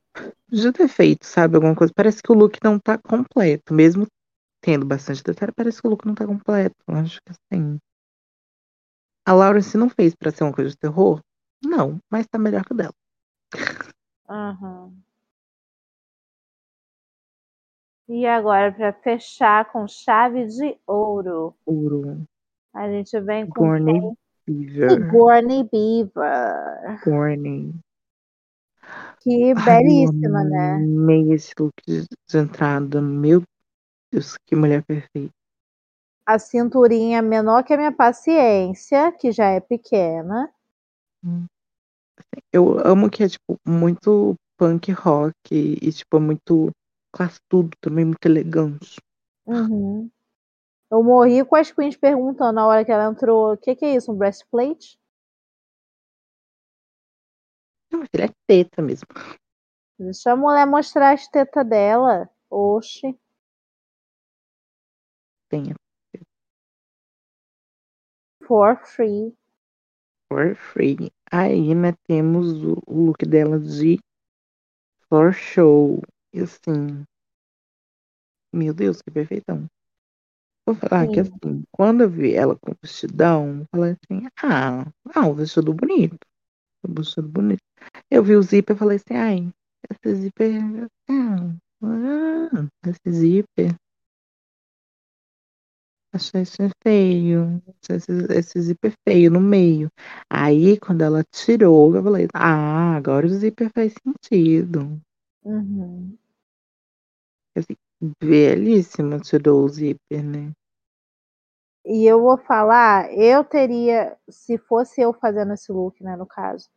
Speaker 1: De defeito, sabe? Alguma coisa. Parece que o look não tá completo. Mesmo tendo bastante detalhe, parece que o look não tá completo. Eu Acho que assim. A Lawrence não fez pra ser uma coisa de terror? Não, mas tá melhor que o dela.
Speaker 2: Aham. E agora, para fechar com chave de ouro,
Speaker 1: Ouro.
Speaker 2: a gente vem com
Speaker 1: Gorney Beaver.
Speaker 2: Sigourney Beaver.
Speaker 1: Gorney.
Speaker 2: Que
Speaker 1: Ai,
Speaker 2: É belíssima,
Speaker 1: eu
Speaker 2: né?
Speaker 1: Amei esse look de de entrada. Meu Deus, que mulher perfeita.
Speaker 2: A cinturinha menor que a minha paciência, que já é pequena.
Speaker 1: Eu amo que é, tipo, muito punk rock e, tipo, é muito classudo também, muito elegante.
Speaker 2: Uhum. Eu morri com as queens perguntando na hora que ela entrou: o que, que é isso? Um breastplate?
Speaker 1: Não, mas ele é teta mesmo.
Speaker 2: Deixa a mulher mostrar as tetas dela. Oxe.
Speaker 1: Tem a
Speaker 2: For free.
Speaker 1: For Free. Aí, né, temos o, o look dela de Floor Show. E assim. Meu Deus, que perfeitão. Vou falar que
Speaker 2: Sim.
Speaker 1: assim, quando eu vi ela com o vestidão, eu falei assim, ah, ah, um vestido bonito. Um vestido bonito. Eu vi o zíper e falei assim, ai, esse zíper. Ah, ah, esse zíper. Achei esse feio. Achei esse, esse zíper feio no meio. Aí, quando ela tirou, eu falei, ah, agora o zíper faz sentido.
Speaker 2: Uhum.
Speaker 1: Belíssimo, tirou o zíper, né?
Speaker 2: E eu vou falar, eu teria, se fosse eu fazendo esse look, né, no caso,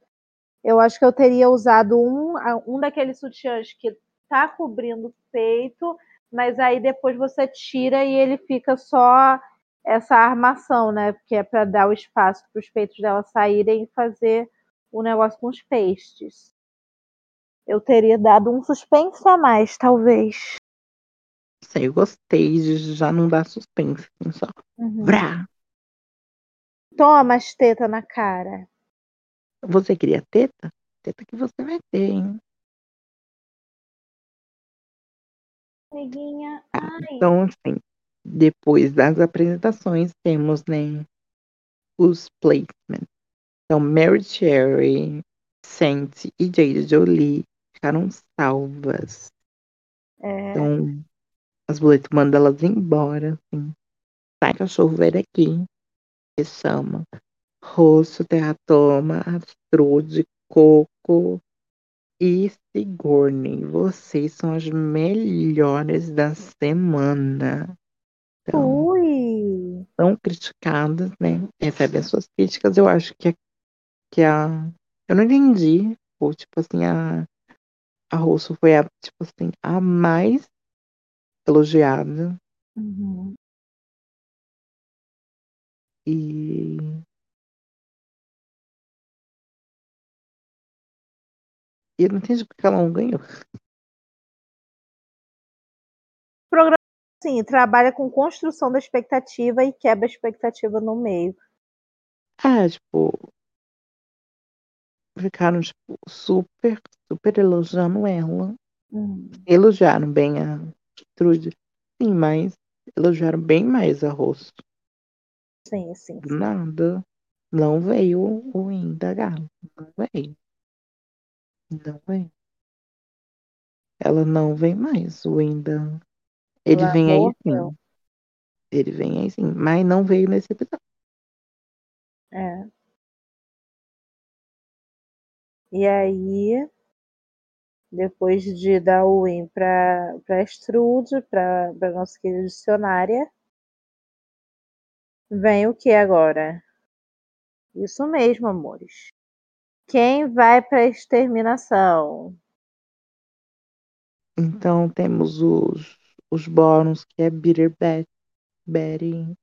Speaker 2: eu acho que eu teria usado um, a- um daqueles sutiãs que tá cobrindo o peito, mas aí depois você tira e ele fica só essa armação, né, porque é para dar o espaço para os peitos dela saírem e fazer o negócio com os peixes. Eu teria dado um suspense a mais, talvez.
Speaker 1: Sim, eu gostei de já não dar suspense. assim, Só.
Speaker 2: Uhum.
Speaker 1: Vrá!
Speaker 2: Toma as tetas na cara.
Speaker 1: Você queria teta? Teta que você vai ter, hein?
Speaker 2: Amiguinha,
Speaker 1: Tá,
Speaker 2: ai.
Speaker 1: Então, assim, depois das apresentações, temos, né, os placements. Então, Mary Cherry, Santi e Jade Jolie ficaram salvas.
Speaker 2: É.
Speaker 1: Então, as boletas mandam elas embora, assim. Sai cachorro velho aqui. Que chama. Rosso, terratoma, astro de coco e Sigourney, vocês são as melhores da semana. Então,
Speaker 2: Ui!
Speaker 1: são criticadas, né? Recebem as suas críticas. Eu acho que a, que a. Eu não entendi. Ou, tipo assim, a, a Russo foi a, tipo assim, a mais elogiada.
Speaker 2: Uhum.
Speaker 1: E. E eu não entendi porque ela não ganhou.
Speaker 2: O programa, sim, trabalha com construção da expectativa e quebra a expectativa no meio.
Speaker 1: É, tipo. Ficaram, tipo, super, super elogiando ela.
Speaker 2: Uhum.
Speaker 1: Elogiaram bem a Trude. Sim, mas elogiaram bem mais a Rosto.
Speaker 2: Sim, sim.
Speaker 1: Do nada. Não veio o Win da Galo. Não veio. Não veio. Ela não vem mais, o Win da. Ele
Speaker 2: Ela
Speaker 1: vem aí
Speaker 2: morreu.
Speaker 1: sim. Ele vem aí sim. Mas não veio nesse episódio.
Speaker 2: É. E aí, depois de dar o win pra, pra Strude, pra, pra nossa querida dicionária, vem o que agora? Isso mesmo, amores. Quem vai pra exterminação?
Speaker 1: Então temos os, os bônus, que é Bitter Bet, Betty,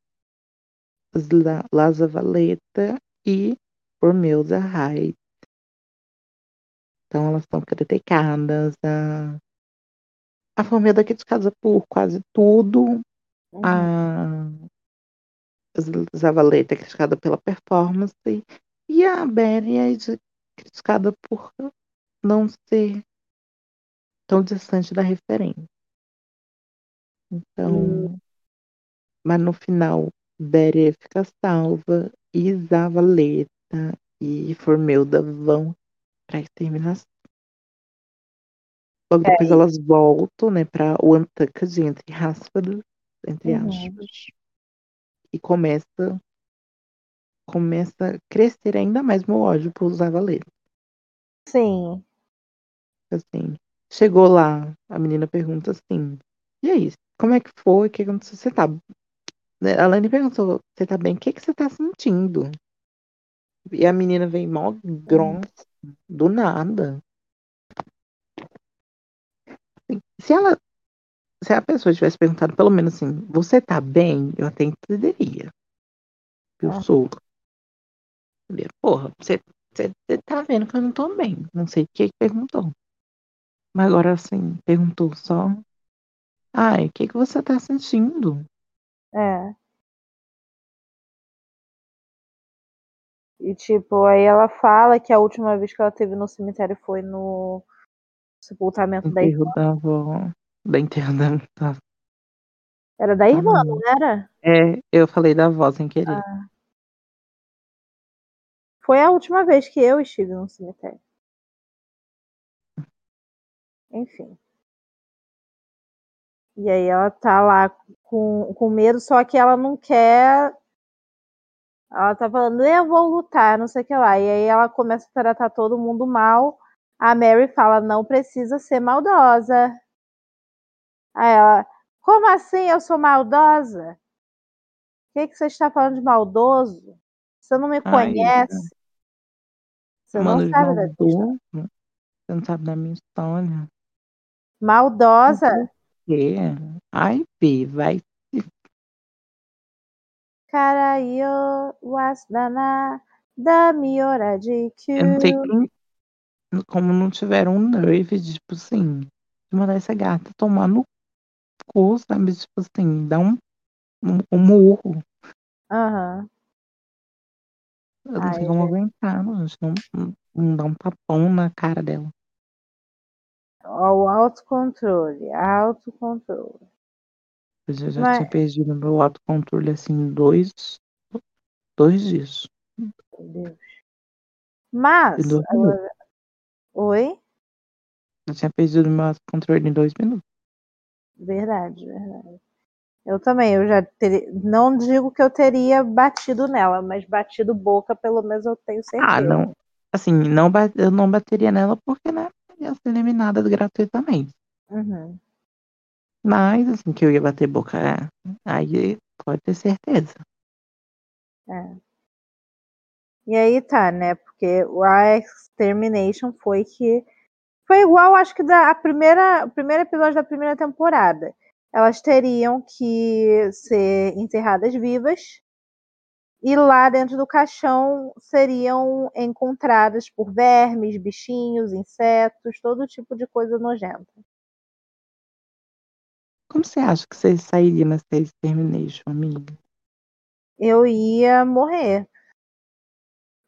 Speaker 1: Zla- Laza Valeta e Romilda Hyde. Então elas são criticadas. A, a família daqui de casa por quase tudo.
Speaker 2: Uhum.
Speaker 1: Ah. a Zavaleta é criticada pela performance e a Berry é de- criticada por não ser tão distante da referência. Então, mas no final, Berry fica salva e Zavaleta e Formelda vão para exterminação. Logo
Speaker 2: É,
Speaker 1: depois elas voltam, né, para o Antucket, entre aspas, entre
Speaker 2: Uhum.
Speaker 1: aspas e começa começa a crescer ainda mais meu ódio por usar valeta.
Speaker 2: Sim.
Speaker 1: Assim, chegou lá, a menina pergunta assim: "E aí, como é que foi? O que aconteceu? Você tá né, a Lani perguntou: "Você tá bem? O que que você tá sentindo?" E a menina vem mó grossa, do nada. Assim, Se ela se a pessoa tivesse perguntado pelo menos assim: "Você tá bem?", eu até entenderia. Eu
Speaker 2: Aham.
Speaker 1: sou Falei, Porra, você você- você tá vendo que eu não tô bem. Não sei o que que perguntou. Mas agora, assim, perguntou só. Ai, o que que você tá sentindo?
Speaker 2: É. E tipo, aí ela fala que a última vez que ela teve no cemitério foi no sepultamento da
Speaker 1: Enterro da avó. Da enterro da da-
Speaker 2: Era da irmã,
Speaker 1: Ah,
Speaker 2: não era?
Speaker 1: É, eu falei da avó sem querer.
Speaker 2: Ah, Foi a última vez que eu estive no cemitério. Enfim. E aí ela tá lá com, com medo, só que ela não quer. Ela tá falando, eu vou lutar, não sei o que lá. E aí ela começa a tratar todo mundo mal. A Mary fala, não precisa ser maldosa. Aí ela, como assim eu sou maldosa? O que, que você está falando de maldoso? Você não me
Speaker 1: Ai,
Speaker 2: conhece. Você
Speaker 1: Mano,
Speaker 2: não sabe né? da minha história.
Speaker 1: maldoso. Você não sabe da minha história.
Speaker 2: Maldosa?
Speaker 1: Que? Ai, Pi, vai.
Speaker 2: Cara, eu was dana da miora é de
Speaker 1: Eu não sei
Speaker 2: que.
Speaker 1: quem. Como não tiveram um nerve, tipo assim, de mandar essa gata tomar no cu, sabe? Tipo assim, dar um, um, um murro.
Speaker 2: Aham.
Speaker 1: Eu não
Speaker 2: Ai,
Speaker 1: sei como aguentar, mano. Não, não, não dá um tapão na cara dela.
Speaker 2: Ó, O autocontrole, autocontrole.
Speaker 1: Eu já, já
Speaker 2: Mas-
Speaker 1: tinha perdido meu autocontrole assim em dois, dois dias.
Speaker 2: Meu Deus.
Speaker 1: Em
Speaker 2: Mas,
Speaker 1: dois minutos.
Speaker 2: oi?
Speaker 1: Eu tinha perdido meu autocontrole em dois minutos.
Speaker 2: Verdade, verdade. Eu também, eu já teria. Não digo que eu teria batido nela, mas batido boca, pelo menos eu tenho certeza.
Speaker 1: Ah, não. Assim, não, ba- eu não bateria nela porque, né? iam ser eliminadas gratuitamente.
Speaker 2: Uhum.
Speaker 1: Mas, assim, que eu ia bater boca, é, aí pode ter certeza.
Speaker 2: E aí tá, né? Porque o a Extermination foi que. Foi igual, acho que da a primeira, o primeiro episódio da primeira temporada. Elas teriam que ser enterradas vivas. E lá dentro do caixão seriam encontradas por vermes, bichinhos, insetos, todo tipo de coisa nojenta.
Speaker 1: Como você acha que você sairia nessa extermination, amiga?
Speaker 2: eu ia morrer.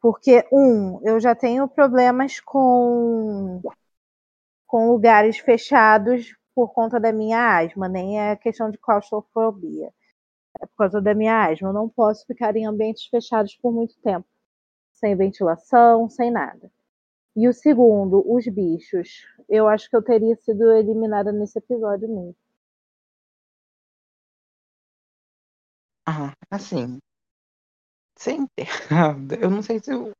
Speaker 2: Porque, um, eu já tenho problemas com, com lugares fechados por conta da minha asma, nem é questão de claustrofobia. É por causa da minha asma. Eu não posso ficar em ambientes fechados por muito tempo, sem ventilação, sem nada. E o segundo, os bichos. Eu acho que eu teria sido eliminada nesse episódio mesmo.
Speaker 1: Ah, assim. Ser enterrada, eu não sei se eu.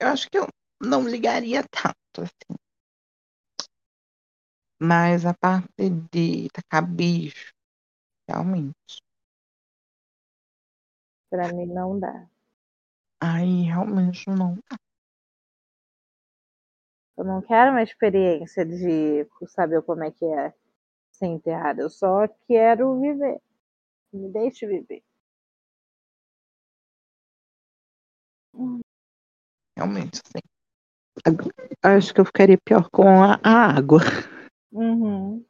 Speaker 1: Eu acho que eu não ligaria tanto, assim. Mas a parte de tacar bicho, realmente.
Speaker 2: Pra mim não dá.
Speaker 1: Aí realmente não.
Speaker 2: Eu não quero uma experiência de saber como é que é ser enterrada. Eu só quero viver. Me deixe viver.
Speaker 1: Realmente, assim. Ag- Acho que eu ficaria pior com a, a água.
Speaker 2: Uhum.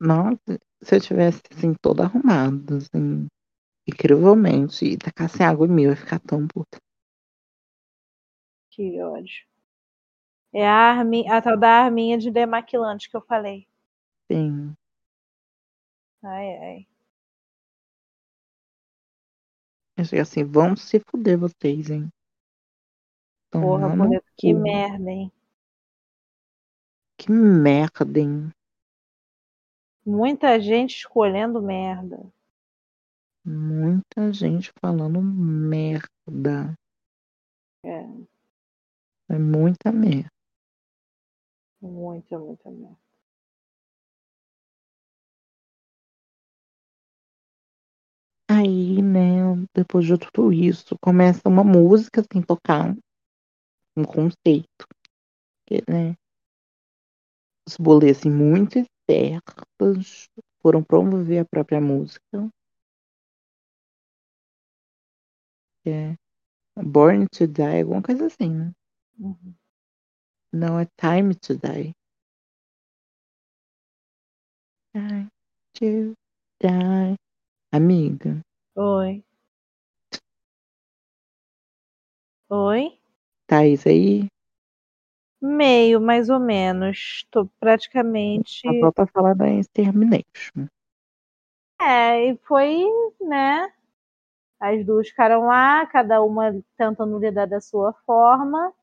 Speaker 1: Nossa, se eu tivesse assim, todo arrumado, assim, incrivelmente, e tacasse água em mim, eu ia ficar tão puta.
Speaker 2: Que ódio. É a, armi... a tal da arminha de demaquilante que eu falei.
Speaker 1: Sim.
Speaker 2: Ai, ai.
Speaker 1: Eu sei assim, vão se fuder vocês, hein?
Speaker 2: Porra,
Speaker 1: Tomar no
Speaker 2: boleto. Que
Speaker 1: cu.
Speaker 2: merda, hein?
Speaker 1: Que merda, hein?
Speaker 2: Muita gente escolhendo merda.
Speaker 1: Muita gente falando merda.
Speaker 2: É.
Speaker 1: É muita merda.
Speaker 2: Muita, muita merda.
Speaker 1: Aí, né, depois de tudo isso, começa uma música assim, tocar um conceito. Que, né? Os boletos assim, muito espertos foram promover a própria música. Que é Born to Die, alguma coisa assim, né?
Speaker 2: Uhum.
Speaker 1: Não, é Time to Die. Time to die. Amiga,
Speaker 2: Oi. Oi?
Speaker 1: Thaís aí?
Speaker 2: Meio, mais ou menos. Tô praticamente.
Speaker 1: Só volta a falar da Extermination.
Speaker 2: É, e foi, né? As duas ficaram lá, cada uma tentando lidar da sua forma.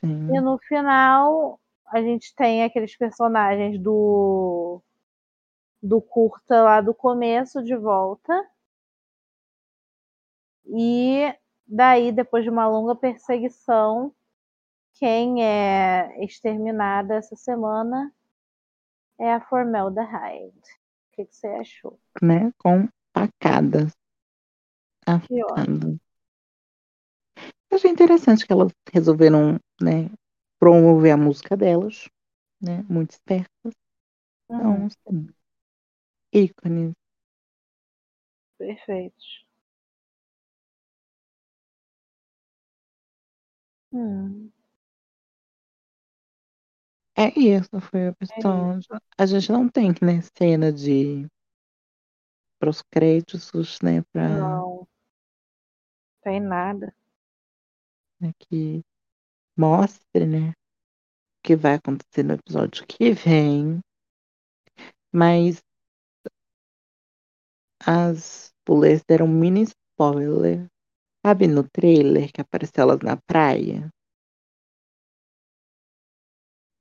Speaker 1: Sim.
Speaker 2: E no final, a gente tem aqueles personagens do do curta lá do começo de volta. E daí, depois de uma longa perseguição, quem é exterminada essa semana é a Formelda Hyde. O que, que você achou?
Speaker 1: né? Com facadas.
Speaker 2: Que ótimo.
Speaker 1: sabe? Eu achei interessante que elas resolveram, né, promover a música delas, né? Muito espertas.
Speaker 2: Uhum.
Speaker 1: Então, assim, ícones.
Speaker 2: Perfeito. Hum,
Speaker 1: É isso, foi a questão. A gente não tem, né, cena de pros créditos, né, pra
Speaker 2: Não. Tem nada.
Speaker 1: né, que mostre, né, o que vai acontecer no episódio que vem. Mas as mulheres deram um mini spoiler. Sabe no trailer que apareceu elas na praia?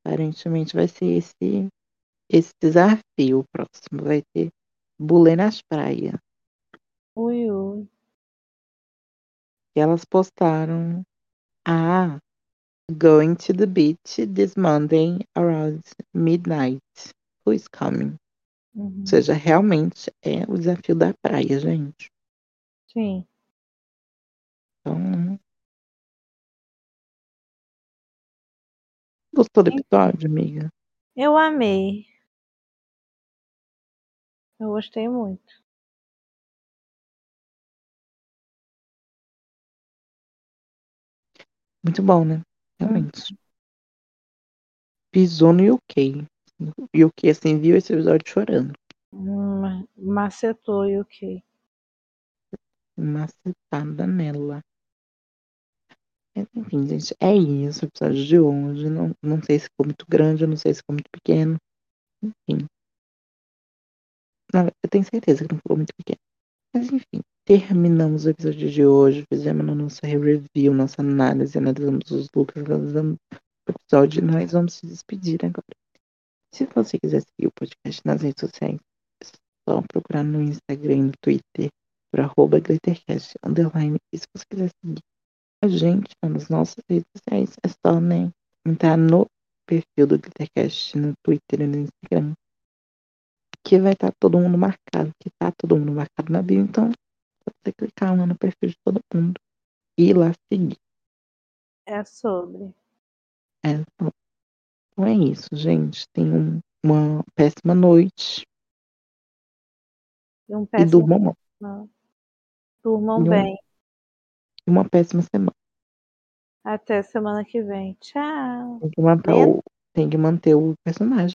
Speaker 1: Aparentemente vai ser esse, esse desafio o próximo. Vai ter bulê nas praias.
Speaker 2: Ui, ui.
Speaker 1: E elas postaram. Ah, Going to the beach this Monday around midnight. Who's coming?
Speaker 2: Uhum.
Speaker 1: Ou seja, realmente é o desafio da praia, gente.
Speaker 2: Sim.
Speaker 1: Então. Gostou do episódio, amiga?
Speaker 2: Eu amei. Eu gostei muito.
Speaker 1: Muito bom, né? Realmente. Pisou no UK. E o que assim viu esse episódio chorando.
Speaker 2: Hum, macetou e o que?
Speaker 1: Macetada nela. Mas, enfim, gente, é isso. O episódio de hoje. Não, não sei se ficou muito grande, não sei se ficou muito pequeno. Enfim. Na ve- eu tenho certeza que não ficou muito pequeno. Mas enfim, terminamos o episódio de hoje. Fizemos a nossa review, nossa análise, analisamos os looks, analisamos o episódio e nós vamos se despedir agora. Se você quiser seguir o podcast nas redes sociais, é só procurar no Instagram e no Twitter por arroba glittercast underline. E se você quiser seguir a gente nas nossas redes sociais, é só né, entrar no perfil do Glittercast no Twitter e no Instagram. Que vai estar todo mundo marcado, que tá todo mundo marcado na bio, então é só você clicar lá no perfil de todo mundo e ir lá seguir.
Speaker 2: É sobre.
Speaker 1: É, então então é isso, gente. Tenham uma péssima noite
Speaker 2: E um
Speaker 1: e
Speaker 2: péssimo.
Speaker 1: durmam mal.
Speaker 2: final. Durmam
Speaker 1: E um-
Speaker 2: bem.
Speaker 1: E uma péssima semana.
Speaker 2: Até semana que vem. Tchau.
Speaker 1: Tem que manter
Speaker 2: Né?
Speaker 1: o, tem que manter o personagem.